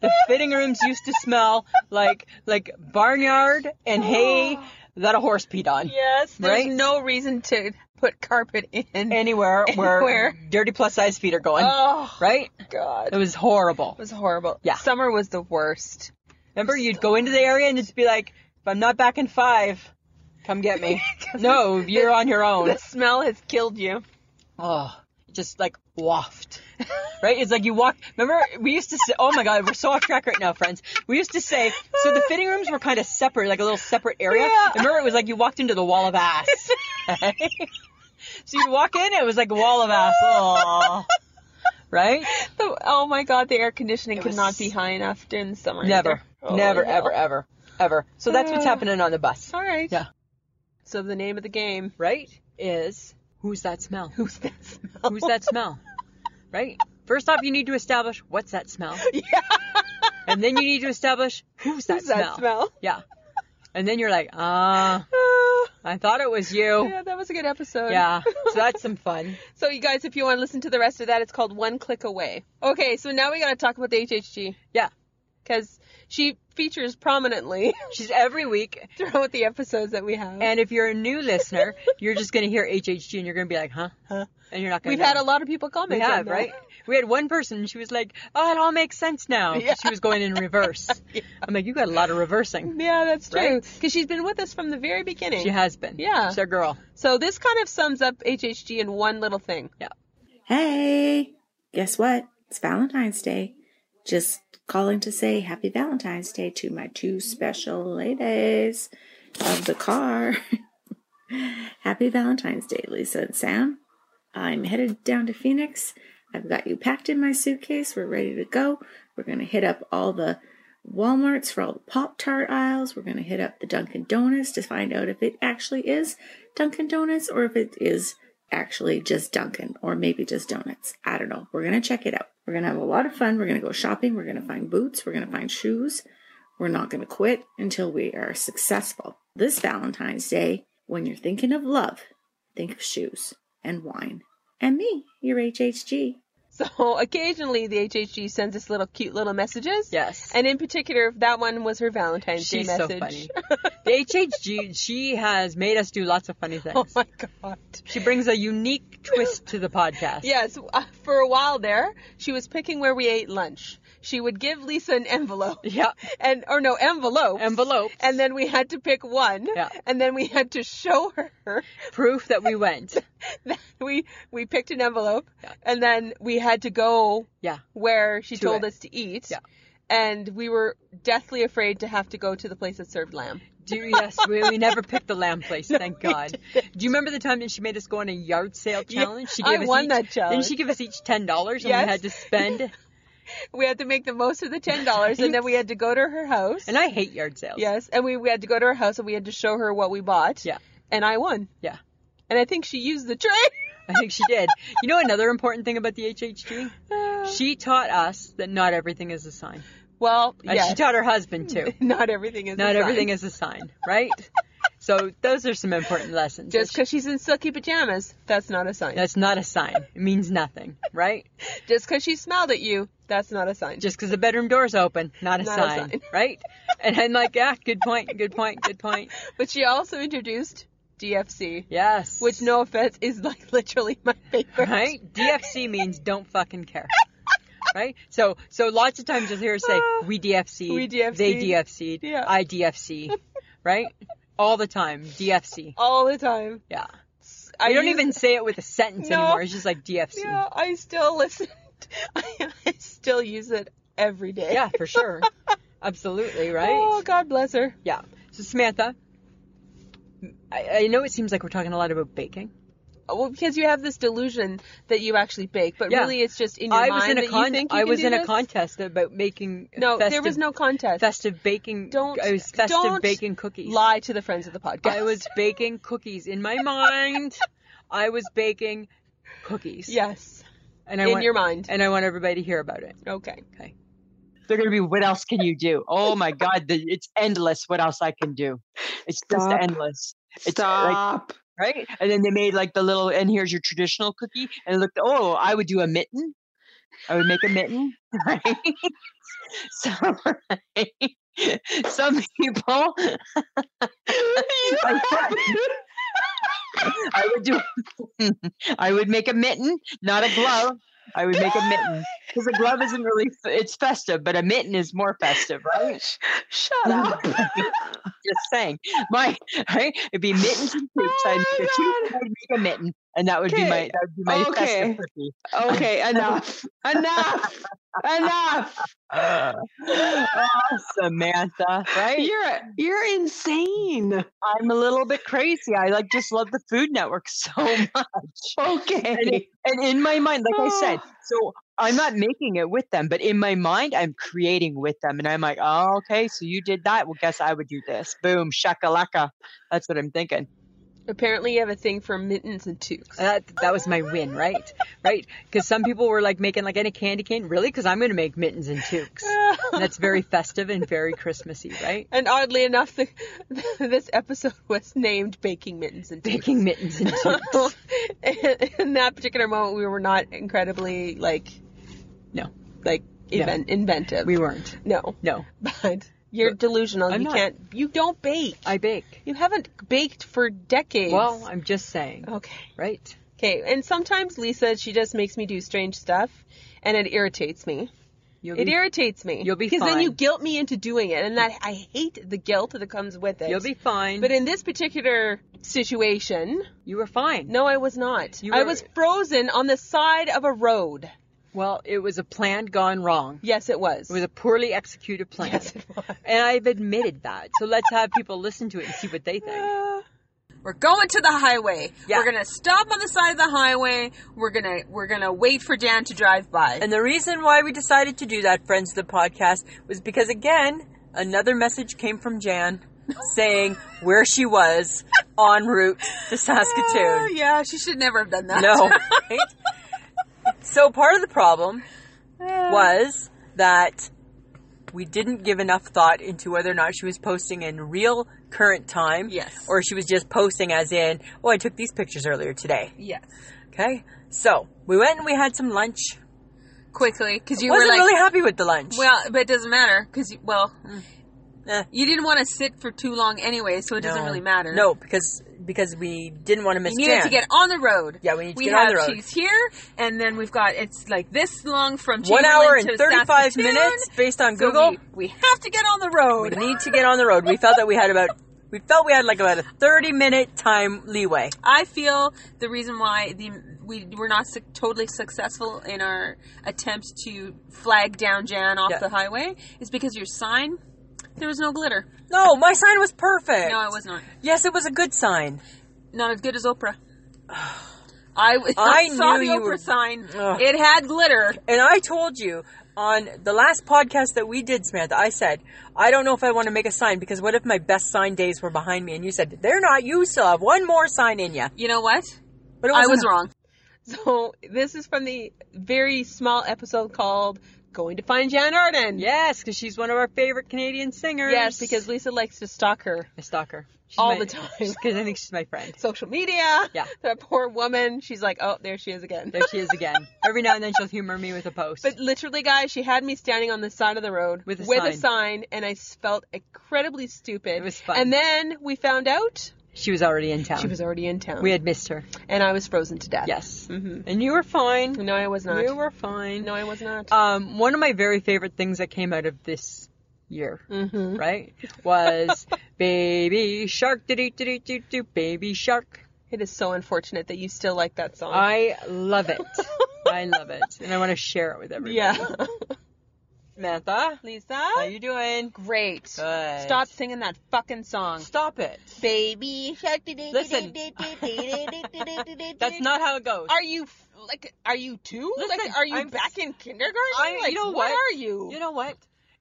Speaker 2: The fitting rooms used to smell like like barnyard and hay that a horse peed on.
Speaker 1: Yes. There's
Speaker 2: Right?
Speaker 1: no reason to put carpet in.
Speaker 2: Anywhere,
Speaker 1: Anywhere.
Speaker 2: where dirty plus size feet are going.
Speaker 1: oh
Speaker 2: right?
Speaker 1: god.
Speaker 2: It
Speaker 1: It
Speaker 2: was horrible.
Speaker 1: was horrible.
Speaker 2: Yeah.
Speaker 1: Summer was the worst.
Speaker 2: Remember you'd go into the area and just be like, if I'm not back in five, come get me. no, you're on your own.
Speaker 1: The smell has killed you.
Speaker 2: Oh. Just like waft. Right? It's like you walk. Remember, we used to say, oh my god, we're so off track right now, friends. We used to say, so the fitting rooms were kind of separate, like a little separate area.
Speaker 1: Yeah.
Speaker 2: And Remember, it was like you walked into the wall of ass. so you'd walk in, it was like a wall of ass. Oh. Right?
Speaker 1: The- oh my god, the air conditioning
Speaker 2: It was-
Speaker 1: cannot be high enough during the summer.
Speaker 2: Never.
Speaker 1: either. Oh, Holy
Speaker 2: Never,
Speaker 1: hell.
Speaker 2: ever, ever, ever. So that's what's
Speaker 1: Uh.
Speaker 2: happening on the bus,
Speaker 1: All right.
Speaker 2: Yeah.
Speaker 1: So the name of the game.
Speaker 2: right? Is who's that smell?
Speaker 1: Who's that smell?
Speaker 2: Who's that smell? Right? First off, you need to establish what's that smell.
Speaker 1: Yeah.
Speaker 2: And then you need to establish who's that
Speaker 1: Who's that smell?
Speaker 2: Yeah. And then you're like, ah,
Speaker 1: Ah,
Speaker 2: I thought it was you.
Speaker 1: yeah, that was a good episode.
Speaker 2: Yeah. So that's some fun.
Speaker 1: So you guys, if you want to listen to the rest of that, it's called One Click Away. Okay, so now we got to talk about the HHG.
Speaker 2: Yeah.
Speaker 1: Because she features prominently
Speaker 2: She's every week.
Speaker 1: throughout the episodes that we have.
Speaker 2: And if you're a new listener, you're just going to hear HHG and you're going to be like, huh? Huh? And you're not going
Speaker 1: We've
Speaker 2: to
Speaker 1: had a lot of people
Speaker 2: We
Speaker 1: comment on
Speaker 2: have,
Speaker 1: that.
Speaker 2: right? We had one person, she was like, oh, it all makes sense now. 'cause
Speaker 1: Yeah.
Speaker 2: She was going in reverse. I'm like, you got a lot of reversing.
Speaker 1: Yeah, that's true.
Speaker 2: Right?
Speaker 1: Because she's been with us from the very beginning.
Speaker 2: She has been.
Speaker 1: Yeah.
Speaker 2: She's a girl.
Speaker 1: So this kind of sums up HHG in one little thing.
Speaker 9: Hey, guess what? It's Valentine's Day. Just calling to say happy Valentine's Day to my two special ladies of the car. happy Valentine's Day, Lisa and Sam. I'm headed down to Phoenix. I've got you packed in my suitcase. We're ready to go. We're going to hit up all the Walmarts for all the Pop Tart aisles. We're going to hit up the Dunkin' Donuts to find out if it actually is Dunkin' Donuts or if it is actually just Dunkin' or maybe just donuts. I don't know. We're going to check it out. We're going to have a lot of fun. We're going to go shopping. We're going to find boots. We're going to find shoes. We're not going to quit until we are successful. This Valentine's Day, when you're thinking of love, think of shoes and wine and me, your HHG.
Speaker 1: So occasionally the HHG sends us little cute little messages.
Speaker 2: Yes.
Speaker 1: And in particular, that one was her Valentine's
Speaker 2: She's
Speaker 1: Day
Speaker 2: so
Speaker 1: message.
Speaker 2: funny. The HHG, she has made us do lots of funny things.
Speaker 1: Oh my god.
Speaker 2: She brings a unique twist to the podcast.
Speaker 1: Yes, uh, for a while there, she was picking where we ate lunch. She would give Lisa an envelope.
Speaker 2: Yeah.
Speaker 1: And or no, envelope.
Speaker 2: Envelopes.
Speaker 1: And then we had to pick one.
Speaker 2: Yeah.
Speaker 1: And then we had to show her
Speaker 2: Proof that we went.
Speaker 1: that we we picked an envelope and then we had to go
Speaker 2: Yeah.
Speaker 1: where she
Speaker 2: To
Speaker 1: told
Speaker 2: it.
Speaker 1: us to eat.
Speaker 2: Yeah.
Speaker 1: And we were deathly afraid to have to go to the place that served lamb.
Speaker 2: Do you- yes, we, we never picked the lamb place, thank God. Do you remember the time that she made us go on a yard sale challenge? she
Speaker 1: I
Speaker 2: us
Speaker 1: won
Speaker 2: each,
Speaker 1: that
Speaker 2: Didn't
Speaker 1: challenge.
Speaker 2: she give us each ten dollars and
Speaker 1: Yes.
Speaker 2: we had to spend?
Speaker 1: We had to make the most of the ten dollars, and then we had to go to her house.
Speaker 2: And I hate yard sales.
Speaker 1: yes, and we, we had to go to her house, and we had to show her what we bought.
Speaker 2: Yeah.
Speaker 1: and I won.
Speaker 2: Yeah.
Speaker 1: and I think she used the tray.
Speaker 2: I think she did. You know another important thing about the HHG?
Speaker 1: Uh.
Speaker 2: She taught us that not everything is a sign.
Speaker 1: Well,
Speaker 2: And
Speaker 1: yeah,
Speaker 2: she taught her husband too.
Speaker 1: not everything is.
Speaker 2: Not everything is a sign, right? so those are some important lessons.
Speaker 1: Just because she's in silky pajamas, that's not a sign.
Speaker 2: That's not a sign. It means nothing, right?
Speaker 1: Just because she smiled at you, that's not a sign.
Speaker 2: Just because the bedroom door's open, not a,
Speaker 1: Not a
Speaker 2: sign,
Speaker 1: sign.
Speaker 2: right? And I'm like, yeah, good point, good point, good point.
Speaker 1: But she also introduced DFC,
Speaker 2: Yes.
Speaker 1: which, no offense, is like literally my favorite.
Speaker 2: right? DFC means don't fucking care. Right? So so lots of times you'll hear her say, We DFC,
Speaker 1: We DFC'd.
Speaker 2: they DFC,
Speaker 1: Yeah.
Speaker 2: I DFC. Right? All the time. DFC.
Speaker 1: All the time.
Speaker 2: Yeah.
Speaker 1: I
Speaker 2: I don't
Speaker 1: use-
Speaker 2: even say it with a sentence
Speaker 1: No.
Speaker 2: anymore. It's just like DFC.
Speaker 1: Yeah, I still listen. I, I still use it every day.
Speaker 2: Yeah, for sure. Absolutely, right?
Speaker 1: Oh, God bless her.
Speaker 2: Yeah. So Samantha, I, I know it seems like we're talking a lot about baking.
Speaker 1: Well, because you have this delusion that you actually bake, but
Speaker 2: Yeah.
Speaker 1: really it's just in your
Speaker 2: I
Speaker 1: mind
Speaker 2: was in a
Speaker 1: that you
Speaker 2: con-
Speaker 1: think you
Speaker 2: I
Speaker 1: can
Speaker 2: was
Speaker 1: do
Speaker 2: in a
Speaker 1: this.
Speaker 2: contest about making
Speaker 1: No,
Speaker 2: festive,
Speaker 1: there was no contest.
Speaker 2: festive baking.
Speaker 1: Don't-
Speaker 2: I was festive
Speaker 1: don't
Speaker 2: baking cookies.
Speaker 1: Lie to the friends of the podcast.
Speaker 2: I was baking cookies in my mind. I was baking cookies.
Speaker 1: yes,
Speaker 2: and I
Speaker 1: in
Speaker 2: want,
Speaker 1: your mind.
Speaker 2: And I want everybody to hear about it.
Speaker 1: Okay.
Speaker 10: They're going to be, what else can you do? Oh my God, the, it's endless. What else I can do? It's just
Speaker 11: Stop.
Speaker 10: endless, uh, like-
Speaker 11: Stop.
Speaker 10: right? And then they made like the little, and here's your traditional cookie. And it looked, oh, I would do a mitten. I would make a mitten. Right? so, right? some people, I would do. I would make a mitten, not a glove. I would make a mitten because a glove isn't really. f- It's festive, but a mitten is more festive, right?
Speaker 11: Sh- Shut up.
Speaker 10: Just saying, my right? It'd be mittens and hoops. I'd make a
Speaker 11: Oh my
Speaker 10: hoop, I'd make a mitten, and that would be my
Speaker 11: Okay.
Speaker 10: that would be my
Speaker 11: Okay.
Speaker 10: festive cookie.
Speaker 11: Okay, enough. enough. Enough.
Speaker 10: oh, Samantha, right?
Speaker 11: You're you're insane.
Speaker 10: I'm a little bit crazy. I like just love the Food Network so much.
Speaker 11: Okay.
Speaker 10: And in my mind, like I said,
Speaker 11: Oh.
Speaker 10: so I'm not making it with them, but in my mind, I'm creating with them. And I'm like, oh, okay, so you did that. Well, guess I would do this. Boom, shakalaka. That's what I'm thinking.
Speaker 1: Apparently, you have a thing for mittens and toques.
Speaker 2: That Uh, that was my win, right? Right? Because some people were like making like any candy cane, really? Because I'm gonna make mittens and toques. And that's very festive and very Christmassy, right?
Speaker 1: And oddly enough, the, this episode was named "Baking Mittens and Toques."
Speaker 2: Baking mittens and toques.
Speaker 1: in, in that particular moment, we were not incredibly like,
Speaker 2: No.
Speaker 1: like invent, inventive.
Speaker 2: We weren't.
Speaker 1: no,
Speaker 2: No,
Speaker 1: but you're delusional.
Speaker 2: I'm
Speaker 1: you
Speaker 2: not.
Speaker 1: can't. You don't bake.
Speaker 2: I bake.
Speaker 1: you haven't baked for decades.
Speaker 2: Well, I'm just saying,
Speaker 1: okay.
Speaker 2: right?
Speaker 1: Okay, and sometimes Lisa, she just makes me do strange stuff, and it irritates me.
Speaker 2: You'll
Speaker 1: It
Speaker 2: be,
Speaker 1: irritates me.
Speaker 2: You'll be
Speaker 1: because then you
Speaker 2: fine.
Speaker 1: guilt me into doing it, and that I hate the guilt that comes with it.
Speaker 2: you'll be fine.
Speaker 1: But in this particular situation,
Speaker 2: you were fine.
Speaker 1: no, I was not.
Speaker 2: You
Speaker 1: I
Speaker 2: were-
Speaker 1: was frozen on the side of a road.
Speaker 2: Well, it was a plan gone wrong.
Speaker 1: Yes, it was.
Speaker 2: It was a poorly executed plan.
Speaker 1: yes, it was.
Speaker 2: And I've admitted that. So let's have people listen to it and see what they think.
Speaker 1: Ah.
Speaker 12: We're going to the highway.
Speaker 2: Yeah.
Speaker 12: We're gonna stop on the side of the highway. We're gonna we're gonna wait for Dan to drive by.
Speaker 13: And the reason why we decided to do that, friends of the podcast, was because again, another message came from Jan saying where she was en route to
Speaker 1: Ah,
Speaker 12: Oh,
Speaker 13: Saskatoon.
Speaker 12: yeah, she should never have done that.
Speaker 13: No. right? So part of the problem was that we didn't give enough thought into whether or not she was posting in real current time.
Speaker 12: Yes.
Speaker 13: Or she was just posting as in, oh, I took these pictures earlier today.
Speaker 12: Yes.
Speaker 13: Okay. So we went and we had some lunch.
Speaker 12: Quickly, because you
Speaker 13: Wasn't
Speaker 12: were like,
Speaker 13: really happy with the lunch.
Speaker 12: well, but it doesn't matter because well,
Speaker 13: Eh.
Speaker 12: you didn't want to sit for too long anyway, so it doesn't
Speaker 13: No.
Speaker 12: really matter.
Speaker 13: No, because because we didn't want to miss
Speaker 12: You needed
Speaker 13: Jan.
Speaker 12: to get on the road.
Speaker 13: Yeah, we need to
Speaker 12: we
Speaker 13: get
Speaker 12: have,
Speaker 13: on the road.
Speaker 12: She's here, and then we've got it's like this long from
Speaker 13: One
Speaker 12: Chamberlain
Speaker 13: hour and
Speaker 12: to
Speaker 13: 35
Speaker 12: Saskatoon.
Speaker 13: minutes based on
Speaker 12: So
Speaker 13: Google.
Speaker 12: we, we have to get on the
Speaker 13: We
Speaker 12: road.
Speaker 13: need to get on the road. We felt that we had about we felt we had like about a 30 minute time leeway.
Speaker 12: I feel the reason why the we were not su- totally successful in our attempt to flag down Jan off
Speaker 13: Yeah.
Speaker 12: the highway is because your sign there was no glitter.
Speaker 13: No, my sign was perfect.
Speaker 12: No, it was not.
Speaker 13: Yes, it was a good sign.
Speaker 12: Not as good as Oprah. I, w-
Speaker 13: I
Speaker 12: saw
Speaker 13: knew
Speaker 12: the
Speaker 13: you
Speaker 12: Oprah
Speaker 13: were-
Speaker 12: sign.
Speaker 13: Ugh.
Speaker 12: It had glitter.
Speaker 13: And I told you on the last podcast that we did, Samantha, I said, I don't know if I want to make a sign because what if my best sign days were behind me? And you said, they're not. You still have one more sign in you.
Speaker 12: You know what?
Speaker 13: But it
Speaker 12: I
Speaker 13: wasn't-
Speaker 12: was wrong.
Speaker 1: So this is from the very small episode called "Going to Find Jan Arden."
Speaker 2: Yes, because she's one of our favorite Canadian singers.
Speaker 1: Yes, because Lisa likes to stalk her
Speaker 2: I stalk her She's
Speaker 1: all
Speaker 2: my-
Speaker 1: the time.
Speaker 2: Because I think she's my friend.
Speaker 1: Social media.
Speaker 2: Yeah.
Speaker 1: That poor woman. She's like, oh, there she is again.
Speaker 2: There she is again. Every now and then she'll humor me with a post.
Speaker 1: But literally, guys, she had me standing on the side of the road
Speaker 2: With a sign.
Speaker 1: and I s- felt incredibly stupid.
Speaker 2: It was fun.
Speaker 1: And then we found out
Speaker 2: she was already in town.
Speaker 1: she was already in town,
Speaker 2: we had missed her.
Speaker 1: and I was frozen to death.
Speaker 2: Yes.
Speaker 1: hmm
Speaker 13: Mm-hmm.
Speaker 2: And you were fine.
Speaker 1: No, I was not.
Speaker 2: You were fine.
Speaker 1: No, I was not.
Speaker 2: Um, one of my very favorite things that came out of this year,
Speaker 1: mm-hmm.
Speaker 2: right, was baby shark, do do do do do, baby shark.
Speaker 1: It is so unfortunate that you still like that song.
Speaker 2: I love it. I love it, and I want to share it with everybody.
Speaker 1: yeah.
Speaker 2: Samantha,
Speaker 1: Lisa?
Speaker 2: how you doing?
Speaker 1: Great.
Speaker 2: Good.
Speaker 1: Stop singing that fucking song.
Speaker 2: Stop it.
Speaker 1: Baby.
Speaker 2: Listen. That's not how it goes.
Speaker 1: Are you f- like? Are you two?
Speaker 2: Listen,
Speaker 1: like, are you
Speaker 2: I'm-
Speaker 1: back in kindergarten?
Speaker 2: I- you
Speaker 1: like,
Speaker 2: know what?
Speaker 1: are you?
Speaker 2: You know what?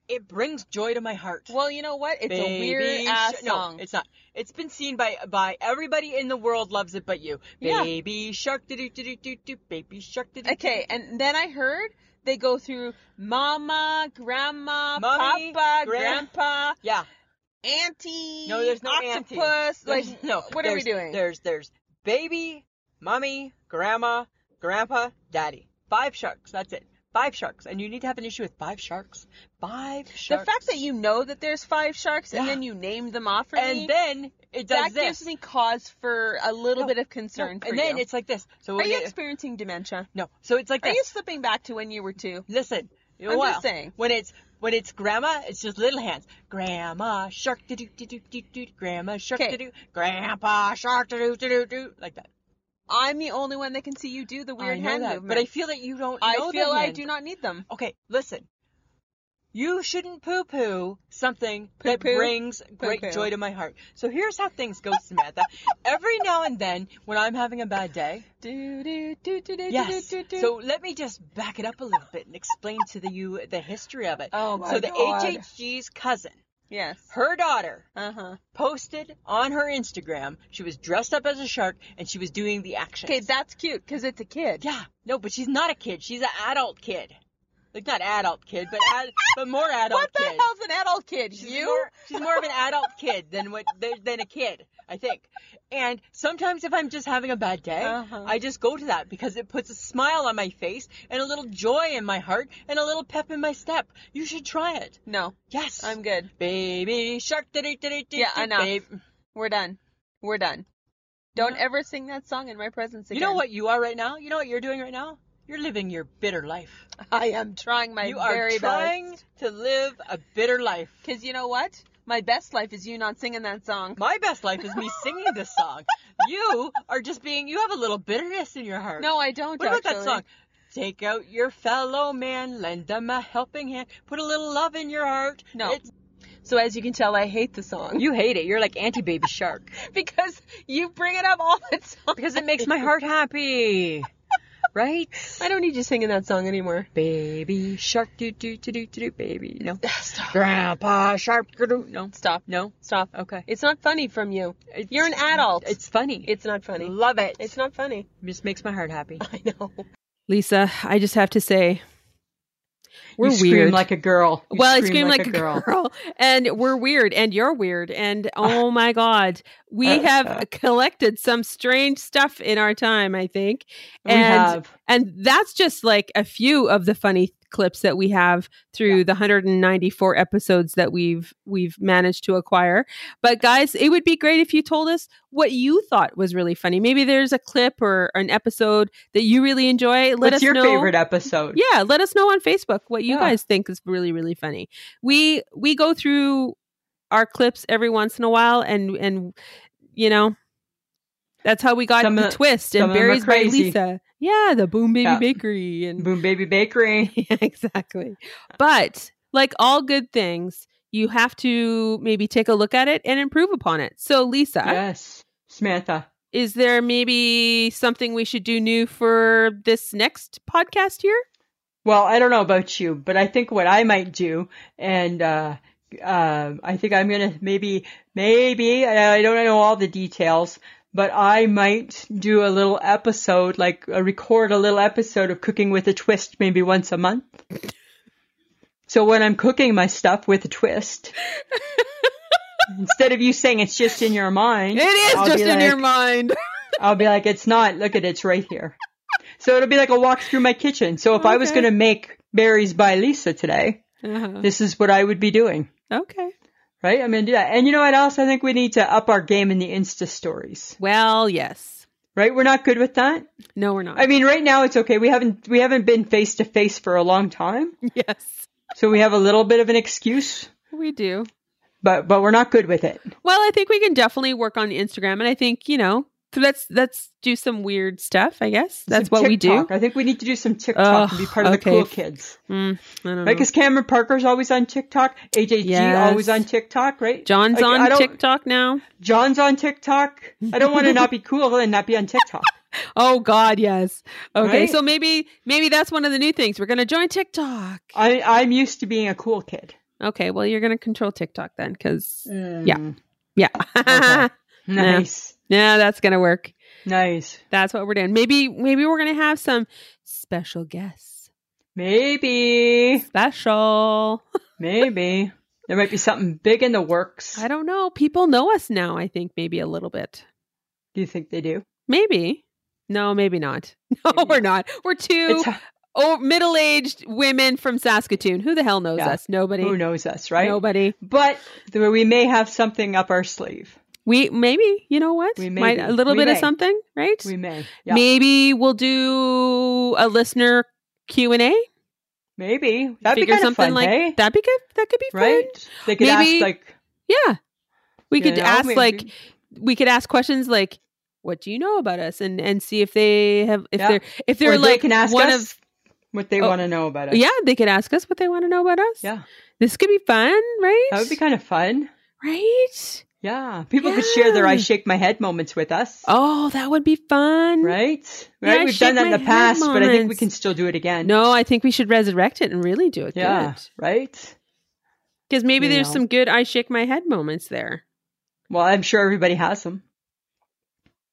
Speaker 2: It brings joy to my heart.
Speaker 1: well, you know what? It's a
Speaker 2: Baby
Speaker 1: weird ass
Speaker 2: sh-
Speaker 1: song.
Speaker 2: No, it's not. It's been seen by by everybody in the world loves it, but you.
Speaker 1: Yeah.
Speaker 2: Baby shark, do do do do do. Baby shark, do do.
Speaker 1: okay, and then I heard they go through mama, grandma,
Speaker 2: Mommy,
Speaker 1: papa,
Speaker 2: gran-
Speaker 1: grandpa,
Speaker 2: Yeah.
Speaker 1: auntie.
Speaker 2: No, there's no auntie.
Speaker 1: octopus. Like,
Speaker 2: There's- no.
Speaker 1: what are we
Speaker 2: there's-
Speaker 1: doing?
Speaker 2: There's there's baby, mommy, grandma, grandpa, daddy. Five sharks. That's it. Five sharks. And you need to have an issue with five sharks. Five
Speaker 1: the
Speaker 2: sharks.
Speaker 1: fact that you know that there's five sharks and
Speaker 2: Yeah.
Speaker 1: then you name them off for me.
Speaker 2: and then it does
Speaker 1: that
Speaker 2: this.
Speaker 1: gives me cause for a little
Speaker 2: No,
Speaker 1: bit of
Speaker 2: No,
Speaker 1: concern for
Speaker 2: and then
Speaker 1: you.
Speaker 2: it's like this. So
Speaker 1: Are
Speaker 2: we'll
Speaker 1: you
Speaker 2: get-
Speaker 1: experiencing dementia?
Speaker 2: no. So it's like
Speaker 1: Are
Speaker 2: this.
Speaker 1: you slipping back to when you were two?
Speaker 2: Listen, you know
Speaker 1: I'm
Speaker 2: what?
Speaker 1: just saying.
Speaker 2: When it's when it's grandma, it's just little hands. Grandma shark doo doo doo doo doo doo. Grandma shark
Speaker 1: Okay.
Speaker 2: doo doo. Grandpa shark doo doo doo doo doo. Like that.
Speaker 1: I'm the only one that can see you do the weird
Speaker 2: I know
Speaker 1: hand
Speaker 2: that,
Speaker 1: movement.
Speaker 2: but I feel that you don't.
Speaker 1: I
Speaker 2: know the
Speaker 1: feel I
Speaker 2: hand.
Speaker 1: do not need them.
Speaker 2: Okay, listen. You shouldn't poo-poo something that
Speaker 1: Poo-poo?
Speaker 2: brings great
Speaker 1: Poo-poo.
Speaker 2: joy to my heart. So here's how things go, Samantha. Every now and then, when I'm having a bad day,
Speaker 1: Do, do, do, do, do,
Speaker 2: Yes.
Speaker 1: do, do, do.
Speaker 2: So let me just back it up a little bit and explain to the, you the history of it.
Speaker 1: Oh my
Speaker 2: so the
Speaker 1: God.
Speaker 2: HHG's cousin
Speaker 1: Yes.
Speaker 14: Her daughter
Speaker 1: Uh huh.
Speaker 14: posted on her Instagram. She was dressed up as a shark and she was doing the action.
Speaker 1: Okay, that's cute because it's a kid.
Speaker 14: Yeah, no, but she's not a kid. She's an adult kid. Like not adult kid, but ad, but more adult
Speaker 1: What the
Speaker 14: kid.
Speaker 1: hell's an adult kid?
Speaker 14: She's
Speaker 1: you?
Speaker 14: More, she's more of an adult kid than what than- than a kid, I think. And sometimes if I'm just having a bad day,
Speaker 1: Uh-huh.
Speaker 14: I just go to that because it puts a smile on my face and a little joy in my heart and a little pep in my step. You should try it.
Speaker 1: No,
Speaker 14: Yes.
Speaker 1: I'm good.
Speaker 14: baby shark.
Speaker 1: Yeah,
Speaker 14: Yeah,
Speaker 1: enough. We're done. We're done. Don't ever sing that song in my presence
Speaker 14: You
Speaker 1: again.
Speaker 14: know what you are right now? You know what you're doing right now? You're living your bitter life.
Speaker 1: I am trying my
Speaker 14: you are
Speaker 1: very
Speaker 14: trying
Speaker 1: best.
Speaker 14: to live a bitter life.
Speaker 1: Because you know what? My best life is you not singing that song.
Speaker 14: My best life is me singing this song. You are just being, you have a little bitterness in your heart.
Speaker 1: No, I don't.
Speaker 14: What about that
Speaker 1: actually.
Speaker 14: song? Take out your fellow man, lend them a helping hand, put a little love in your heart.
Speaker 1: No.
Speaker 14: It's-
Speaker 1: So as you can tell, I hate the song
Speaker 14: you hate it. You're like anti baby shark.
Speaker 1: because you bring it up all the time.
Speaker 14: Because it makes my heart happy. Right?
Speaker 1: I don't need you singing that song anymore.
Speaker 14: Baby shark, do do do do do, baby. No. Grandpa shark, do No.
Speaker 1: Stop.
Speaker 14: No.
Speaker 1: Stop.
Speaker 14: Okay.
Speaker 1: It's not funny from you. You're an adult.
Speaker 14: It's funny.
Speaker 1: It's not funny.
Speaker 14: Love it.
Speaker 1: It's not funny.
Speaker 14: just makes my heart happy.
Speaker 1: I know.
Speaker 15: Lisa, I just have to say, we're
Speaker 2: you
Speaker 15: weird.
Speaker 2: scream like a girl. You
Speaker 15: well, I scream like, a girl. and we're weird, and you're weird, and oh my god, we
Speaker 2: Uh,
Speaker 15: have collected some strange stuff in our time, I think,
Speaker 2: We
Speaker 15: and
Speaker 2: have.
Speaker 15: and that's just like a few of the funny clips that we have through the 194 episodes that we've we've managed to acquire. But guys, it would be great if you told us what you thought was really funny. Maybe there's a clip or an episode that you really enjoy. Let
Speaker 2: What's
Speaker 15: us
Speaker 2: your
Speaker 15: know.
Speaker 2: favorite episode?
Speaker 15: Yeah, let us know on Facebook what you
Speaker 2: Yeah.
Speaker 15: guys think is really really funny. We we go through our clips every once in a while, and and you know that's how we got
Speaker 2: Some
Speaker 15: the
Speaker 2: of-
Speaker 15: twist
Speaker 2: some
Speaker 15: and
Speaker 2: of 'em are
Speaker 15: berries by
Speaker 2: crazy.
Speaker 15: Lisa. Yeah, the Boom Baby
Speaker 2: Yeah.
Speaker 15: Bakery and
Speaker 2: Boom Baby Bakery.
Speaker 15: yeah, exactly. But like all good things, you have to maybe take a look at it and improve upon it. So Lisa,
Speaker 2: Yes. Samantha.
Speaker 15: is there maybe something we should do new for this next podcast here?
Speaker 2: Well, I don't know about you, but I think what I might do, and uh, uh, I think I'm gonna maybe, maybe I I don't know all the details, but I might do a little episode, like uh, record a little episode of cooking with a twist, maybe once a month. So when I'm cooking my stuff with a twist, instead of you saying it's just in your mind,
Speaker 15: It is
Speaker 2: I'll
Speaker 15: just
Speaker 2: be
Speaker 15: in your
Speaker 2: like-
Speaker 15: mind.
Speaker 2: I'll be like, it's not. Look at it, it's right here. So it'll be like a walk through my kitchen. So if I was
Speaker 15: Okay.
Speaker 2: going to make berries by Lisa today,
Speaker 15: Uh-huh.
Speaker 2: this is what I would be doing,
Speaker 15: Okay.
Speaker 2: right? I'm going to do that. And you know what else? I think we need to up our game in the Insta stories,
Speaker 15: Well, yes.
Speaker 2: right? We're not good with that.
Speaker 15: No, we're not.
Speaker 2: I mean, right now it's okay. We haven't we haven't been face to face for a long time,
Speaker 15: yes,
Speaker 2: so we have a little bit of an excuse,
Speaker 15: we do.
Speaker 2: but but we're not good with it.
Speaker 15: Well, I think we can definitely work on Instagram, and I think you know, so let's let's do some weird stuff. I guess that's
Speaker 2: Some
Speaker 15: what we do.
Speaker 2: TikTok. I think we need to do some TikTok and be
Speaker 15: Ugh,
Speaker 2: part of
Speaker 15: okay.
Speaker 2: the cool kids,
Speaker 15: Mm, I don't
Speaker 2: right?
Speaker 15: know.
Speaker 2: Because Cameron Parker's always on TikTok. AJG
Speaker 15: Yes.
Speaker 2: always on TikTok, right?
Speaker 15: John's
Speaker 2: Like, I
Speaker 15: on
Speaker 2: don't-
Speaker 15: TikTok now.
Speaker 2: John's on TikTok. I don't want to not be cool and not be on TikTok.
Speaker 15: Oh God, yes. Okay,
Speaker 2: Right?
Speaker 15: so maybe maybe that's one of the new things. We're gonna join TikTok.
Speaker 2: I, I'm used to being a cool kid.
Speaker 15: Okay, well you're gonna control TikTok then, because
Speaker 2: Mm,
Speaker 15: Hmm. yeah,
Speaker 2: Okay. Nice.
Speaker 15: yeah, that's gonna work.
Speaker 2: Nice.
Speaker 15: That's what we're doing. Maybe maybe we're gonna have some special guests.
Speaker 2: Maybe.
Speaker 15: Special.
Speaker 2: Maybe. There might be something big in the works.
Speaker 15: I don't know. People know us now. I think maybe a little bit.
Speaker 2: Do you think they do?
Speaker 15: Maybe. No, maybe not. No, we're not. We're two
Speaker 2: It's h-
Speaker 15: oh, middle-aged women from Saskatoon. Who the hell knows
Speaker 2: Yeah.
Speaker 15: us? Nobody.
Speaker 2: who knows us, right?
Speaker 15: Nobody.
Speaker 2: But th- we may have something up our sleeve.
Speaker 15: We maybe you know what?
Speaker 2: We may
Speaker 15: Might
Speaker 2: be.
Speaker 15: a little
Speaker 2: We
Speaker 15: bit of
Speaker 2: may.
Speaker 15: something, right?
Speaker 2: We may. Yeah.
Speaker 15: Maybe we'll do a listener Q and A.
Speaker 2: Maybe. That'd be
Speaker 15: Figure
Speaker 2: kind of
Speaker 15: something
Speaker 2: fun,
Speaker 15: like
Speaker 2: hey?
Speaker 15: that. Be good. That could be
Speaker 2: Right?
Speaker 15: fun.
Speaker 2: They could
Speaker 15: Maybe-
Speaker 2: ask like
Speaker 15: Yeah, we
Speaker 2: you
Speaker 15: could
Speaker 2: know,
Speaker 15: ask
Speaker 2: maybe-
Speaker 15: like we could ask questions like, "What do you know about us?" and and see if they have if
Speaker 2: Yeah.
Speaker 15: they're if they're
Speaker 2: or
Speaker 15: like
Speaker 2: they can ask
Speaker 15: one
Speaker 2: us what they
Speaker 15: Oh,
Speaker 2: want to know about
Speaker 15: of
Speaker 2: us.
Speaker 15: yeah they could ask us what they want to know about us.
Speaker 2: Yeah.
Speaker 15: this could be fun, right?
Speaker 2: That would be kind of fun.
Speaker 15: right.
Speaker 2: Yeah, people could share their
Speaker 15: Yeah.
Speaker 2: "I shake my head" moments with us,
Speaker 15: Oh, that would be fun.
Speaker 2: right?
Speaker 15: Yeah, I
Speaker 2: Right? We've
Speaker 15: shake
Speaker 2: done that in
Speaker 15: my
Speaker 2: the
Speaker 15: head
Speaker 2: past, but I think we
Speaker 15: moments.
Speaker 2: can still do it again.
Speaker 15: No, I think we should resurrect it and really do it.
Speaker 2: yeah,
Speaker 15: Good.
Speaker 2: right.
Speaker 15: Because maybe
Speaker 2: You
Speaker 15: there's
Speaker 2: know.
Speaker 15: some good I shake my head moments there.
Speaker 2: Well, I'm sure everybody has them,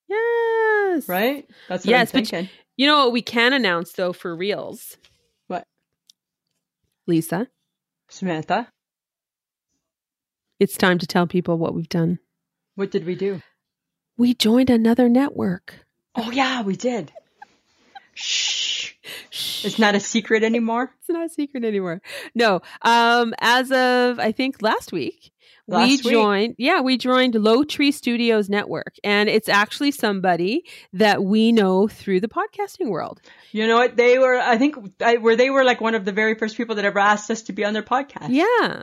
Speaker 15: Yes.
Speaker 2: right? That's what
Speaker 15: Yes,
Speaker 2: I'm
Speaker 15: but-
Speaker 2: thinking.
Speaker 15: You know what we can announce though for reals?
Speaker 2: What?
Speaker 15: Lisa,
Speaker 2: Samantha,
Speaker 15: it's time to tell people what we've done.
Speaker 2: what did we do?
Speaker 15: We joined another network.
Speaker 2: Oh yeah, we did. Shh. It's not a secret anymore.
Speaker 15: It's not a secret anymore. No. Um, as of I think last week, we
Speaker 2: Last week.
Speaker 15: joined yeah, we joined Low Tree Studios Network. And it's actually somebody that we know through the podcasting world.
Speaker 2: You know what? They were, I think, I, where they were like one of the very first people that ever asked us to be on their podcast.
Speaker 15: Yeah.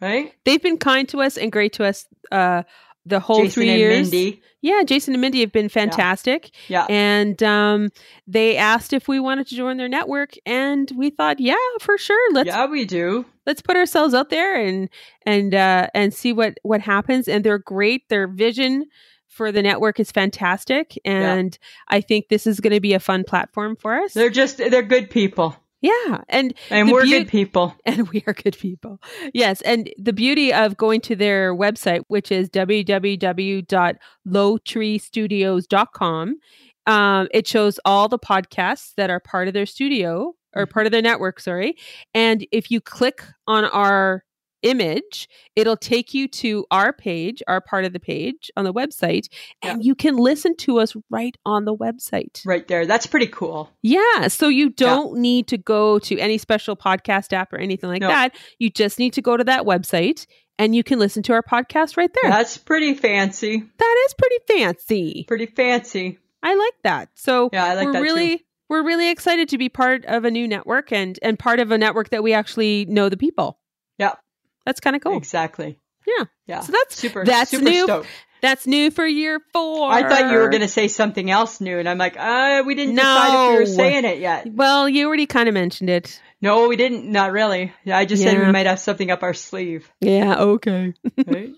Speaker 2: Right?
Speaker 15: They've been kind to us and great to us uh the whole
Speaker 2: Jason
Speaker 15: three
Speaker 2: and
Speaker 15: years.
Speaker 2: Mindy. Uh
Speaker 15: Yeah, Jason and Mindy have been fantastic.
Speaker 2: Yeah.
Speaker 15: And um, they asked if we wanted to join their network, and we thought, yeah, for sure. Let's
Speaker 2: yeah, we do.
Speaker 15: let's put ourselves out there and and uh, and see what what happens. And they're great. Their vision for the network is fantastic, and I think this is going to be a fun platform for us.
Speaker 2: They're just, they're good people.
Speaker 15: yeah, and
Speaker 2: And
Speaker 15: The
Speaker 2: we're
Speaker 15: beaut-
Speaker 2: good people.
Speaker 15: and we are good people. Yes. And the beauty of going to their website, which is www.lowtreestudios.com, um, it shows all the podcasts that are part of their studio or part of their network, sorry. And if you click on our image, it'll take you to our page, our part of the page on the website, and you can listen to us right on the website.
Speaker 2: Right there. That's pretty cool.
Speaker 15: Yeah. So you don't need to go to any special podcast app or anything like
Speaker 2: No.
Speaker 15: that. You just need to go to that website and you can listen to our podcast right there.
Speaker 2: That's pretty fancy.
Speaker 15: that is pretty fancy.
Speaker 2: Pretty fancy.
Speaker 15: I like that. So
Speaker 2: Yeah, I like
Speaker 15: we're
Speaker 2: that
Speaker 15: really we're really excited to be part of a new network and and part of a network that we actually know the people.
Speaker 2: Yeah.
Speaker 15: That's kind of cool.
Speaker 2: Exactly.
Speaker 15: Yeah.
Speaker 2: Yeah.
Speaker 15: So that's
Speaker 2: super,
Speaker 15: that's
Speaker 2: super
Speaker 15: new.
Speaker 2: stoked.
Speaker 15: That's new for year 4.
Speaker 2: I thought you were going to say something else new, and I'm like, uh, we didn't decide if we
Speaker 15: No.
Speaker 2: were saying it yet.
Speaker 15: Well, you already kind of mentioned it.
Speaker 2: No, we didn't. Not really. Yeah, I just said we
Speaker 15: Yeah.
Speaker 2: might have something up our sleeve.
Speaker 15: Yeah, okay.
Speaker 2: Right?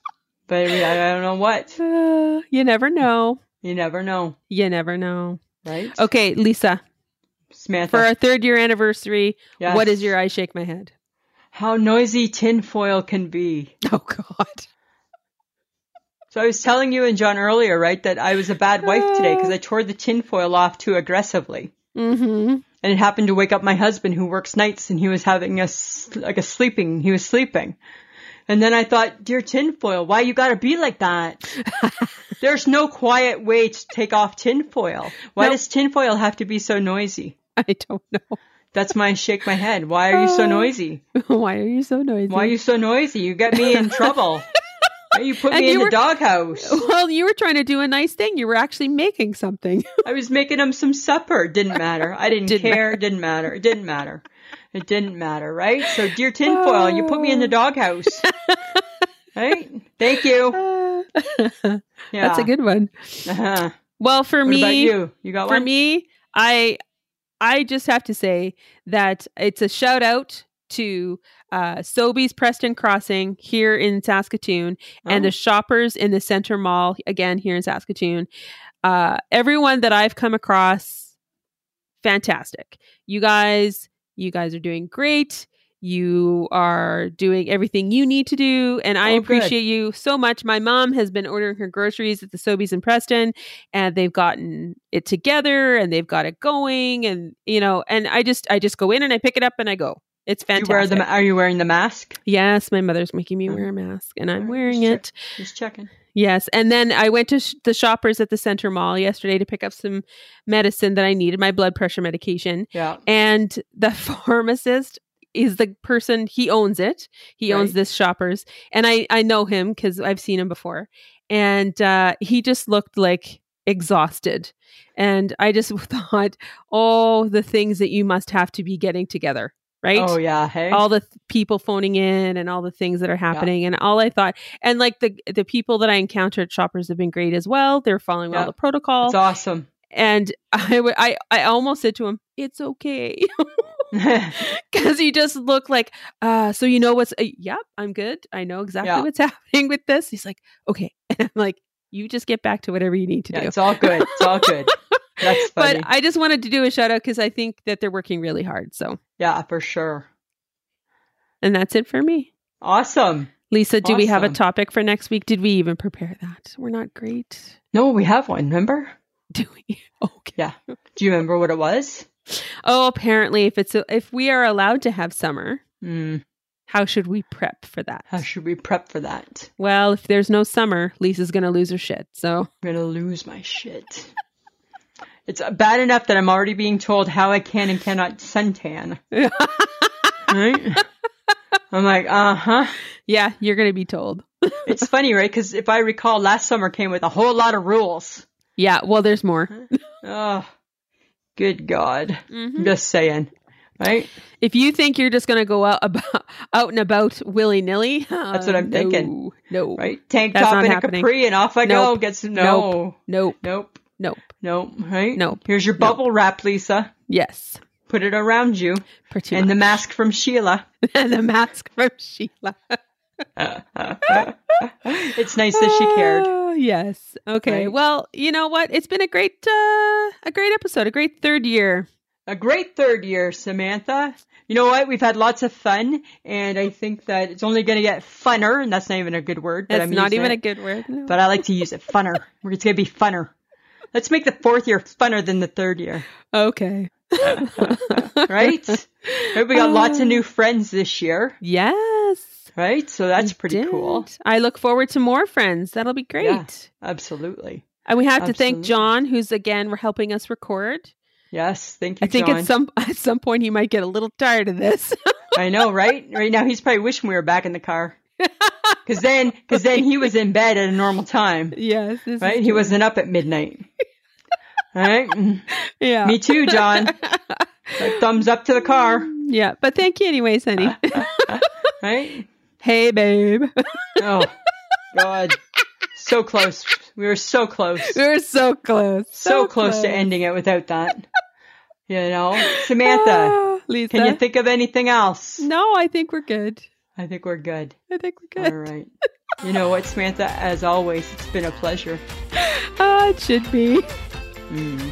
Speaker 2: but we, I don't know what.
Speaker 15: Uh, you never know.
Speaker 2: You never know,
Speaker 15: You never know.
Speaker 2: right?
Speaker 15: Okay, Lisa,
Speaker 2: Samantha.
Speaker 15: for our third year anniversary,
Speaker 2: yes.
Speaker 15: what is your I shake my head?
Speaker 2: How noisy tinfoil can be.
Speaker 15: Oh God.
Speaker 2: So I was telling you and John earlier, right, that I was a bad wife today because I tore the tinfoil off too aggressively.
Speaker 15: Mm-hmm.
Speaker 2: and it happened to wake up my husband who works nights and he was having a s- like a sleeping he was sleeping and then i thought dear tinfoil why you gotta be like that there's no quiet way to take off tinfoil why
Speaker 15: Nope.
Speaker 2: does tinfoil have to be so noisy
Speaker 15: I don't know.
Speaker 2: that's my shake my head why are you so
Speaker 15: Oh.
Speaker 2: noisy
Speaker 15: Why are you so noisy?
Speaker 2: why are you so noisy you get me in trouble you put
Speaker 15: And
Speaker 2: me in
Speaker 15: you
Speaker 2: the
Speaker 15: were-
Speaker 2: doghouse
Speaker 15: Well, you were trying to do a nice thing. You were actually making something.
Speaker 2: I was making him some supper. Didn't matter. I didn't,
Speaker 15: Didn't
Speaker 2: care. Didn't matter. It didn't matter. It didn't matter, right? So, dear tinfoil, you put me
Speaker 15: Oh.
Speaker 2: in the doghouse. right? Thank you.
Speaker 15: Uh,
Speaker 2: Oh. Yeah.
Speaker 15: That's a good one.
Speaker 2: Uh-huh.
Speaker 15: Well, for
Speaker 2: What
Speaker 15: me,
Speaker 2: about you? You got
Speaker 15: for
Speaker 2: one?
Speaker 15: me, I I just have to say that it's a shout out to uh, Sobeys Preston Crossing here in Saskatoon and
Speaker 2: Oh,
Speaker 15: the shoppers in the center mall again here in saskatoon uh, everyone that i've come across fantastic you guys you guys are doing great you are doing everything you need to do and i
Speaker 2: Oh, good.
Speaker 15: appreciate you so much my mom has been ordering her groceries at the sobeys in preston and they've gotten it together and they've got it going and you know and i just i just go in and i pick it up and i go it's
Speaker 2: you
Speaker 15: fantastic
Speaker 2: wear the, ma- are you wearing the mask?
Speaker 15: yes my mother's making me
Speaker 2: Mm.
Speaker 15: wear a mask and i'm
Speaker 2: Alright,
Speaker 15: wearing
Speaker 2: sure.
Speaker 15: it
Speaker 2: Just checking.
Speaker 15: Yes, and then I went to sh- the shoppers at the Center Mall yesterday to pick up some medicine that I needed, my blood pressure medication.
Speaker 2: Yeah.
Speaker 15: And the pharmacist is the person he owns it. He owns
Speaker 2: Right.
Speaker 15: this shoppers, and I I know him because I've seen him before. And uh, he just looked like exhausted, and I just thought, oh, the things that you must have to be getting together, right?
Speaker 2: Oh, yeah. Hey.
Speaker 15: all the th- people phoning in and all the things that are happening and all I thought and like the the people that I encountered shoppers have been great as well. They're following
Speaker 2: Yeah.
Speaker 15: all the protocol
Speaker 2: it's awesome.
Speaker 15: and I would I I almost said to him, "It's okay." Cuz he just looked like, "Uh, so you know what's uh, yep, I'm good. I know exactly
Speaker 2: Yeah.
Speaker 15: what's happening with this." He's like, "Okay." And I'm like, "You just get back to whatever you need to
Speaker 2: yeah,
Speaker 15: do."
Speaker 2: it's all good. It's all good. That's funny.
Speaker 15: But I just wanted to do a shout out cuz I think that they're working really hard. So,
Speaker 2: yeah, for sure.
Speaker 15: and that's it for me.
Speaker 2: Awesome.
Speaker 15: Lisa, do we have a
Speaker 2: Awesome.
Speaker 15: topic for next week? Did we even prepare that? We're not great.
Speaker 2: No, we have one. Remember?
Speaker 15: Do we? Okay.
Speaker 2: Do you remember what it was?
Speaker 15: Oh, apparently if it's if we are allowed to have summer,
Speaker 2: Hmm.
Speaker 15: how should we prep for that?
Speaker 2: How should we prep for that?
Speaker 15: well, if there's no summer, Lisa's going to lose her shit. So,
Speaker 2: I'm gonna lose my shit. It's uh, bad enough that I'm already being told how I can and cannot suntan. Right? I'm like, uh huh.
Speaker 15: yeah, you're going to be told.
Speaker 2: It's funny, right? Because if I recall, last summer came with a whole lot of rules.
Speaker 15: Yeah, well there's more.
Speaker 2: Oh, good God.
Speaker 15: Mhm.
Speaker 2: I'm just saying, right?
Speaker 15: If you think you're just going to go out about out and about willy nilly,
Speaker 2: what I'm thinking.
Speaker 15: No,
Speaker 2: Right? Tank
Speaker 15: That's
Speaker 2: top
Speaker 15: not
Speaker 2: and
Speaker 15: happening.
Speaker 2: a capri, and off I go.
Speaker 15: Nope.
Speaker 2: Get some. No.
Speaker 15: Nope. nope,
Speaker 2: Nope.
Speaker 15: nope.
Speaker 2: Nope. Right?
Speaker 15: Nope.
Speaker 2: Here's your
Speaker 15: Nope.
Speaker 2: bubble wrap, Lisa.
Speaker 15: Yes,
Speaker 2: Put it around you,
Speaker 15: pretty
Speaker 2: and the
Speaker 15: much.
Speaker 2: mask from Sheila.
Speaker 15: and the mask from Sheila.
Speaker 2: it's nice that she cared.
Speaker 15: Oh, yes. Okay.
Speaker 2: Right?
Speaker 15: Well, you know what? It's been a great uh a great episode, a great third year.
Speaker 2: A great third year, Samantha. You know what? We've had lots of fun, and I think that it's only going to get funner, and that's not even a good word. But
Speaker 15: That's
Speaker 2: I'm
Speaker 15: not
Speaker 2: using
Speaker 15: even a
Speaker 2: it,
Speaker 15: good word. no.
Speaker 2: But I like to use it funner. It's going to be funner. Let's make the fourth year funner than the third year,
Speaker 15: okay.
Speaker 2: right? right we got lots
Speaker 15: Oh.
Speaker 2: of new friends this year,
Speaker 15: Yes.
Speaker 2: right? So that's
Speaker 15: we
Speaker 2: pretty cool.
Speaker 15: did. I look forward to more friends. That'll be great.
Speaker 2: Absolutely.
Speaker 15: And we have to thank
Speaker 2: Absolutely.
Speaker 15: John, who's again helping us record.
Speaker 2: Yes. Thank you,
Speaker 15: I think
Speaker 2: John.
Speaker 15: at some at some point he might get a little tired of this.
Speaker 2: I know, right? Right now he's probably wishing we were back in the car. Cause then, cause then he was in bed at a normal time,
Speaker 15: yes, this is
Speaker 2: right? He
Speaker 15: true.
Speaker 2: wasn't up at midnight. All right. Mm.
Speaker 15: Yeah,
Speaker 2: Me too, John. Like, thumbs up to the car,
Speaker 15: yeah, but thank you anyways, honey.
Speaker 2: right?
Speaker 15: hey, babe,
Speaker 2: Oh, God. So close. We were so close.
Speaker 15: we were so close,
Speaker 2: So, close, to ending it without that. You know, Samantha,
Speaker 15: Ah, Lisa,
Speaker 2: can you think of anything else?
Speaker 15: no, I think we're good.
Speaker 2: I think we're good.
Speaker 15: I think we're
Speaker 2: All
Speaker 15: good.
Speaker 2: right. You know what, Samantha? As always, it's been a pleasure. Mm.
Speaker 15: Ah, it should be.